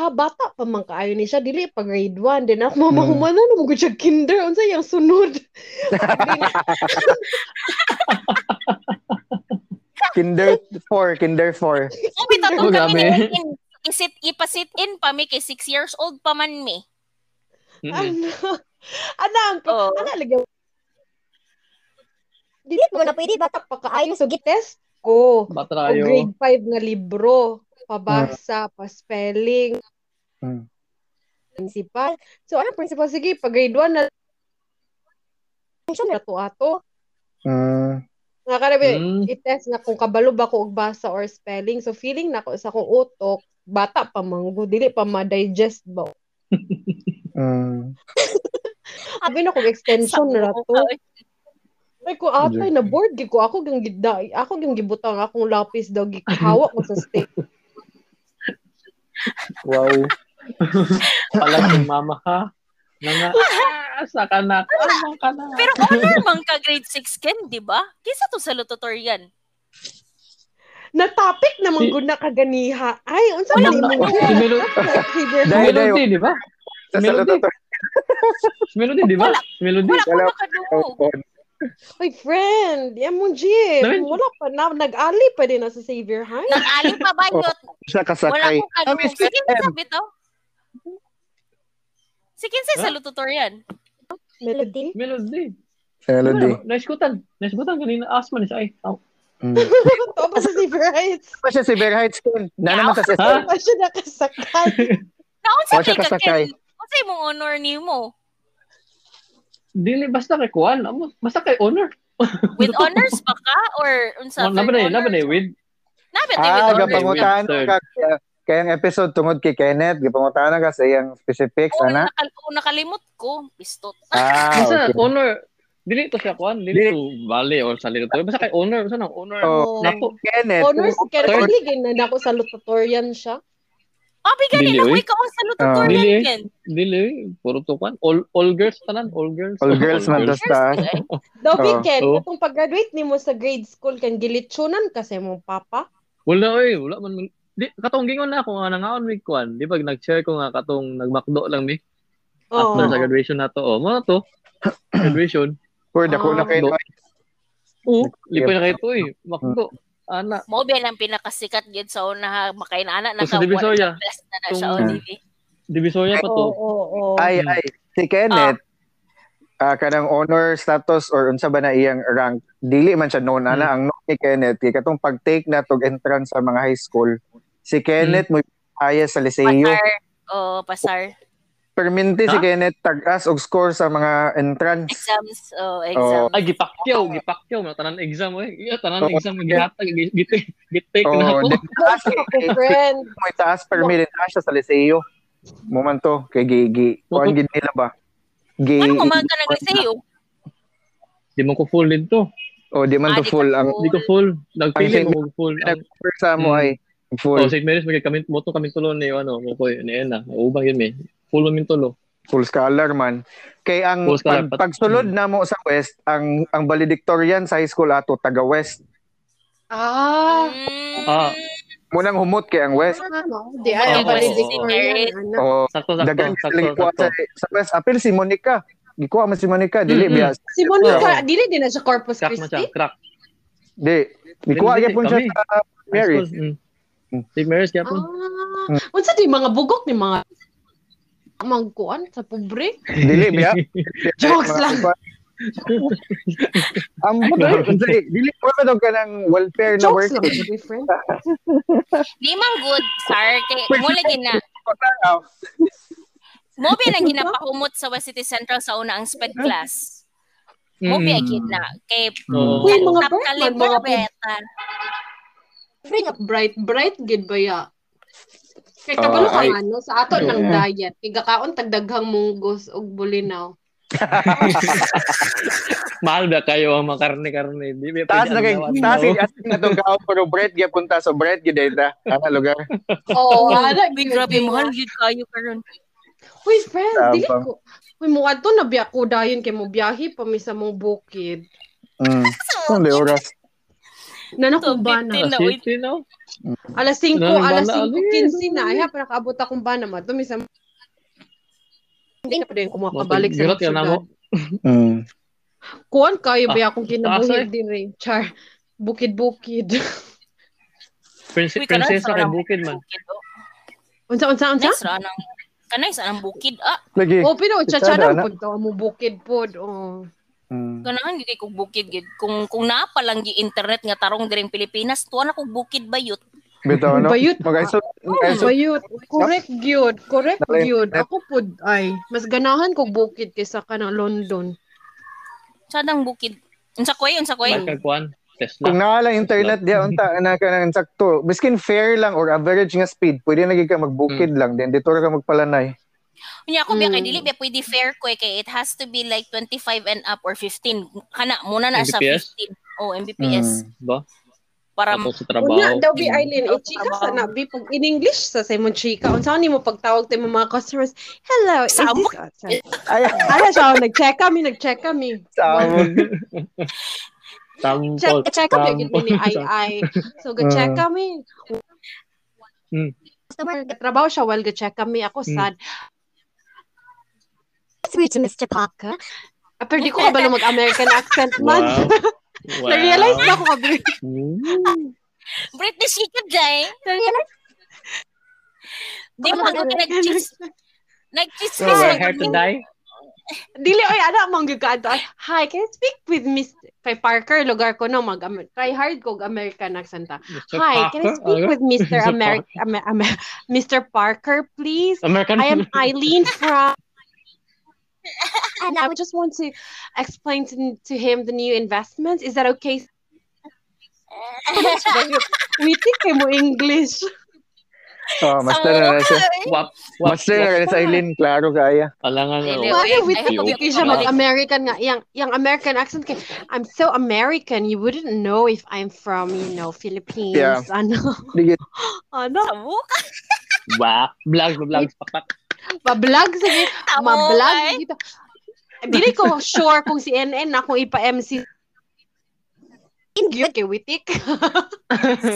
S2: ha bata pa man kaayo ni siya dili pa grade 1 din ako mama
S3: Mm.
S2: humana na mo siya kinder unsa yang sunod
S3: Kinder 4, Kinder 4.
S4: Sabi
S1: Oh,
S4: tatong
S1: grabe.
S4: kami ni Elkin, isit, ipasit in pa mi kay six years old pa man mi.
S1: Mm-mm.
S2: *laughs* ano ana ang
S4: Oo.
S2: ana lagi dili mo na pwede bata pa kaayo so test ko
S1: Bata
S2: O
S1: tayo.
S2: grade 5 nga libro pabasa pa spelling
S3: Mm.
S2: principal so ano principal sige pag grade 1 na siya na to ato
S3: Mm.
S2: nga karabi
S1: Mm.
S2: i-test na kung kabalo ba ko og basa or spelling so feeling na ko sa kong utok bata pa manggo dili pa ma-digest ba
S3: Mm.
S2: abi na kog extension ra to
S4: Sa-
S2: Ay ko atay na board gi ko ako gyung gida ako gyung gibutang akong lapis daw gikawa ko sa stage.
S3: Wow.
S1: *laughs* Pala si mama ha. Nga, ah, sa kanak. Ah, ka na.
S4: Pero honor man ka grade 6 ken, di ba? Kisa to sa yan.
S2: Na topic na manggod na kaganiha. Ay unsa
S1: Wala na.
S2: man imong
S1: Si Melo- si
S3: Dahil-
S1: Melody, di ba?
S3: Sa
S1: Melody.
S3: saluto
S1: Si Melody, di ba? Si Melody.
S4: Wala ko
S3: Wala-
S4: nakadugog.
S2: Oy friend, yan mo Jeep.
S1: Namin-
S2: Wala pa na nag-ali pa din na sa Xavier High.
S4: Nag-ali pa ba yun?
S3: Siya
S4: Wala
S3: kasakay.
S4: ko kadugog.
S3: Oh, Miss
S4: Sige,
S3: Em.
S4: sabi to. Sige, sa yan.
S2: Melody.
S1: Melody.
S3: Melody.
S1: Naiskutan. Naiskutan kanina. Asman siya. Ay, oh. aw.
S3: Mm.
S2: Ito pa sa Xavier Heights.
S3: Pa siya si Bear Heights kun. Na naman sa
S1: Ha?
S3: sister.
S2: Pa siya nakasakay.
S4: Naon
S3: Wala siya
S4: sa kay ka
S3: kasakay.
S4: ken? Kasi mong honor ni mo.
S1: Dili, basta kay Kuan. Amo, Basta kay Honor.
S4: With honors ba ka? Or unsa?
S1: Laban na yun, laban na yun. With
S4: Nabi tayo
S3: Ah,
S4: with honors.
S1: gapangutan.
S3: gapangutaan
S1: Third.
S3: ka. Kaya- Kaya ang episode tungod kay Kenneth, gapangutaan ka sa iyang specifics,
S4: Oh,
S3: ana.
S4: nakal- oh, nakalimot ko. Pistot. *laughs*
S3: Ah,
S1: Basta
S3: okay.
S1: honor, dili to siya kuan, dili
S3: Dili.
S1: to bali or sa lito. Basta kay honor, basta nang honor.
S3: Oh.
S1: Napo,
S3: Kenneth.
S2: Honors kay
S1: Third.
S2: Kelly na nako sa Lutotorian siya.
S4: Ah,
S1: Dili,
S4: bigyan na
S1: oy.
S4: ko ikaw sa
S3: Ah.
S4: lututorial
S1: Dili, eh.
S4: yan.
S1: dili puro to kuan. All all girls tanan, all girls.
S3: All girls man tas taas.
S2: Daw
S3: Oo.
S2: Ken,
S1: Oo.
S2: katong pag-graduate nimo sa grade school kan gilitsunan kasi mo papa.
S1: Wala oy, wala man di katong gingon na ako nga nangaon mi kuan. Di ba nag-share ko nga katong nagmakdo lang mi
S2: Oo.
S1: after sa graduation na to. Oh, mo na to. graduation.
S3: Word, ako na kayo.
S1: Oo, lipoy na kay to eh. Makdo. Ana.
S4: Mo ba ang pinakasikat gyud sa una ha, makain ana na
S1: Kung sa
S4: ka-
S1: Divisoria.
S4: wala na blessed na na siya oh, o
S1: Kung-
S3: Ah,
S4: dili.
S1: Divisoria pa
S2: Oo,
S1: to.
S2: oo, oo.
S3: Ay, ay. Si Kenneth, ah, kanang honor status or unsa ba na iyang rank, dili man siya known, ana. Ang known ni Kenneth, kay katong pag-take na tog entrance sa mga high school, si Kenneth mo highest sa Liceo.
S4: Pasar. Oh, pasar.
S3: Perminti si
S1: Ha?
S3: Kenneth tagas og score sa mga entrance.
S4: Exams. Oh, exam.
S1: Ay, gipakyaw, gipakyaw. Mga tanan exam, eh. Iya, tanan
S3: Oo.
S1: exam. Gihatag, gi- gitake gitake
S3: Oh, *laughs*
S1: na ako.
S3: then taas
S2: Ako, friend.
S3: mo itaas per minute taas siya sa Liceo. Momento kay gigi. Kuan gid nila ba? Gi
S4: Ano mo man ka nang sa'yo?
S1: Di man ko full dito.
S3: o oh, di man
S4: Ah,
S3: to
S4: di ka
S3: full ang
S4: full.
S1: Di ko full. Nagpili
S3: Ang
S1: mo kung full. Ang,
S3: nag-offer sa mo
S1: Mm.
S3: ay Hmm.
S1: oh,
S3: full
S1: St. Mary's, magiging kami, mo to kami tulo ni, ano, mo ko, ni Ena. Ubang yun, may. Full man yung tulo.
S3: full scholar man. Kay ang
S1: Full scholar,
S3: pag,
S1: pat-
S3: pagsulod
S1: Mm.
S3: na mo sa West ang ang valedictorian sa high school ato taga West.
S2: Ah,
S4: Mm.
S1: Ah.
S3: Munang humot kay ang West.
S2: ano? Di ay
S1: Oo,
S2: ang
S1: oo,
S2: valedictorian. ano.
S3: O
S1: Sakto, sakto,
S3: dagang
S1: sakto,
S3: sila
S1: sakto. Hmm,
S3: sa, sa West apil si Monica. Gikuha man si Monica dili
S1: Mm-mm.
S3: biya.
S2: Si Monica,
S1: Oo.
S2: dili din na siya Corpus
S1: Crack man siya,
S2: Christi.
S1: crack.
S3: Di. Gikuha
S1: Dili,
S3: gyud pun siya
S1: kami.
S3: sa Mary. Oh.
S1: High school, mm. St. Mary's, kaya
S2: Ah,
S1: po.
S2: unsa di mga bugok ni mga mangkuan sa pobre?
S3: Dili
S1: *laughs*
S3: biya.
S2: Jokes lang.
S3: *laughs* Ang
S1: Lord.
S3: dili dili ko na daw kanang welfare na
S2: Jokes
S3: work.
S2: lang, to be friend.
S4: Di man good, sir. Kay, mo lagi na.
S2: *laughs* Hmm.
S4: Mo ba nang ginapahumot sa West City Central sa una ang sped class? Mo
S1: Mm.
S4: mm. gid na. Kay
S1: Oo.
S2: Uy, Hmm. mga
S4: tap
S2: bright man,
S4: kalibre
S2: mga
S4: betan.
S2: Bring up bright, bright gid ba ya?
S1: Ah,
S2: Kay
S3: Oh,
S2: kabalo ka
S3: ay-
S2: nga, no? sa ato ng
S3: Yeah.
S2: diet, igakaon tagdaghang munggos ug
S1: *laughs*
S2: bulinaw.
S1: *laughs* Mahal ba kayo ang mga karne-karne? Di ba
S3: Taas
S1: pwede ano
S3: na kay
S1: ang lawan,
S3: taas
S1: no?
S3: yung asin na tong kaon pero bread gyud punta so bread gyud data. Ana Ano, lugar.
S2: Oo, oh, ala
S4: Uy,
S2: gid,
S4: grabe
S2: di ba?
S4: mahal gid kayo karon.
S2: Uy, friend,
S3: Tama.
S2: dili ko. Uy, muadto na biya ko dayon kay mo biyahe pa mi sa mong bukid.
S3: Mm. Kung le oras.
S2: Nanakuba na.
S4: Tubig
S1: Alas
S4: na, uy.
S1: 7, no?
S2: Alas 5,
S1: Nanakuba
S2: alas
S1: na,
S2: 5,
S1: alis.
S2: 15 na. Ay, ha, pa nakaabot akong ba naman. Dumi sa... Hindi na pa din kumakabalik
S1: Mga gulat
S2: sa
S1: yan na mo.
S2: syudad. Kuan kayo
S1: Ah,
S2: ba akong
S1: taas,
S2: kinabuhi
S1: eh.
S2: din rin. Char, bukid-bukid. *laughs*
S1: Prince,
S4: Uy, kanay
S1: prinsesa
S4: sa
S1: kay
S4: anang
S1: Bukid man.
S4: bukid, oh.
S2: Unsa, unsa, unsa?
S4: Kanay sa anang kanay sa anang bukid. Ah,
S3: Lagi.
S2: O, Oh, pero
S3: Chachara,
S2: chachara
S3: Eh, na.
S2: po to. Mo bukid po. Oh.
S3: Mm.
S4: ganahan gyud kay kog bukid gid. Kung kung naa pa lang gi internet nga tarong diring Pilipinas, tuwa na kog bukid bayot.
S3: Bitaw ano? no.
S2: Bayut.
S3: Magaisod.
S2: So,
S3: Magaisod.
S2: yun, Oh, correct gyud, correct
S3: Dali.
S2: gyud. Ako po, ay, mas ganahan ko bukid kaysa ka ng London.
S4: Sadang bukid. Unsa koy, unsa eh? koy?
S1: Bakit kagkuhan? Tesla.
S3: Kung naa lang internet diya unta ana ka nang sakto. Biskin fair lang or average nga speed, pwede na gid ka magbukid lang then dito ra ka magpalanay.
S4: Unya ako biya kay
S2: Mm.
S4: dili biya pwede fair ko eh, kay it has to be like 25 and up or 15. Kana muna na sa
S1: Mbps?
S4: 15. Oh, Mbps
S3: Mm.
S1: Ba?
S4: para
S1: Hmm. Tapos sa
S2: Una,
S1: trabaho.
S2: daw bi Eileen, eh, chika
S4: Trabaho.
S2: sa nabi, pag in English sa say mo chika, unsa ni mo pagtawag tayo mga customers, hello, is
S4: Sabog.
S2: this... Oh, sorry.
S3: Ay, *laughs*
S2: Ano siya, nag-check kami, nag-check kami.
S3: sabog.
S1: Tampol.
S2: Check, check kami, yun
S1: tampol.
S2: ni
S1: *laughs*
S2: ay ay. So, ga-check
S1: Ah.
S2: kami.
S1: Mm.
S2: Customer, trabaho siya, while ga-check kami, ako
S1: Mm.
S2: sad. Sweet Mr. Parker. Ah, pero di ko kabalo mag-American accent man.
S1: Wow. Wow.
S2: *laughs* Na-realize na ako kabalo.
S1: Mm.
S4: Britney Speaker Jai.
S2: Na-realize
S4: Di mo
S2: Wala
S4: ako
S2: na.
S4: nag-cheese. Nag-cheese
S3: So,
S4: ka
S1: We're
S4: sa
S1: here to
S4: *laughs*
S1: die.
S2: Dili, oy, ano, mangga ka ato. Hi, can you speak with Miss Kay Parker? Lugar ko, no, mag try hard ko, American accent. ah.
S1: Mr.
S2: Hi, can I
S1: Parker?
S2: speak with Mr.
S1: Mr.
S2: Ameri- Amer- Amer- Mr. Parker, please?
S1: American.
S2: I
S1: *laughs*
S2: am Eileen *laughs* from. And I just want to explain to, to him the new investments. Is that *laughs* okay? We think I'm English.
S3: Oh, mas na na siya.
S4: eh.
S1: Wap, wap,
S3: Mas na na sa Eileen, klaro kaya.
S1: Alangan nga.
S4: Hello.
S1: wap.
S2: *laughs* Why we
S4: I
S2: think
S1: hope
S2: hindi
S1: you-
S2: siya mag-American nga. Yang, yang American accent kay, I'm so American, you wouldn't know if I'm from, you know, Philippines.
S3: Yeah.
S2: *laughs* Ano?
S3: Digit.
S2: *laughs* Ano?
S4: Sabuk.
S1: Wap. Vlog,
S2: *laughs*
S1: vlog, pakpak.
S2: Mablog sige.
S4: Tamo,
S2: Mablog
S4: ay.
S2: dito. Dili ko sure kung si NN na kung ipa-MC. Yun kay *laughs* Witik.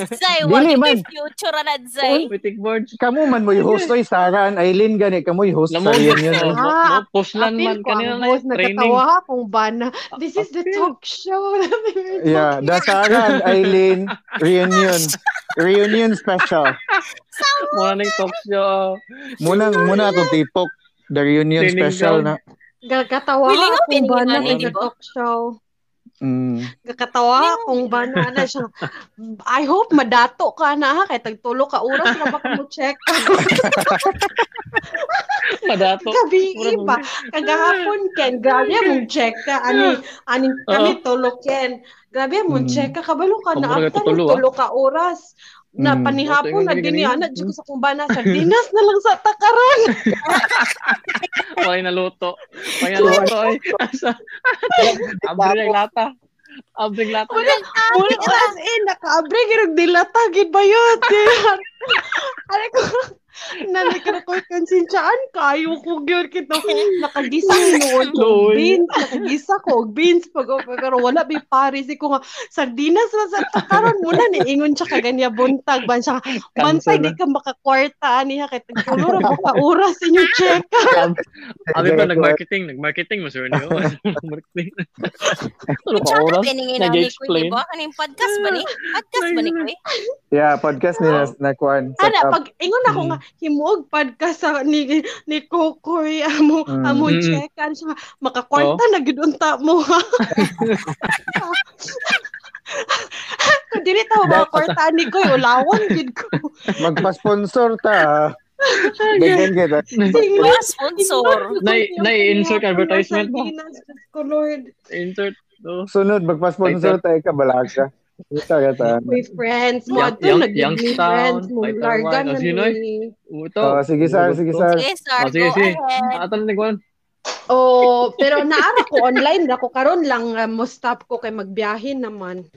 S4: Zay,
S3: Dili,
S4: wag
S3: man.
S4: ito'y future na, Zay.
S1: Witik boards.
S3: Kamu man mo host oy Sarah and Eileen gani kamu host sa oh.
S1: Namon yun
S3: yun.
S1: yun.
S3: yun.
S2: Ah,
S1: Puslan man.
S2: Apil ko
S1: Kanina
S2: ang
S1: na
S2: boss,
S1: yung training.
S2: nagkatawa akong bana. This is the
S1: Apil.
S2: talk show. *laughs*
S3: Yeah, the Sarah and Eileen reunion. Reunion special.
S1: Muna na yung oh. talk show.
S3: Muna muna ako tipok the reunion
S1: Training
S3: special
S1: ground.
S3: na.
S2: Gakatawa
S4: Willing ka
S2: akong
S4: pinili
S2: bana
S1: ka,
S2: in
S1: di
S2: the
S4: ba?
S2: talk show.
S3: Mm.
S2: Gakatawa akong bana na ano siya. I hope madato ka na ha. Kaya tagtulo ka oras na baka mo
S1: *laughs*
S2: check.
S1: Madato.
S2: *laughs* Gabi
S1: Mura
S2: pa. Kagahapon ken. Grabe
S1: *laughs*
S2: mong check ka. Ani, ani,
S1: Uh-huh.
S2: kami tulo ken. Grabe mong
S3: Mm.
S2: check ka. Kabalo ka na.
S1: Kamura ka
S2: After
S1: tulo,
S2: ng
S1: ah.
S2: tulo ka oras. Na
S3: Mm.
S1: Buti
S2: panihapon
S1: nga
S2: na din
S1: ganyan.
S2: yan. Na ko sa kumbana. Sardinas na lang sa takaran.
S1: Wala na luto. Wala na luto.
S2: *laughs*
S1: eh. Asa? Abre na yung lata. Abre yung lata.
S2: Wala, wala oras eh. Nakaabre. Girog dilata. Gibayot. *laughs* Ano eh." ko. Nalikra ko konsensyaan kayo ko gyud kito
S1: *laughs*
S2: nakagisa ko
S4: *laughs*
S2: og
S1: Lord.
S2: beans nakagisa ko og beans pag pero wala bi pare si ko nga sardinas man sa karon muna ni ingon siya kaganya buntag ban siya bantay di
S1: na.
S2: ka makakwarta niya kay tagtulo ra ko ka oras inyo check
S1: Abi pa nag-marketing. Nag-marketing mo, sir. Ano? *laughs* Marketing. Ano ka
S4: Future na
S1: oras?
S4: piningin na ni Kuy,
S1: Nag-explain.
S4: di ba? Kaning podcast ba *laughs* ni? Podcast ba ni Kuy?
S3: Yeah, ya, podcast nila na kuan. set
S2: ana
S3: up.
S2: pag ingon ako nga himuog podcast sa ni ni Kokoy amo
S3: Mm.
S2: amo
S1: Mm.
S2: checkan siya makakwarta
S1: Oh.
S2: na gid unta mo ha Kung dili ta
S3: Dapat-
S2: makakwarta ni Koy ulawan gid ko *laughs*
S3: Magpa-sponsor ta. Daghan gyud. ah.
S2: Tingnan.
S4: Mga sponsor.
S1: Nai- nai-insert advertisement mo.
S2: Sardinas, Diyos ko, Lord.
S1: Insert. Oh.
S3: Sunod magpa-sponsor tayo ka balaka. Ito ka ya, ta.
S2: May friends mo.
S1: Young-
S2: Ato,
S1: young-
S2: nag-give me
S1: Youngstown,
S2: friends mo.
S1: Paitawag.
S2: Largan
S1: Oh,
S2: na
S1: sino
S2: ni-
S1: Uto.
S3: Oh, sige sir, sige sir.
S4: Yes, sir.
S1: Oh, sige,
S4: go
S1: sige.
S4: ahead.
S1: Atan ni Gwan.
S2: Oh, pero naara ko online na ko karon lang uh, mo stop ko kay magbiyahin naman.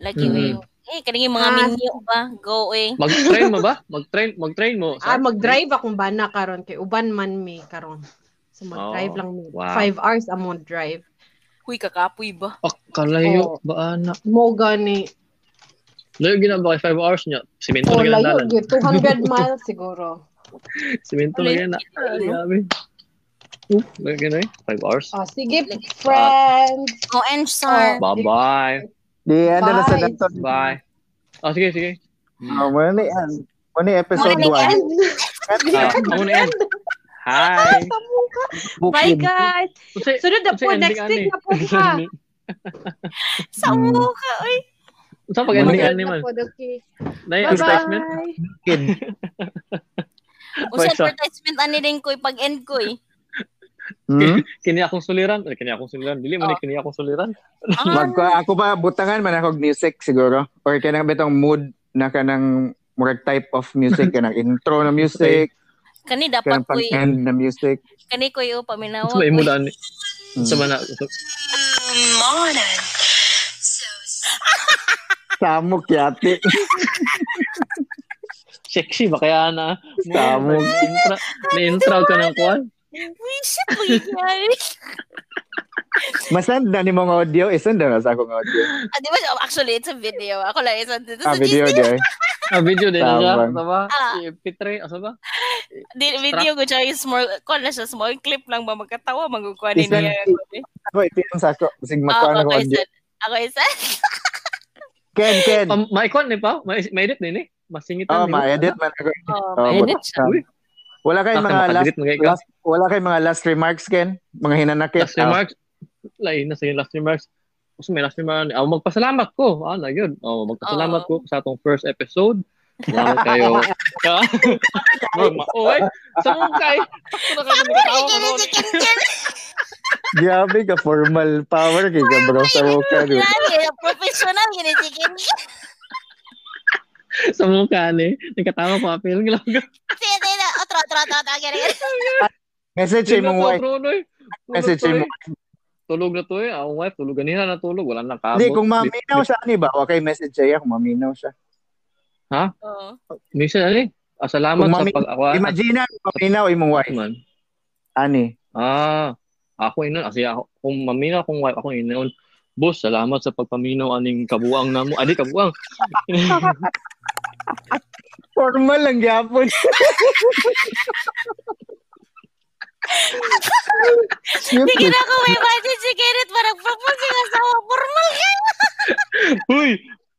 S4: Lagi
S1: Mm.
S4: mm. Eh, kaningin mga
S2: Ah.
S4: minyo ba? Go eh.
S1: Mag-train mo ba? Mag-train, mag-train mo.
S2: Ah, mag-drive akong bana karon kay uban man mi karon. So mag-drive
S1: Oh,
S2: lang mi.
S1: wow.
S2: Five hours ang mo drive.
S4: Huy, kakapoy ba?
S1: Oh, kalayo ba anak?
S2: Mo gani.
S1: Layo ginaba kay 5 hours niya. Simento na
S2: O Oh, layo
S1: ginadalan.
S2: gyud
S1: *laughs*
S2: 200 miles siguro.
S1: Simento na
S4: Layo,
S1: gina. Ay,
S4: layo.
S1: grabe. Oh, Layo ginay. 5 hours.
S2: Ah, sige friends.
S4: Go Oh, and
S1: Oh,
S4: sir.
S1: Bye-bye.
S3: Di ano na sa
S2: Bye.
S3: Danton.
S1: Bye. Oh, sige, sige.
S3: Oh, muna ni an. Muna ni episode kan?
S1: Ah, Ako
S2: And
S3: 1.
S4: Muna ni
S1: na yan. Hi.
S2: tamo ka. Bye kan? guys.
S1: Kasi-
S2: Sunod na
S1: kasi
S2: po
S1: ending
S2: next
S1: ani.
S2: week na po ha.
S4: Sa
S1: Mm.
S4: oh, mukha, oy.
S1: Sa pag-ending
S3: Muna-
S1: ani man.
S2: Bye
S1: Nay advertisement.
S2: bye.
S4: Usa
S1: Bye, sir.
S4: advertisement ani din ko pag-end
S1: *laughs*
S4: ko eh.
S2: Ah.
S3: Hmm?
S1: Kini akong suliran. Ay, Kini akong suliran. Dili man ni
S4: Oh.
S1: kini akong suliran.
S4: Ah,
S3: Magko ako ba butangan man ako og music siguro or kanang bitong mood na kanang murag type of music
S2: *laughs*
S3: kanang intro na music,
S4: kani dapat
S3: kanang
S4: ko
S3: pag-end na music.
S4: kani ko yo paminaw.
S1: Sa may imulan.
S3: Hmm.
S1: Sa mana.
S3: Samok yate.
S1: Sexy ba kaya na?
S3: Tamo.
S1: Intra, may intro ka ng kwan.
S4: Uy, shit, uy, yari.
S3: Masend na ni mong audio, isend na sa akong audio.
S4: Ah, di ba, oh, actually, it's a video. Ako lang, it's a, it's
S3: Ah,
S4: a
S3: video
S4: video.
S3: guy.
S1: Ah, video din na siya.
S3: Tama.
S1: Asa ba?
S4: Ah.
S1: Pitre, asa ba?
S4: Di, video ko siya, yung small, call na siya, small clip lang ba magkatawa, magkukuha
S3: Is that-
S4: niya.
S3: Ako itin sa ako, sig
S4: Ah,
S3: makuha na
S4: ako
S3: akong audio.
S4: isa. Ako isa.
S3: Ken, Ken.
S1: Um, may kwan ni pa? May, may edit din eh. Masingitan
S3: Oh,
S1: ni.
S3: ma-edit man ako.
S4: *laughs* Oh,
S3: Oh,
S4: may edit
S3: buta-
S4: siya.
S1: Uy.
S3: Wala kayong mga last,
S1: Makaedit Ah, mo kayo.
S3: last wala kayong mga last remarks Ken, mga hinanakit.
S1: Last remarks. Lain na sa'yo last remarks. Kasi may last remarks. Oh, magpasalamat ko. Ah, na yun. Oh, magpasalamat
S4: Oo.
S1: ko sa atong first episode. Salamat kayo. Ka? *laughs* Oy, sa mong kay. Sakto na kayo magkatawa ko noon.
S3: Ah, Grabe ka formal power kay ka bro sa buka. dude.
S4: Grabe, professional yun eh, chicken.
S1: Sa mong kani. Nagkatawa pa. Feeling lang.
S4: Sige, sige, Oh, sige. Otro, otro, otro, otro. Gano'n, gano'n.
S3: Message
S1: Hindi
S3: him
S1: na
S3: mong
S1: po,
S3: wife.
S1: Bruno, eh. Tulog
S3: Message
S1: to,
S3: him
S1: eh. Tulog na to eh. Ang wife, tulog ganina na tulog. Wala nang kabot.
S3: Hindi, kung maminaw siya, ni ba? Okay, message siya kung maminaw siya.
S4: Oo.
S1: Misa, ano eh. Ah, salamat
S3: Kung
S1: sa
S3: mami-
S1: pag-awa.
S3: Imagine na, maminaw imong wife.
S1: man.
S3: Ani.
S1: Ah, ako inon. Kasi ako, kung mamina kung wife, ako inon. Boss, salamat sa pagpaminaw aning kabuang namo. Adi, kabuang. *laughs*
S3: Formal lang gyapon.
S4: *laughs* Sige na ako may budget si Kenneth parang propose yung asawa. Formal ka.
S1: Uy!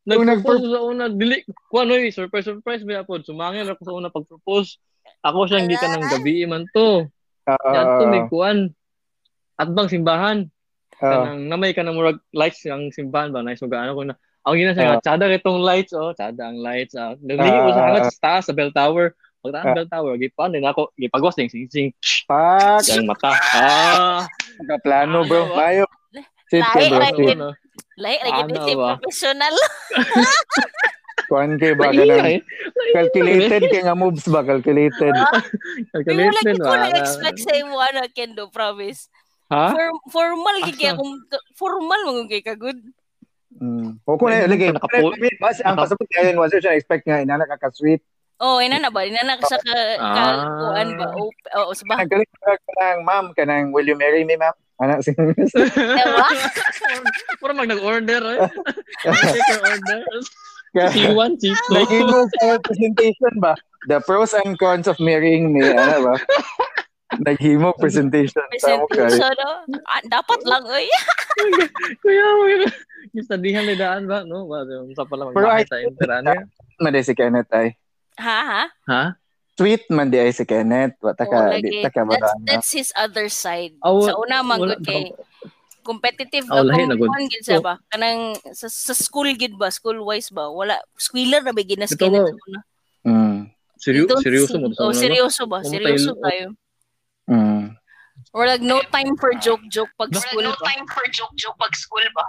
S3: Kung
S1: Nag-propose sa una. Dili. Kuan, uy. Surprise, surprise. May apod. Sumangin ako sa una pag-propose. Ako siyang
S4: Ala.
S1: gita ng gabi man to.
S3: Oo.
S1: Yan to, may kuan. At bang simbahan.
S3: oo.
S1: kanang namay ka na murag lights ang simbahan ba nice magaan ko na ang gina
S3: Ah.
S1: siya nga, tsada itong lights oh tsada ang lights ah naglingi ko sa
S3: Ah.
S1: hangat sa taas sa bell tower pag taas
S3: Ah.
S1: sa bell tower gipan din ako gipagwas ding sing sing
S3: Pak,
S1: ang mata ah
S3: kaplano bro. Mayo. Sit ka
S4: Lahi,
S3: bro.
S4: lahi.
S3: Sit.
S1: ano
S4: Lahi, lagi
S1: Ano
S4: din si
S1: ba?
S4: professional.
S3: Kuhan kay ba ka na.
S1: Maingay.
S3: Calculated kay nga moves ba? Calculated.
S4: Hindi mo lagi
S1: Calculated
S4: ko
S1: ba?
S4: *laughs* nag-expect sa imo, ano, Kendo, promise.
S1: Ha?
S4: Form- formal,
S1: Asa?
S4: kaya kung formal mong kay kagod.
S3: Mm. O kung na, lagi.
S1: Nakapo-
S3: Mas, ang pasabot kayo, was siya expect nga, inana ka ka-sweet.
S4: Oh, ina na ba? Ina na sa ka, ka
S1: Ah.
S4: kuan ba? O, oh, sa bahay.
S3: Nagkalit ka ng ma'am, ka ng, will you marry me, ma'am? *laughs* Ano, sinabi siya.
S4: Ewa?
S1: Puro mag nag-order eh. Take your order. C1, C2.
S3: Nag-email sa presentation ba? The pros and cons of marrying me. Ano ba? Naghimo presentation. Tamo kayo.
S4: Presentation, oh. Ah, dapat lang, oy. *laughs*
S1: Kuya, mga Gistadihan na daan ba? No? Ba, sa pala
S3: Pero I-
S1: magbakit sa internet.
S3: Man di si Kenneth ay.
S4: Ha, ha?
S1: Ha?
S3: Sweet man di ay si Kenneth. Wata
S4: Oo,
S3: ka,
S4: lagi.
S3: di ta ka ba
S4: that's, that's his other side.
S1: Aw-
S4: sa una, man,
S1: Ah, wala-
S4: good kay competitive
S1: Oh, lahi na
S4: na
S1: good.
S4: kung kuan gid siya ba kanang sa, sa school gid ba school wise ba wala squealer na ba gid na
S1: Ito
S4: skin
S1: ba?
S4: na
S3: Mm.
S1: Seryo,
S4: Don't
S1: seryoso
S4: say-
S1: mo. ano.
S4: Oh,
S1: sa una, no?
S4: seryoso ba?
S1: Pumunta
S4: Seryoso
S1: yun.
S4: tayo.
S3: Mm.
S4: Or like no time for joke-joke pag
S1: Wala,
S4: school.
S1: no
S4: time for joke-joke pag school ba?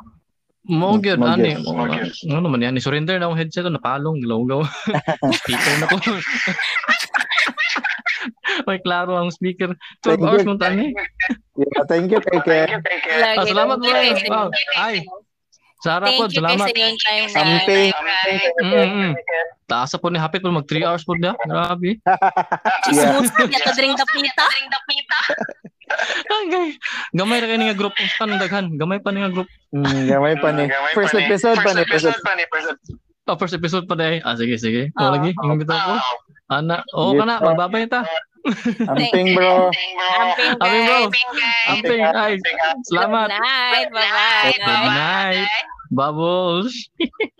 S1: Mo gyud
S3: Mo
S1: ani.
S3: gyud,
S1: Ano ano naman yan, surrender na akong headset ko napalong gilaw-gaw. speaker na ko. *laughs* May klaro ang speaker. 12
S3: Thank
S1: hours
S3: you.
S1: mo tani.
S3: Yeah, thank you kay Ken.
S1: Ah, salamat mo. Wow. Ay. Sarap po,
S4: Thank you kasi
S1: salamat.
S4: yung time na.
S3: Something.
S1: Mm, mm. Taas na po ni Hapit po mag 3 hours po na. Grabe.
S3: Yeah.
S4: Smooth na kadring dapita.
S1: Kangay. Gamay ra kay ni nga group kung saan daghan. Gamay pa ni nga group.
S3: Mm, gamay pa ni. First episode pa ni. First episode.
S1: Oh, first episode pa day. Ah, sige, sige. Mo
S4: Ah.
S1: lagi. Ingon bitaw ko. Ana, oo
S3: Yes,
S1: kana,
S3: ah.
S1: magbabay ta.
S3: Amping bro. Oh,
S4: Amping
S1: Amin bro.
S4: guys.
S1: Amping, ay.
S4: Good
S1: Salamat.
S4: night. Bye-bye.
S1: Good night. Bubbles.